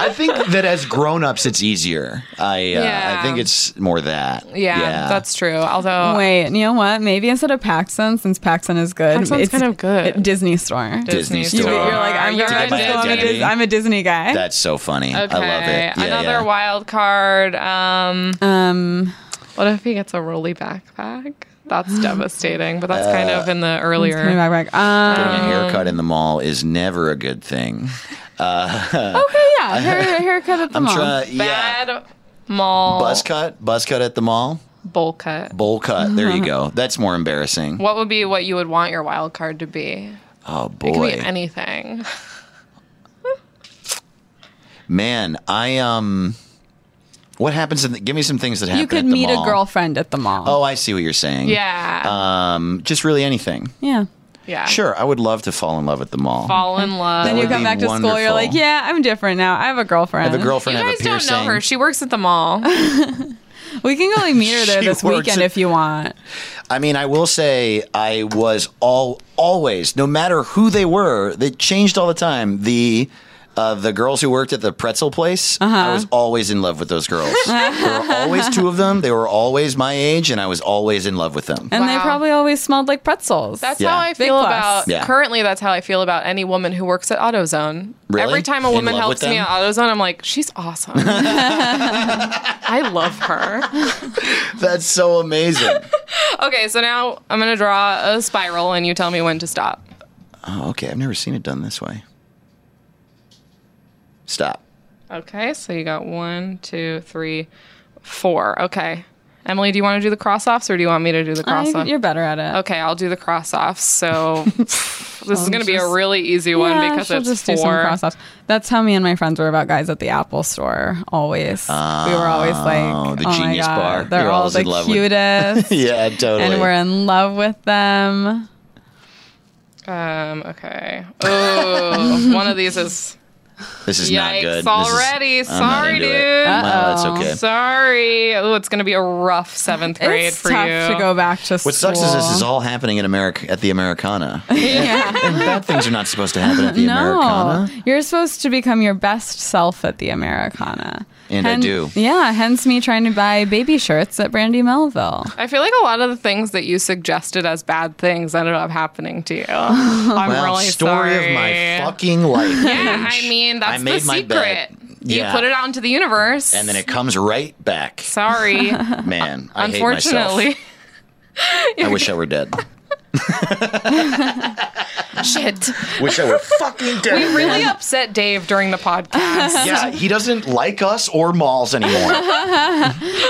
Speaker 4: I think that as grown-ups, it's easier. I uh,
Speaker 2: Yeah.
Speaker 4: I think it's more that.
Speaker 2: yeah, that's true. Although
Speaker 3: Wait, you know what? Maybe instead of Paxson, since Paxson is good,
Speaker 2: Paxson's
Speaker 3: it's
Speaker 2: kind of good.
Speaker 3: at Disney Store.
Speaker 4: Disney
Speaker 3: You,
Speaker 4: Store.
Speaker 3: are like, I'm
Speaker 2: You're
Speaker 3: going
Speaker 4: a
Speaker 3: to
Speaker 4: Disney-
Speaker 3: I'm, a Dis- I'm a Disney guy.
Speaker 4: That's so funny. I
Speaker 2: Okay.
Speaker 4: love it. Yeah,
Speaker 2: Another
Speaker 4: yeah.
Speaker 2: wild card. Um,
Speaker 3: um,
Speaker 2: what if he gets a rolly backpack? That's devastating, but that's kind of in the
Speaker 3: let me
Speaker 2: earlier.
Speaker 3: back, back. Um,
Speaker 4: Getting a haircut in the mall is never a good thing.
Speaker 3: okay, yeah, hair, haircut at the
Speaker 4: I'm
Speaker 3: mall.
Speaker 4: trying. Yeah.
Speaker 2: Bad mall
Speaker 4: Buzz cut, buzz cut at the mall,
Speaker 2: bowl cut.
Speaker 4: bowl cut. There you go. That's more embarrassing.
Speaker 2: What would be what you would want your wild card to be?
Speaker 4: Oh
Speaker 2: It could
Speaker 4: boy,
Speaker 2: be anything.
Speaker 4: man, I um, what happens? In the, give me some things that happen.
Speaker 3: you could
Speaker 4: at the
Speaker 3: meet
Speaker 4: mall.
Speaker 3: a girlfriend at the mall.
Speaker 4: Oh, I see what you're saying.
Speaker 2: Yeah.
Speaker 4: Um, just really anything.
Speaker 3: yeah.
Speaker 2: yeah.
Speaker 4: Sure, I would love to fall in love at the mall.
Speaker 2: Fall in love.
Speaker 4: That
Speaker 3: Then you
Speaker 4: would
Speaker 3: come
Speaker 4: be
Speaker 3: back to school, you're
Speaker 4: wonderful.
Speaker 3: like, yeah, I'm different now. I have a girlfriend.
Speaker 4: have a girlfriend,
Speaker 2: you
Speaker 4: have
Speaker 2: guys
Speaker 4: a
Speaker 2: don't
Speaker 4: piercing.
Speaker 2: know her. She works at the mall.
Speaker 3: We can go like meet her there
Speaker 4: She
Speaker 3: this
Speaker 4: works
Speaker 3: weekend
Speaker 4: at-
Speaker 3: if you want.
Speaker 4: I mean, I will say I was all always, no matter who they were, they changed all the time. The uh, the girls who worked at the pretzel place,
Speaker 2: Uh-huh.
Speaker 4: I was always in love with those girls. there were always two of them. They were always my age, and I was always in love with them.
Speaker 3: And they
Speaker 2: Wow.
Speaker 3: probably always smelled like pretzels.
Speaker 2: That's
Speaker 4: Yeah.
Speaker 2: how I
Speaker 4: Big
Speaker 2: feel
Speaker 3: plus.
Speaker 2: about
Speaker 4: Yeah.
Speaker 2: currently. That's how I feel about any woman who works at AutoZone.
Speaker 4: Really?
Speaker 2: Every time a
Speaker 4: In
Speaker 2: woman
Speaker 4: love
Speaker 2: helps
Speaker 4: with
Speaker 2: me
Speaker 4: them?
Speaker 2: at AutoZone, I'm like, she's awesome. I love her.
Speaker 4: That's so amazing.
Speaker 2: Okay, so now I'm gonna draw a spiral, and you tell me when to stop.
Speaker 4: oh, okay, I've never seen it done this way. Stop.
Speaker 2: Okay, so you got one, two, three, four. Okay, Emily, do you want to do the cross offs, or do you want me to do the
Speaker 3: I-
Speaker 2: cross off?
Speaker 3: you're better at it.
Speaker 2: Okay, I'll do the cross offs. So this is gonna be a
Speaker 3: just-
Speaker 2: really easy one
Speaker 3: Yeah,
Speaker 2: because
Speaker 3: she'll
Speaker 2: it's
Speaker 3: just
Speaker 2: four.
Speaker 3: do some cross-offs. That's how me and my friends were about guys at the Apple store. Always, we were always like,
Speaker 4: the
Speaker 3: "Oh my
Speaker 4: Genius
Speaker 3: God,
Speaker 4: Bar.
Speaker 3: They're
Speaker 4: You're
Speaker 3: all
Speaker 4: always
Speaker 3: the
Speaker 4: in love with-
Speaker 3: cutest,
Speaker 4: Yeah, totally.
Speaker 3: and we're in love with them."
Speaker 2: Um, okay. Oh, one of these is
Speaker 4: this is not
Speaker 2: Yikes
Speaker 4: good. This is-
Speaker 2: already.
Speaker 4: I'm not
Speaker 2: Sorry,
Speaker 4: into
Speaker 2: dude.
Speaker 4: It. Well, that's
Speaker 3: Uh-oh.
Speaker 4: okay.
Speaker 2: Sorry. Oh, it's gonna be a rough seventh grade
Speaker 3: It's
Speaker 2: for
Speaker 3: tough
Speaker 2: you.
Speaker 3: to go back to.
Speaker 4: What sucks is this is all happening in America at the Americana. and bad things are not supposed to happen at the
Speaker 3: No,
Speaker 4: Americana.
Speaker 3: you're supposed to become your best self at the Americana.
Speaker 4: And I do.
Speaker 3: Yeah, hence me trying to buy baby shirts at Brandy Melville.
Speaker 2: I feel like a lot of the things that you suggested as bad things ended up happening to you. I'm
Speaker 4: Well,
Speaker 2: really
Speaker 4: story
Speaker 2: sorry.
Speaker 4: of my fucking life.
Speaker 2: Yeah,
Speaker 4: Paige.
Speaker 2: I mean that's
Speaker 4: I made
Speaker 2: the
Speaker 4: my
Speaker 2: secret.
Speaker 4: bed.
Speaker 2: You
Speaker 4: Yeah.
Speaker 2: put it out into the universe,
Speaker 4: And then it comes right back.
Speaker 2: Sorry.
Speaker 4: Man, I hate myself.
Speaker 2: Unfortunately,
Speaker 4: I wish I were dead.
Speaker 2: shit.
Speaker 4: wish I were fucking dead.
Speaker 2: We really upset Dave during the podcast.
Speaker 4: yeah, he doesn't like us or malls anymore.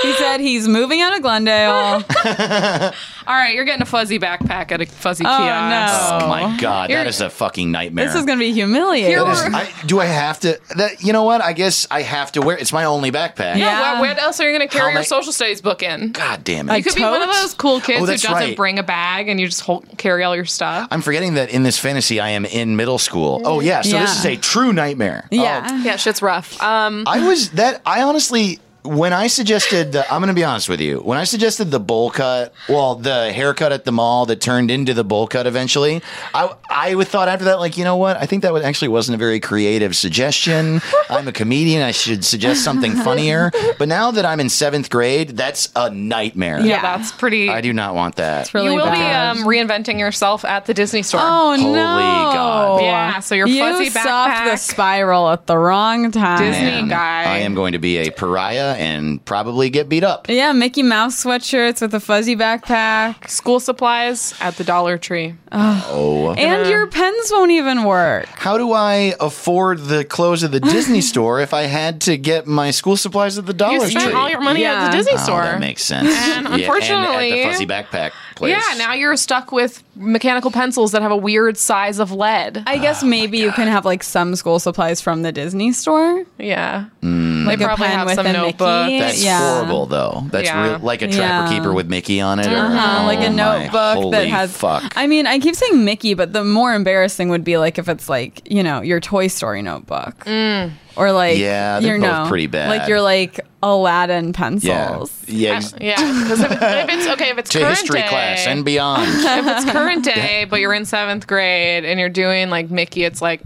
Speaker 3: He said he's moving out of Glendale.
Speaker 2: All right, you're getting a fuzzy backpack at a fuzzy
Speaker 3: Oh,
Speaker 2: kiosk.
Speaker 3: no.
Speaker 4: oh my god, that
Speaker 2: You're-
Speaker 4: is a fucking nightmare.
Speaker 3: This is going to be humiliating.
Speaker 2: Here we're-
Speaker 4: I, do I have to? That you know what? I guess I have to wear. It's my only
Speaker 3: Yeah.
Speaker 4: backpack.
Speaker 2: Yeah. where- where else are you going to carry your
Speaker 4: How ma-
Speaker 2: social studies book in?
Speaker 4: God damn it!
Speaker 2: You could be one of
Speaker 3: tote?
Speaker 2: those cool kids
Speaker 4: Oh,
Speaker 2: who
Speaker 4: that's
Speaker 2: doesn't
Speaker 4: right.
Speaker 2: bring a bag and you just hold, carry all your stuff.
Speaker 4: I'm forgetting that in this fantasy I am in middle school. Oh yeah, so this
Speaker 3: Yeah.
Speaker 4: is a true nightmare.
Speaker 3: yeah.
Speaker 2: yeah, shit's rough. Um,
Speaker 4: Oh, I was that I honestly when I suggested the, I'm going to be honest with you. When I suggested the bowl cut, well, the haircut at the mall that turned into the bowl cut eventually, I I would thought after that like, you know what? I think that was actually wasn't a very creative suggestion. I'm a comedian, I should suggest something funnier. But now that I'm in 7th grade, that's a nightmare.
Speaker 2: yeah,
Speaker 3: Yeah.
Speaker 2: that's pretty.
Speaker 4: I do not want that.
Speaker 3: really
Speaker 2: you will
Speaker 3: bad.
Speaker 2: be um, reinventing yourself at the Disney store.
Speaker 3: Oh
Speaker 4: Holy
Speaker 3: no!
Speaker 4: God.
Speaker 2: Yeah, so your fuzzy
Speaker 3: you stopped the
Speaker 2: backpack-
Speaker 3: spiral at the wrong time.
Speaker 2: Disney-
Speaker 4: Man,
Speaker 2: guy.
Speaker 4: I am going to be a pariah and probably get beat up.
Speaker 3: Yeah, Mickey Mouse sweatshirts with a fuzzy backpack,
Speaker 2: School supplies at the Dollar Tree.
Speaker 4: Oh.
Speaker 3: and your pens won't even work.
Speaker 4: How do I afford the clothes at the Disney store if I had to get my school supplies at the Dollar
Speaker 2: you spent
Speaker 4: Tree?
Speaker 2: all your money at
Speaker 3: Yeah.
Speaker 2: the Disney
Speaker 4: oh,
Speaker 2: store.
Speaker 4: that makes sense.
Speaker 2: And
Speaker 4: Yeah, and at
Speaker 2: unfortunately-
Speaker 4: the fuzzy backpack place.
Speaker 2: yeah, now you're stuck with mechanical pencils that have a weird size of lead.
Speaker 3: I
Speaker 4: Oh
Speaker 3: guess maybe you can have like some school supplies from the Disney store.
Speaker 2: yeah, they
Speaker 3: a
Speaker 2: probably
Speaker 3: pen
Speaker 2: have
Speaker 3: with
Speaker 2: some
Speaker 3: a
Speaker 2: notebook.
Speaker 3: Mickey.
Speaker 4: Hmm. That's
Speaker 3: Yeah.
Speaker 4: horrible, though. That's
Speaker 2: Yeah.
Speaker 4: real, like a trapper
Speaker 3: Yeah.
Speaker 4: keeper with Mickey on it, or
Speaker 3: Uh, like a
Speaker 4: oh my
Speaker 3: notebook that
Speaker 4: holy
Speaker 3: has.
Speaker 4: fuck.
Speaker 3: I mean, I keep saying Mickey, but the more embarrassing would be like if it's like you know your Toy Story notebook, or like
Speaker 4: Mm. Yeah, they're
Speaker 3: your-
Speaker 4: both
Speaker 3: no,
Speaker 4: pretty bad.
Speaker 3: Like your like Aladdin
Speaker 4: yeah,
Speaker 3: pencils.
Speaker 4: yeah.
Speaker 2: Uh,
Speaker 4: ex-
Speaker 2: Yeah, because if, if it's okay, if it's
Speaker 4: To
Speaker 2: current
Speaker 4: history
Speaker 2: day,
Speaker 4: class and beyond.
Speaker 2: if it's current day, but you're in seventh grade and you're doing like Mickey, it's like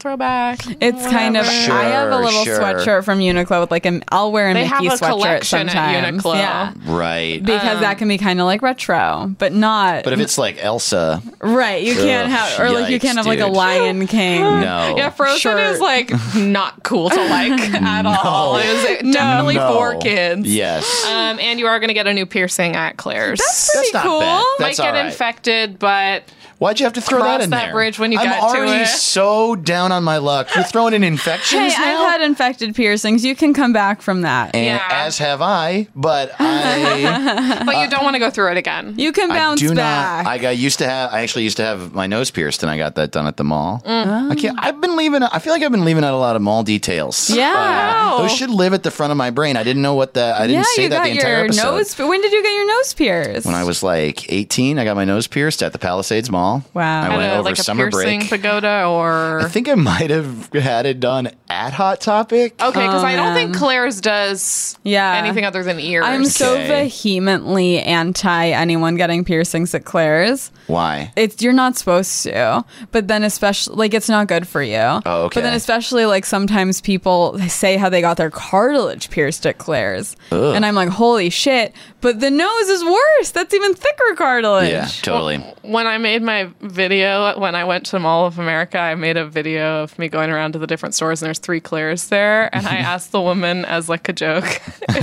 Speaker 2: throwback.
Speaker 3: It's kind of.
Speaker 4: Sure,
Speaker 3: I have a little
Speaker 4: sure.
Speaker 3: sweatshirt from Uniqlo with like a. I'll wear a
Speaker 2: They have
Speaker 3: Mickey
Speaker 2: a
Speaker 3: sweatshirt
Speaker 2: collection at
Speaker 3: sometimes.
Speaker 2: Uniqlo. Um,
Speaker 3: Yeah,
Speaker 4: right.
Speaker 3: because that can be kind of like retro, but not.
Speaker 4: But if it's like Elsa,
Speaker 3: right, you can't
Speaker 4: Ugh,
Speaker 3: have, or like you
Speaker 4: yikes,
Speaker 3: can't have like a
Speaker 4: dude.
Speaker 3: Lion King.
Speaker 4: no.
Speaker 2: Yeah, Frozen is
Speaker 3: Shirt.
Speaker 2: like not cool to like at all. It was definitely
Speaker 4: Oh. No.
Speaker 2: for kids.
Speaker 4: Yes.
Speaker 2: Um, and you are going to get a new piercing at Claire's.
Speaker 4: That's not
Speaker 3: cool.
Speaker 4: bad.
Speaker 2: Might
Speaker 4: That's
Speaker 2: get
Speaker 4: all right.
Speaker 2: infected, but
Speaker 4: Why'd you have to throw
Speaker 2: Cross
Speaker 4: that in
Speaker 2: that
Speaker 4: there?
Speaker 2: bridge when you
Speaker 4: I'm
Speaker 2: get to
Speaker 4: already
Speaker 2: it.
Speaker 4: so down on my luck. You're throwing in infections
Speaker 3: Hey,
Speaker 4: now,
Speaker 3: I've had infected piercings. You can come back from that.
Speaker 4: and
Speaker 2: Yeah.
Speaker 4: as have I. But I,
Speaker 2: but you don't want to go through it again.
Speaker 3: You can
Speaker 4: I
Speaker 3: bounce
Speaker 4: do
Speaker 3: back.
Speaker 4: not. I uh, got used to have. I actually used to have my nose pierced, and I got that done at the mall.
Speaker 2: Mm.
Speaker 4: I can't. I've been leaving. I feel like I've been leaving out a lot of mall details.
Speaker 3: yeah.
Speaker 2: Oh.
Speaker 4: Those should live at the front of my brain. I didn't know what the. I didn't
Speaker 3: yeah,
Speaker 4: say
Speaker 3: you
Speaker 4: that
Speaker 3: got
Speaker 4: the entire
Speaker 3: your
Speaker 4: episode.
Speaker 3: nose. When did you get your nose pierced?
Speaker 4: when I was like 18, I got my nose pierced at the Palisades Mall.
Speaker 3: Wow.
Speaker 4: I
Speaker 3: At
Speaker 4: went
Speaker 2: At a-
Speaker 4: over
Speaker 2: like a
Speaker 4: summer
Speaker 2: piercing
Speaker 4: break.
Speaker 2: pagoda or.
Speaker 4: I think I might have had it done at Hot Topic.
Speaker 2: okay, because
Speaker 3: Oh,
Speaker 2: I don't think
Speaker 3: man.
Speaker 2: Claire's does
Speaker 3: Yeah.
Speaker 2: anything other than ears.
Speaker 3: I'm so
Speaker 4: Okay.
Speaker 3: vehemently anti anyone getting piercings at Claire's.
Speaker 4: Why?
Speaker 3: It's you're not supposed to, but then especially like it's not good for you.
Speaker 4: Oh, okay.
Speaker 3: But then especially like sometimes people they say how they got their cartilage pierced at Claire's, and I'm like, holy shit! But the nose is worse. That's even thicker cartilage.
Speaker 4: Yeah, totally.
Speaker 2: when I made my video, when I went to Mall of America, I made a video of me going around to the different stores, and there's three Claire's there, and I asked the woman as like a joke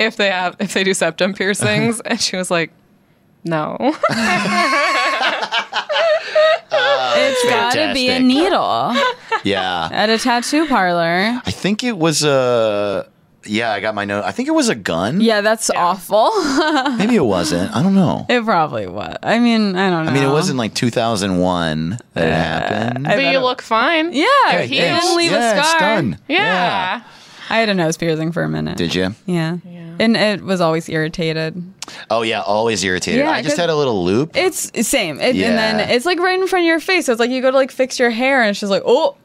Speaker 2: if they have if they do septum piercings, and she was like, "No."
Speaker 3: It's gotta be a
Speaker 4: Fantastic.
Speaker 3: needle
Speaker 4: yeah.
Speaker 3: at a tattoo parlor.
Speaker 4: I think it was a. Yeah, I got my nose. I think it was a gun.
Speaker 3: Yeah, that's awful.
Speaker 4: Maybe it wasn't. I don't know.
Speaker 3: it probably was. I mean, I don't know.
Speaker 4: I mean, it wasn't like 2001 that it happened.
Speaker 2: but you
Speaker 3: it-
Speaker 2: look fine.
Speaker 3: Yeah,
Speaker 4: Hey,
Speaker 3: he
Speaker 4: thanks.
Speaker 3: didn't leave
Speaker 4: yeah,
Speaker 3: a scar.
Speaker 4: It's done.
Speaker 2: Yeah.
Speaker 3: I had a nose piercing for a minute.
Speaker 4: Did you?
Speaker 3: Yeah. And it was always irritated.
Speaker 4: Oh yeah, always irritated.
Speaker 3: Yeah,
Speaker 4: I just
Speaker 3: 'cause-
Speaker 4: had a little loop.
Speaker 3: It's same. It, And
Speaker 4: Yeah.
Speaker 3: then it's like right in front of your face. So it's like you go to like fix your hair and it's just like, oh,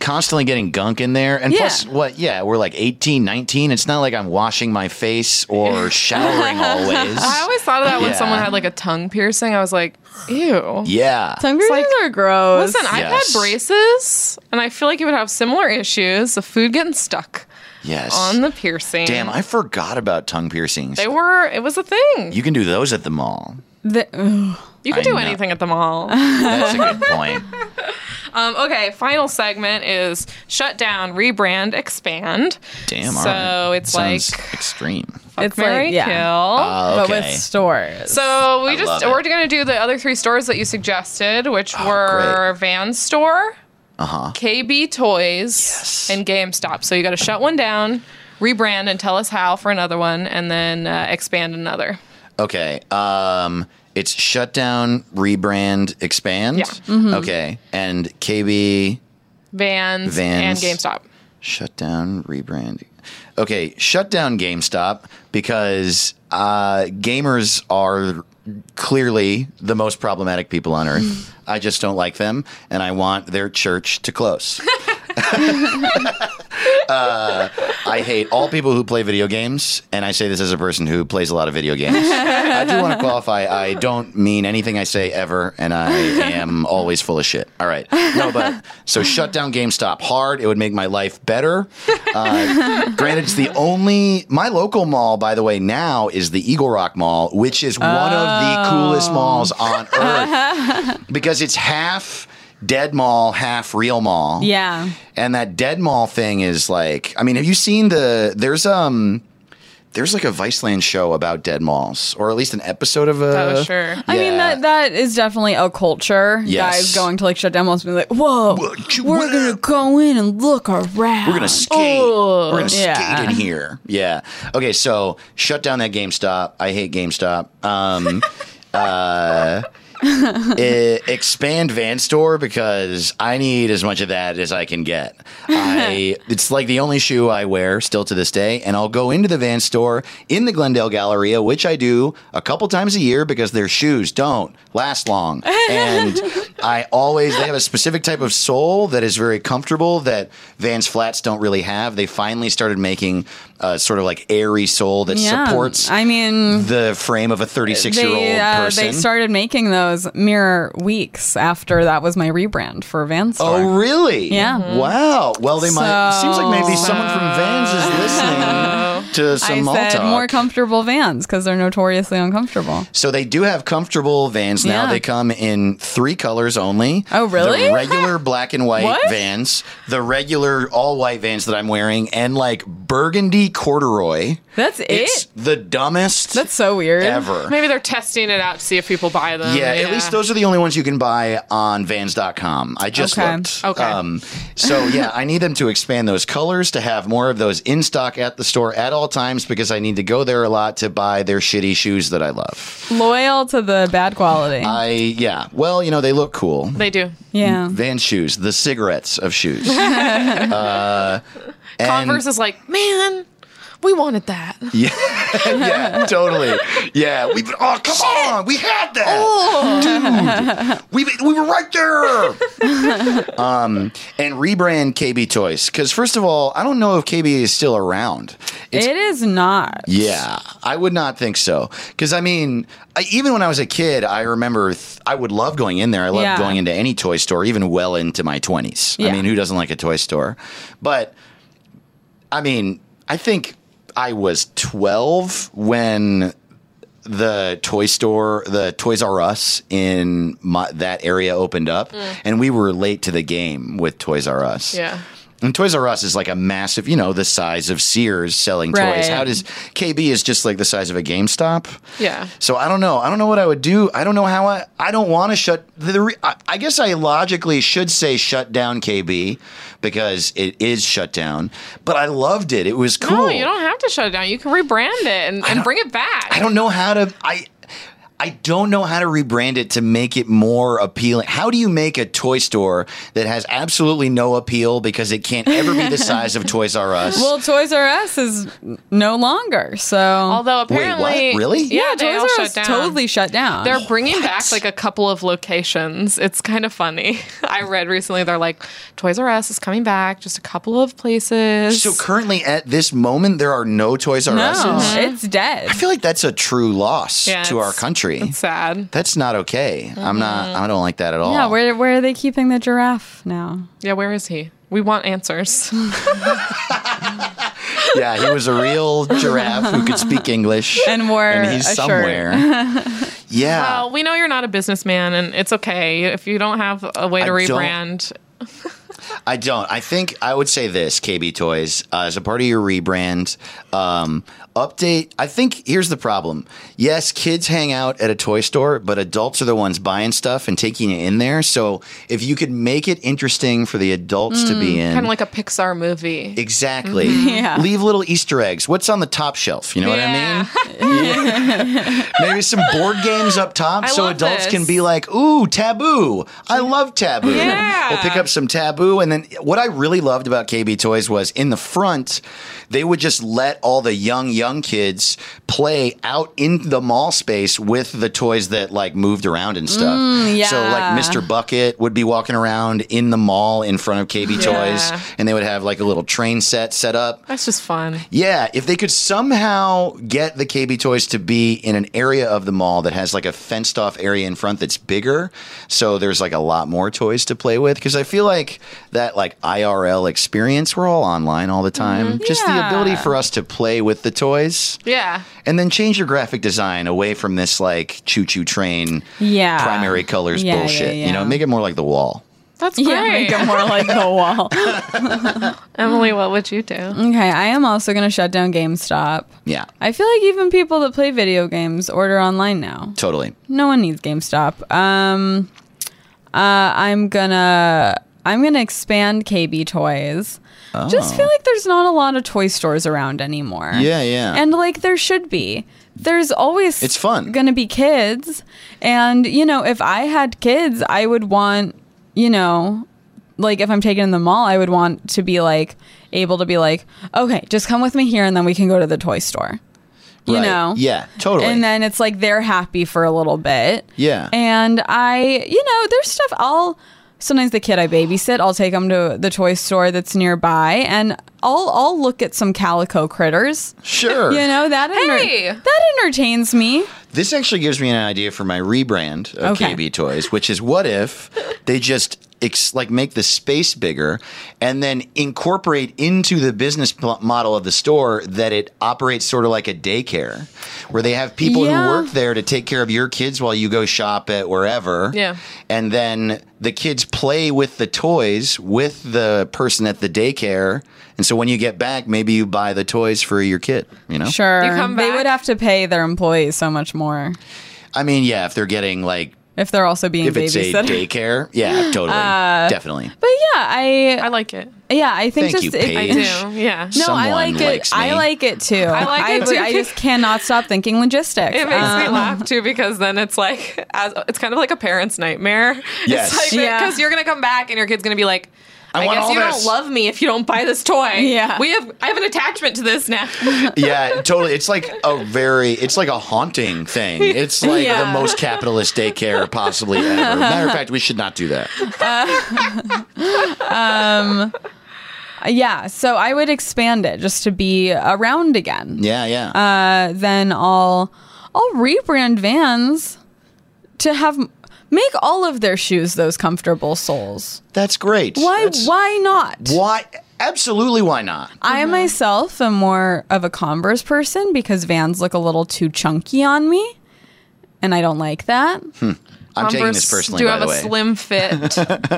Speaker 4: constantly getting gunk in there. And
Speaker 3: Yeah.
Speaker 4: plus, what? Yeah, we're like 18, 19. It's not like I'm washing my face or showering always.
Speaker 2: I always thought of that when
Speaker 4: Yeah.
Speaker 2: someone had like a tongue piercing. I was like, "Ew."
Speaker 4: yeah.
Speaker 3: tongue piercings are gross.
Speaker 2: Listen, I've
Speaker 4: Yes.
Speaker 2: had braces, and I feel like you would have similar issues. The food getting stuck
Speaker 4: Yes.
Speaker 2: on the piercing.
Speaker 4: Damn, I forgot about tongue piercings.
Speaker 2: they were. It was a thing.
Speaker 4: you can do those at the mall.
Speaker 3: The- ugh.
Speaker 2: You can
Speaker 4: I
Speaker 2: do
Speaker 4: know.
Speaker 2: anything at the mall.
Speaker 4: That's a good point.
Speaker 2: um, okay, final segment is shut down, rebrand, expand.
Speaker 4: Damn.
Speaker 2: So
Speaker 4: all right.
Speaker 2: it's
Speaker 4: Sounds
Speaker 2: like
Speaker 4: extreme.
Speaker 3: it's
Speaker 2: Mary
Speaker 3: like, yeah.
Speaker 2: Kill.
Speaker 4: Uh,
Speaker 3: But with
Speaker 4: okay.
Speaker 3: stores.
Speaker 2: so we
Speaker 4: I love
Speaker 2: just
Speaker 4: it. Oh,
Speaker 2: we're gonna do the other three stores that you suggested, which were Van Store, uh-huh. KB Toys, and GameStop. So you got to shut one down, rebrand, and tell us how for another one, and then uh, expand another.
Speaker 4: Okay. Um, it's shut down, rebrand, expand.
Speaker 2: Yeah. Mm-hmm.
Speaker 4: Okay. And KB
Speaker 2: Vans,
Speaker 4: Vans.
Speaker 2: and GameStop.
Speaker 4: Shut down, rebrand. Okay, shut down GameStop because uh, gamers are clearly the most problematic people on earth. I just don't like them, and I want their church to close. I hate all people who play video games, and I say this as a person who plays a lot of video games. I do want to qualify. I don't mean anything I say ever, and I am always full of shit. All right, no, but so shut down GameStop hard. It would make my life better. Uh, granted, it's the only my local mall, by the way, now is the Eagle Rock Mall, which is one of the coolest malls on earth because it's half dead mall, half real mall.
Speaker 3: yeah.
Speaker 4: And that dead mall thing is like, I mean, have you seen the? There's um, there's like a Viceland show about dead malls, or at least an episode of
Speaker 3: Uh,
Speaker 4: a.
Speaker 2: Oh, sure.
Speaker 3: I mean,
Speaker 4: Yeah.
Speaker 3: that that is definitely a culture.
Speaker 4: Yes.
Speaker 3: Guys going to like shut down malls and be like, whoa,
Speaker 4: What you-
Speaker 3: we're going to go in and look around.
Speaker 4: We're gonna skate.
Speaker 3: Oh,
Speaker 4: We're gonna
Speaker 3: yeah.
Speaker 4: skate in here. Yeah. Okay. So shut down that GameStop. I hate GameStop. Um, uh, eh, expand Van Store because I need as much of that as I can get. I it's like the only shoe I wear still to this day, and I'll go into the Van Store in the Glendale Galleria, which I do a couple times a year because their shoes don't last long, and I always they have a specific type of sole that is very comfortable that Vans flats don't really have. They finally started making a sort of like airy sole that supports
Speaker 3: I mean,
Speaker 4: the frame of a 36 year
Speaker 3: they
Speaker 4: old
Speaker 3: uh,
Speaker 4: person.
Speaker 3: they started making those mere weeks after that was my rebrand for Vans.
Speaker 4: oh, really?
Speaker 3: Yeah.
Speaker 4: Wow. Well, they might.
Speaker 3: So-
Speaker 4: Seems like maybe someone from Vans is listening to some
Speaker 3: I
Speaker 4: mall
Speaker 3: said
Speaker 4: talk.
Speaker 3: more comfortable Vans because they're notoriously uncomfortable.
Speaker 4: so they do have comfortable Vans now.
Speaker 3: Yeah.
Speaker 4: They come in three colors only.
Speaker 3: Oh, really?
Speaker 4: The regular black and white
Speaker 3: What?
Speaker 4: Vans, the regular all white Vans that I'm wearing, and like burgundy corduroy.
Speaker 3: That's it.
Speaker 4: It's the dumbest
Speaker 3: That's so weird.
Speaker 4: ever.
Speaker 2: Maybe they're testing it out to see if people buy them.
Speaker 4: Yeah, at least those are the only ones you can buy on vans.com. I just
Speaker 3: Okay.
Speaker 4: looked. Um,
Speaker 2: Okay.
Speaker 4: so, yeah, I need them to expand those colors to have more of those in stock at the store at all times because I need to go there a lot to buy their shitty shoes that I love.
Speaker 3: Loyal to the bad quality.
Speaker 4: I, yeah. Well, you know, they look cool.
Speaker 2: They do.
Speaker 3: yeah.
Speaker 4: Van shoes, the cigarettes of shoes. uh, and-
Speaker 2: Converse is like, man, we wanted that.
Speaker 4: yeah, totally. Yeah, we've been. Oh, come on, we had that, dude. We we were right there. um, and rebrand KB Toys because first of all, I don't know if KB is still around. It's
Speaker 3: It is not.
Speaker 4: yeah, I would not think so. Because I mean, I, even when I was a kid, I remember th- I would love going in there. I loved
Speaker 3: Yeah.
Speaker 4: going into any toy store, even well into my twenties. I
Speaker 3: Yeah.
Speaker 4: mean, who doesn't like a toy store? But I mean, I think I was twelve when the toy store, the Toys R Us in my, that area opened up,
Speaker 3: Mm.
Speaker 4: and we were late to the game with Toys R Us.
Speaker 2: Yeah.
Speaker 4: And Toys R Us is like a massive, you know, the size of Sears selling toys.
Speaker 3: Right.
Speaker 4: How does KB is just like the size of a GameStop?
Speaker 2: Yeah.
Speaker 4: So I don't know. I don't know what I would do. I don't know how I. I don't want to shut the. re- I, I guess I logically should say shut down KB because it is shut down. But I loved it. It was cool.
Speaker 2: No, you don't have to shut it down. You can rebrand it and, and bring it back.
Speaker 4: I don't know how to. I. I don't know how to rebrand it to make it more appealing. How do you make a toy store that has absolutely no appeal because it can't ever be the size of Toys R Us?
Speaker 3: Well, Toys R Us is no longer. So
Speaker 2: Although apparently,
Speaker 4: what? Really?
Speaker 2: Yeah,
Speaker 3: yeah,
Speaker 2: they all
Speaker 3: Toys R
Speaker 2: shut
Speaker 3: Us
Speaker 2: down.
Speaker 3: totally shut down.
Speaker 2: They're bringing back like a couple of locations. It's kind of funny. I read recently they're like, Toys R Us is coming back, just a couple of places.
Speaker 4: So currently, at this moment, there are no Toys R
Speaker 3: no, Uh-huh.
Speaker 4: Us's.
Speaker 3: it's dead.
Speaker 4: I feel like that's a true loss
Speaker 2: Yeah,
Speaker 4: to our
Speaker 2: it's-
Speaker 4: country.
Speaker 2: it's sad.
Speaker 4: That's not okay. I'm not. I don't like that at all.
Speaker 3: yeah, where where are they keeping the giraffe now?
Speaker 2: Yeah, where is he? We want answers.
Speaker 4: Yeah, he was a real giraffe who could speak English,
Speaker 3: And wore
Speaker 4: and he's
Speaker 3: a shirt.
Speaker 4: somewhere. yeah.
Speaker 2: well, we know you're not a businessman, and it's okay if you don't have a way to
Speaker 4: I don't-
Speaker 2: rebrand.
Speaker 4: I don't. I think I would say this, KB Toys, uh, as a part of your rebrand um, update. I think here's the problem. Yes, kids hang out at a toy store, but adults are the ones buying stuff and taking it in there. So if you could make it interesting for the adults to be in,
Speaker 2: Kind of Mm, like a Pixar movie.
Speaker 4: exactly,
Speaker 3: Yeah.
Speaker 4: leave little Easter eggs. What's on the top shelf? You know
Speaker 2: Yeah.
Speaker 4: what I mean? Maybe some board games up top,
Speaker 2: I
Speaker 4: so
Speaker 2: love
Speaker 4: adults
Speaker 2: this.
Speaker 4: can be like, "Ooh, taboo! I love taboo."
Speaker 2: Yeah.
Speaker 4: We'll pick up some taboo, and then what I really loved about KB Toys was in the front, they would just let all the young young kids play out in the mall space with the toys that like moved around and stuff.
Speaker 2: Mm,
Speaker 4: So like
Speaker 3: yeah.
Speaker 4: Mr. Bucket would be walking around in the mall in front of KB
Speaker 2: Yeah.
Speaker 4: Toys, and they would have like a little train set set up.
Speaker 2: That's just fun.
Speaker 4: Yeah, if they could somehow get the KB Toys to be in an area of the mall that has like a fenced off area in front that's bigger, so there's like a lot more toys to play with. Because I feel like that like IRL experience, we're all online all the time. Just
Speaker 3: Mm-hmm.
Speaker 4: the
Speaker 3: Yeah.
Speaker 4: ability for us to play with the toys,
Speaker 2: Yeah.
Speaker 4: and then change your graphic design away from this like choo choo train
Speaker 3: Yeah.
Speaker 4: primary colors
Speaker 3: Yeah, yeah,
Speaker 4: bullshit. You know,
Speaker 3: yeah.
Speaker 4: make it more like the wall.
Speaker 2: That's great.
Speaker 3: Yeah, make it more like the wall.
Speaker 2: Emily, what would you do?
Speaker 3: Okay, I am also going to shut down GameStop.
Speaker 4: Yeah,
Speaker 3: I feel like even people that play video games order online now.
Speaker 4: totally.
Speaker 3: No one needs GameStop. Um, uh, I'm gonna I'm gonna expand KB Toys. Just feel like there's not a lot of toy stores around anymore.
Speaker 4: Oh. Yeah, yeah.
Speaker 3: And like there should be there's always
Speaker 4: It's fun.
Speaker 3: going to be kids and you know if i had kids i would want you know like if i'm taken in the mall i would want to be like able to be like okay just come with me here and then we can go to the toy store you
Speaker 4: Right.
Speaker 3: know
Speaker 4: Yeah, totally.
Speaker 3: and then it's like they're happy for a little bit
Speaker 4: Yeah.
Speaker 3: and i you know there's stuff i'll sometimes the kid i babysit i'll take them to the toy store that's nearby and i'll i'll look at some calico critters
Speaker 4: sure.
Speaker 3: you know that enter-
Speaker 2: Hey!
Speaker 3: that entertains me.
Speaker 4: This actually gives me an idea for my rebrand of
Speaker 3: Okay.
Speaker 4: KB Toys, which is what if they just ex- like make the space bigger and then incorporate into the business pl- model of the store that it operates sort of like a daycare where they have people
Speaker 3: Yeah.
Speaker 4: who work there to take care of your kids while you go shop at wherever.
Speaker 2: Yeah.
Speaker 4: And then the kids play with the toys with the person at the daycare. And so when you get back, maybe you buy the toys for your kid, you know?
Speaker 3: Sure,
Speaker 2: You come
Speaker 3: they
Speaker 2: back?
Speaker 3: would have to pay their employees so much more
Speaker 4: I mean, yeah, if they're getting like
Speaker 3: if they're also being
Speaker 4: if it's a
Speaker 3: babysitter.
Speaker 4: daycare. Yeah, totally, definitely.
Speaker 3: But yeah,
Speaker 2: I like it.
Speaker 3: I yeah, I think
Speaker 4: Thank
Speaker 3: just
Speaker 4: you,
Speaker 3: it-
Speaker 2: I
Speaker 4: Paige.
Speaker 2: do. Yeah.
Speaker 3: no, I
Speaker 4: Someone
Speaker 3: like it.
Speaker 4: likes me.
Speaker 3: I like it too. I
Speaker 2: like it
Speaker 3: I,
Speaker 2: too.
Speaker 3: I just cannot stop thinking logistics.
Speaker 2: It makes me
Speaker 3: Um,
Speaker 2: laugh too because then it's like as it's kind of like a parent's nightmare.
Speaker 4: Yes.
Speaker 2: It's like
Speaker 3: Yeah.
Speaker 2: because you're gonna come back and your kid's gonna be like,
Speaker 4: I
Speaker 2: I,
Speaker 4: want
Speaker 2: guess
Speaker 4: all
Speaker 2: you
Speaker 4: this."
Speaker 2: don't love me if you don't buy this toy.
Speaker 3: Yeah.
Speaker 2: We have I have an attachment to this now.
Speaker 4: yeah, totally. It's like a very, it's like a haunting thing. It's like
Speaker 3: Yeah.
Speaker 4: the most capitalist daycare possibly ever. Matter of fact, we should not do that.
Speaker 3: Yeah, so I would expand it just to be around again.
Speaker 4: Yeah, yeah.
Speaker 3: Uh, then I'll I'll rebrand Vans to have make all of their shoes those comfortable soles.
Speaker 4: That's great.
Speaker 3: Why
Speaker 4: That's-
Speaker 3: why not?
Speaker 4: Why? Absolutely, why not?
Speaker 3: I myself am more of a Converse person because Vans look a little too chunky on me, and I don't like that.
Speaker 4: I'm taking
Speaker 2: Converse
Speaker 4: this personally,
Speaker 2: do
Speaker 4: by
Speaker 2: have
Speaker 4: the
Speaker 2: a
Speaker 4: way.
Speaker 2: slim fit.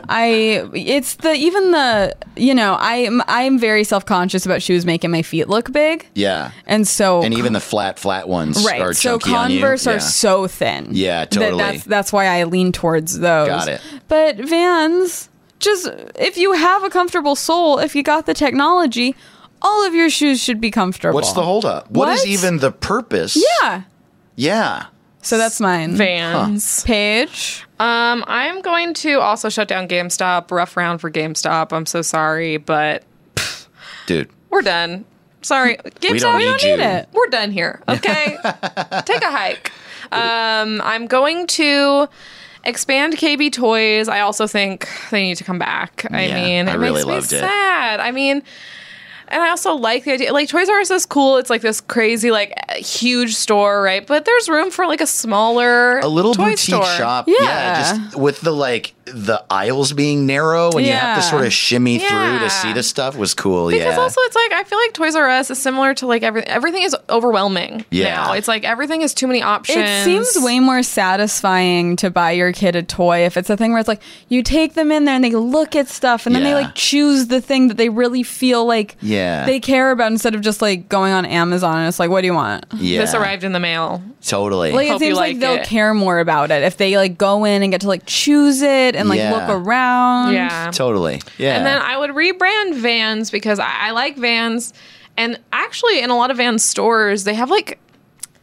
Speaker 3: I it's the even the you know I'm I'm very self conscious about shoes making my feet look big,
Speaker 4: yeah.
Speaker 3: and so
Speaker 4: And even the flat, flat ones
Speaker 3: right
Speaker 4: are
Speaker 3: so
Speaker 4: chunky on you.
Speaker 3: Converse
Speaker 4: Yeah.
Speaker 3: are so thin.
Speaker 4: Yeah,
Speaker 3: that
Speaker 4: totally.
Speaker 3: that's that's why I lean towards those.
Speaker 4: Got it.
Speaker 3: But Vans, just if you have a comfortable sole, if you got the technology, all of your shoes should be comfortable.
Speaker 4: What's the holdup? what is
Speaker 3: What?
Speaker 4: even the purpose?
Speaker 3: Yeah.
Speaker 4: Yeah.
Speaker 3: So that's mine.
Speaker 2: Vans.
Speaker 3: Page.
Speaker 2: Um, I'm going to also shut down GameStop. Rough round for GameStop. I'm so sorry, but
Speaker 4: Dude,
Speaker 2: we're done. Sorry, GameStop.
Speaker 4: we don't need you.
Speaker 3: need it.
Speaker 2: We're done here. Okay, take a hike. Um, I'm going to expand KB Toys. I also think they need to come back. I
Speaker 4: Yeah,
Speaker 2: mean,
Speaker 4: I
Speaker 2: it
Speaker 4: really
Speaker 2: makes
Speaker 4: loved
Speaker 2: me
Speaker 4: it.
Speaker 2: sad. I mean. And I also like the idea. Like Toys R Us is cool. It's like this crazy, like huge store, right? But there's room for like a smaller,
Speaker 4: a little
Speaker 2: toy
Speaker 4: boutique
Speaker 2: store.
Speaker 4: shop.
Speaker 3: Yeah.
Speaker 4: just with the like the aisles being narrow and you have
Speaker 3: Yeah.
Speaker 4: to sort of shimmy through
Speaker 2: Yeah.
Speaker 4: to see the stuff was cool.
Speaker 2: Because
Speaker 4: yeah.
Speaker 2: also, it's like I feel like Toys R Us is similar to like everything. Everything is overwhelming.
Speaker 4: Yeah.
Speaker 2: now. it's like everything is too many options.
Speaker 3: It seems way more satisfying to buy your kid a toy if it's a thing where it's like you take them in there and they look at stuff and then they
Speaker 4: Yeah.
Speaker 3: like choose the thing that they really feel like
Speaker 4: Yeah.
Speaker 3: they care about instead of just like going on Amazon and it's like, what do you want?
Speaker 4: yeah.
Speaker 2: This arrived in the mail.
Speaker 4: Totally.
Speaker 3: Like
Speaker 2: Hope
Speaker 3: it
Speaker 2: you
Speaker 3: seems like,
Speaker 2: like
Speaker 3: they'll
Speaker 2: it.
Speaker 3: care more about it if they like go in and get to like choose it and like
Speaker 4: Yeah.
Speaker 3: look around.
Speaker 2: Yeah.
Speaker 4: totally. Yeah.
Speaker 2: And then I would rebrand Vans because I, I like Vans, and actually in a lot of Vans stores they have like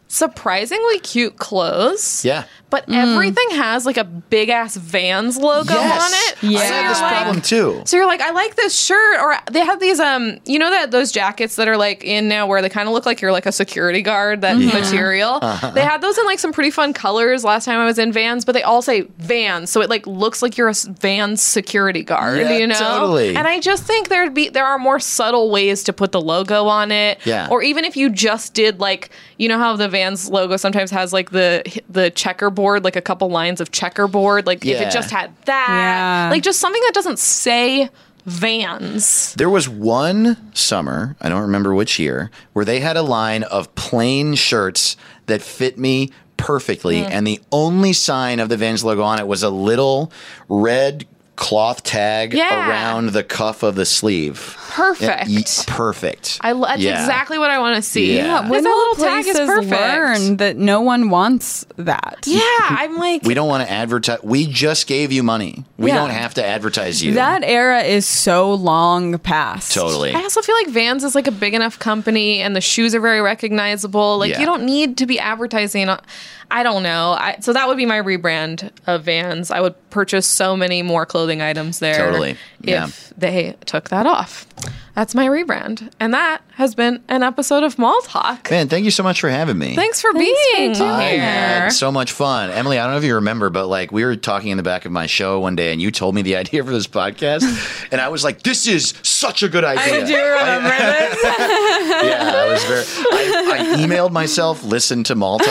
Speaker 2: surprisingly cute clothes.
Speaker 4: yeah.
Speaker 2: But everything has like a big ass Vans logo
Speaker 4: Yes.
Speaker 2: on it.
Speaker 3: Yeah.
Speaker 2: So
Speaker 4: I have
Speaker 2: you're
Speaker 4: this
Speaker 2: like-
Speaker 4: problem too.
Speaker 2: So you're like, I like this shirt, or they have these, um, you know that those jackets that are like in now where they kind of look like you're like a security guard. That
Speaker 4: Mm-hmm.
Speaker 2: material,
Speaker 4: Uh-huh.
Speaker 2: they had those in like some pretty fun colors last time I was in Vans, but they all say Vans, so it like looks like you're a s- Vans security guard,
Speaker 4: Yeah,
Speaker 2: you know?
Speaker 4: totally.
Speaker 2: And I just think there'd be there are more subtle ways to put the logo on it,
Speaker 4: Yeah.
Speaker 2: Or even if you just did like, you know how the Vans logo sometimes has like the the checkerboard, like a couple lines of checkerboard, like if
Speaker 4: Yeah.
Speaker 2: it just had that,
Speaker 3: Yeah.
Speaker 2: like just something that doesn't say vans.
Speaker 4: There was one summer, I don't remember which year, where they had a line of plain shirts that fit me perfectly.
Speaker 2: Mm.
Speaker 4: And the only sign of the Vans logo on it was a little red cloth tag
Speaker 2: Yeah.
Speaker 4: around the cuff of the sleeve.
Speaker 2: perfect.
Speaker 4: Ye- perfect.
Speaker 2: I lo- that's
Speaker 4: Yeah.
Speaker 2: exactly what I want to see.
Speaker 4: Yeah.
Speaker 2: Because
Speaker 4: When
Speaker 2: that little tag is perfect.
Speaker 3: learn that no one wants that?
Speaker 2: Yeah, I'm like,
Speaker 4: We don't want to advertise. We just gave you money. We
Speaker 3: Yeah.
Speaker 4: don't have to advertise you.
Speaker 3: That era is so long past.
Speaker 4: totally.
Speaker 2: I also feel like Vans is like a big enough company and the shoes are very recognizable. Like
Speaker 4: Yeah.
Speaker 2: you don't need to be advertising. on- I don't know. I, so that would be my rebrand of Vans. I would purchase so many more clothing items there.
Speaker 4: Totally.
Speaker 2: If
Speaker 4: Yeah.
Speaker 2: they took that off. That's my rebrand. And that has been an episode of Mall Talk.
Speaker 4: Man, thank you so much for having me.
Speaker 2: Thanks for
Speaker 3: for
Speaker 2: being
Speaker 3: doing
Speaker 4: I
Speaker 2: here.
Speaker 4: had so much fun. Emily, I don't know if you remember, but like we were talking in the back of my show one day and you told me the idea for this podcast. and I was like, this is such a good idea.
Speaker 3: remember this?
Speaker 4: Yeah, I was very. I, I emailed myself, listened to Malta.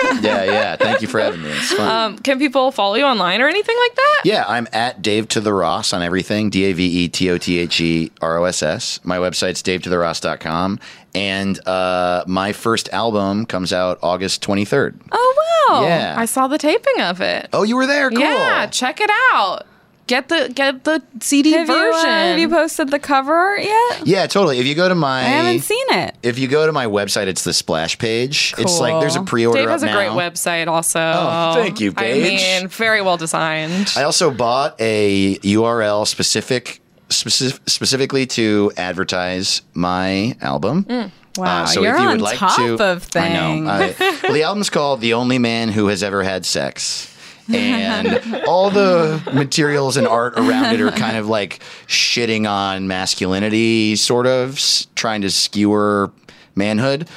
Speaker 4: yeah, yeah. Thank you for having me. It's fun.
Speaker 2: Um, can people follow you online or anything like that?
Speaker 4: yeah, I'm at Dave to the Ross on everything. D A V E T O T H E R O S S. My website's davetotheross.com. And uh, my first album comes out August 23rd.
Speaker 2: Oh wow!
Speaker 4: Yeah.
Speaker 2: I saw the taping of it.
Speaker 4: Oh, you were there. Cool.
Speaker 2: Yeah, check it out. Get the get the CD
Speaker 3: Have you,
Speaker 2: version.
Speaker 3: uh, have you posted the cover art yet?
Speaker 4: Yeah, totally. If you go to my
Speaker 3: I haven't seen it.
Speaker 4: if you go to my website, it's the splash page. It's like there's a
Speaker 3: Cool.
Speaker 4: pre-order
Speaker 2: Dave
Speaker 4: up
Speaker 2: has a
Speaker 4: now.
Speaker 2: great website, also.
Speaker 4: Oh, thank you, Paige.
Speaker 2: I mean, very well designed.
Speaker 4: I also bought a URL specific, specif specifically to advertise my album.
Speaker 2: Mm.
Speaker 4: Uh,
Speaker 3: Wow, you're on top of
Speaker 4: I know. uh,
Speaker 3: things.
Speaker 4: I- well, the album's called "The Only Man Who Has Ever Had Sex." and all the materials and art around it are kind of like shitting on masculinity, sort of s- trying to skewer manhood.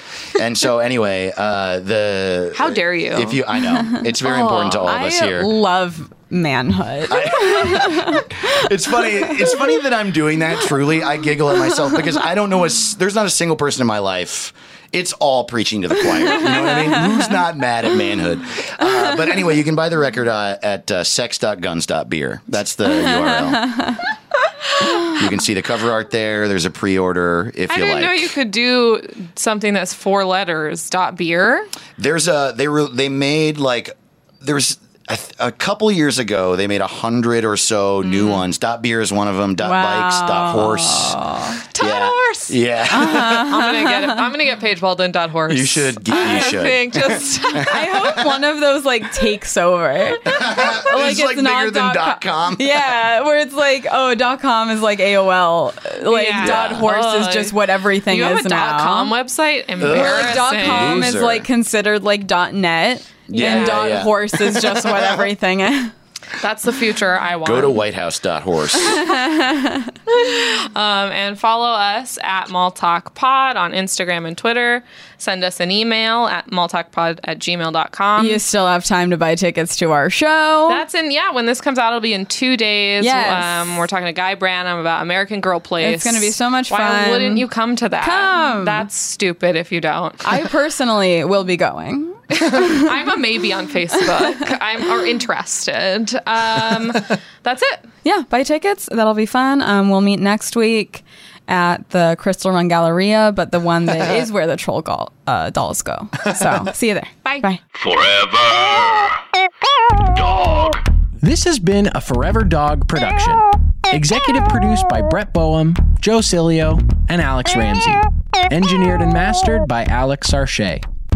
Speaker 4: And so, anyway, uh, the
Speaker 2: How dare you.
Speaker 4: If you, I know it's very important to all of us
Speaker 3: I
Speaker 4: here.
Speaker 3: love manhood.
Speaker 4: It's funny. It's funny that I'm doing that. Truly, I giggle at myself because I don't know. A, s- there's not a single person in my life. It's all preaching to the choir. You know what I mean? Who's not mad at manhood? Uh, but anyway, you can buy the record uh, at uh, sex.guns.beer. That's the URL. You can see the cover art there. There's a pre-order if
Speaker 2: I
Speaker 4: you
Speaker 2: didn't
Speaker 4: like.
Speaker 2: know you could do something that's four letters. Dot beer.
Speaker 4: There's a they were they made like there's a, th- a couple years ago they made a hundred or so new ones. Dot beer is one of them. Dot bikes. Dot horse.
Speaker 2: Dot
Speaker 4: yeah.
Speaker 2: horse.
Speaker 4: Yeah,
Speaker 2: I'm gonna get. I'm gonna get Paige Walden. Dot horse.
Speaker 4: you should. You
Speaker 2: I
Speaker 4: should.
Speaker 2: think just
Speaker 3: I hope one of those like takes over.
Speaker 4: This is,
Speaker 3: it's
Speaker 4: like bigger
Speaker 3: not
Speaker 4: than
Speaker 3: dot
Speaker 4: dot com.
Speaker 3: Yeah, where it's like, oh, dot com is like AOL. Like
Speaker 2: Yeah.
Speaker 3: dot horse
Speaker 2: Oh,
Speaker 3: is just what everything
Speaker 2: you
Speaker 3: is
Speaker 2: have a
Speaker 3: now.
Speaker 2: dot com website. Embarrassing.
Speaker 4: Or
Speaker 3: dot com is
Speaker 4: Loser.
Speaker 3: like considered like dot net.
Speaker 4: Yeah,
Speaker 3: and dot
Speaker 4: yeah.
Speaker 3: horse is just what everything is.
Speaker 2: That's the future I want.
Speaker 4: Go to whitehouse.horse.
Speaker 2: Um, and follow us at Pod on Instagram and Twitter. Send us an email at maltalkpod at gmail.com.
Speaker 3: You still have time to buy tickets to our show.
Speaker 2: That's in, yeah, when this comes out, it'll be in two days.
Speaker 3: Yes.
Speaker 2: Um, we're talking to Guy Branham about American Girl Place.
Speaker 3: It's gonna be so much
Speaker 2: Why
Speaker 3: fun.
Speaker 2: wouldn't you come to that?
Speaker 3: Come.
Speaker 2: That's stupid if you don't. I,
Speaker 3: I personally will be going.
Speaker 2: I'm a maybe on Facebook. I'm or interested. Um, that's it.
Speaker 3: Yeah, buy tickets. That'll be fun. Um, we'll meet next week at the Crystal Run Galleria, but the one that is where the troll gol- uh, dolls go. So see you there.
Speaker 2: Bye.
Speaker 3: Bye.
Speaker 1: Forever. Dog.
Speaker 5: This has been a Forever Dog production. Executive produced by Brett Boehm, Joe Cilio, and Alex Ramsey. Engineered and mastered by Alex Sarche.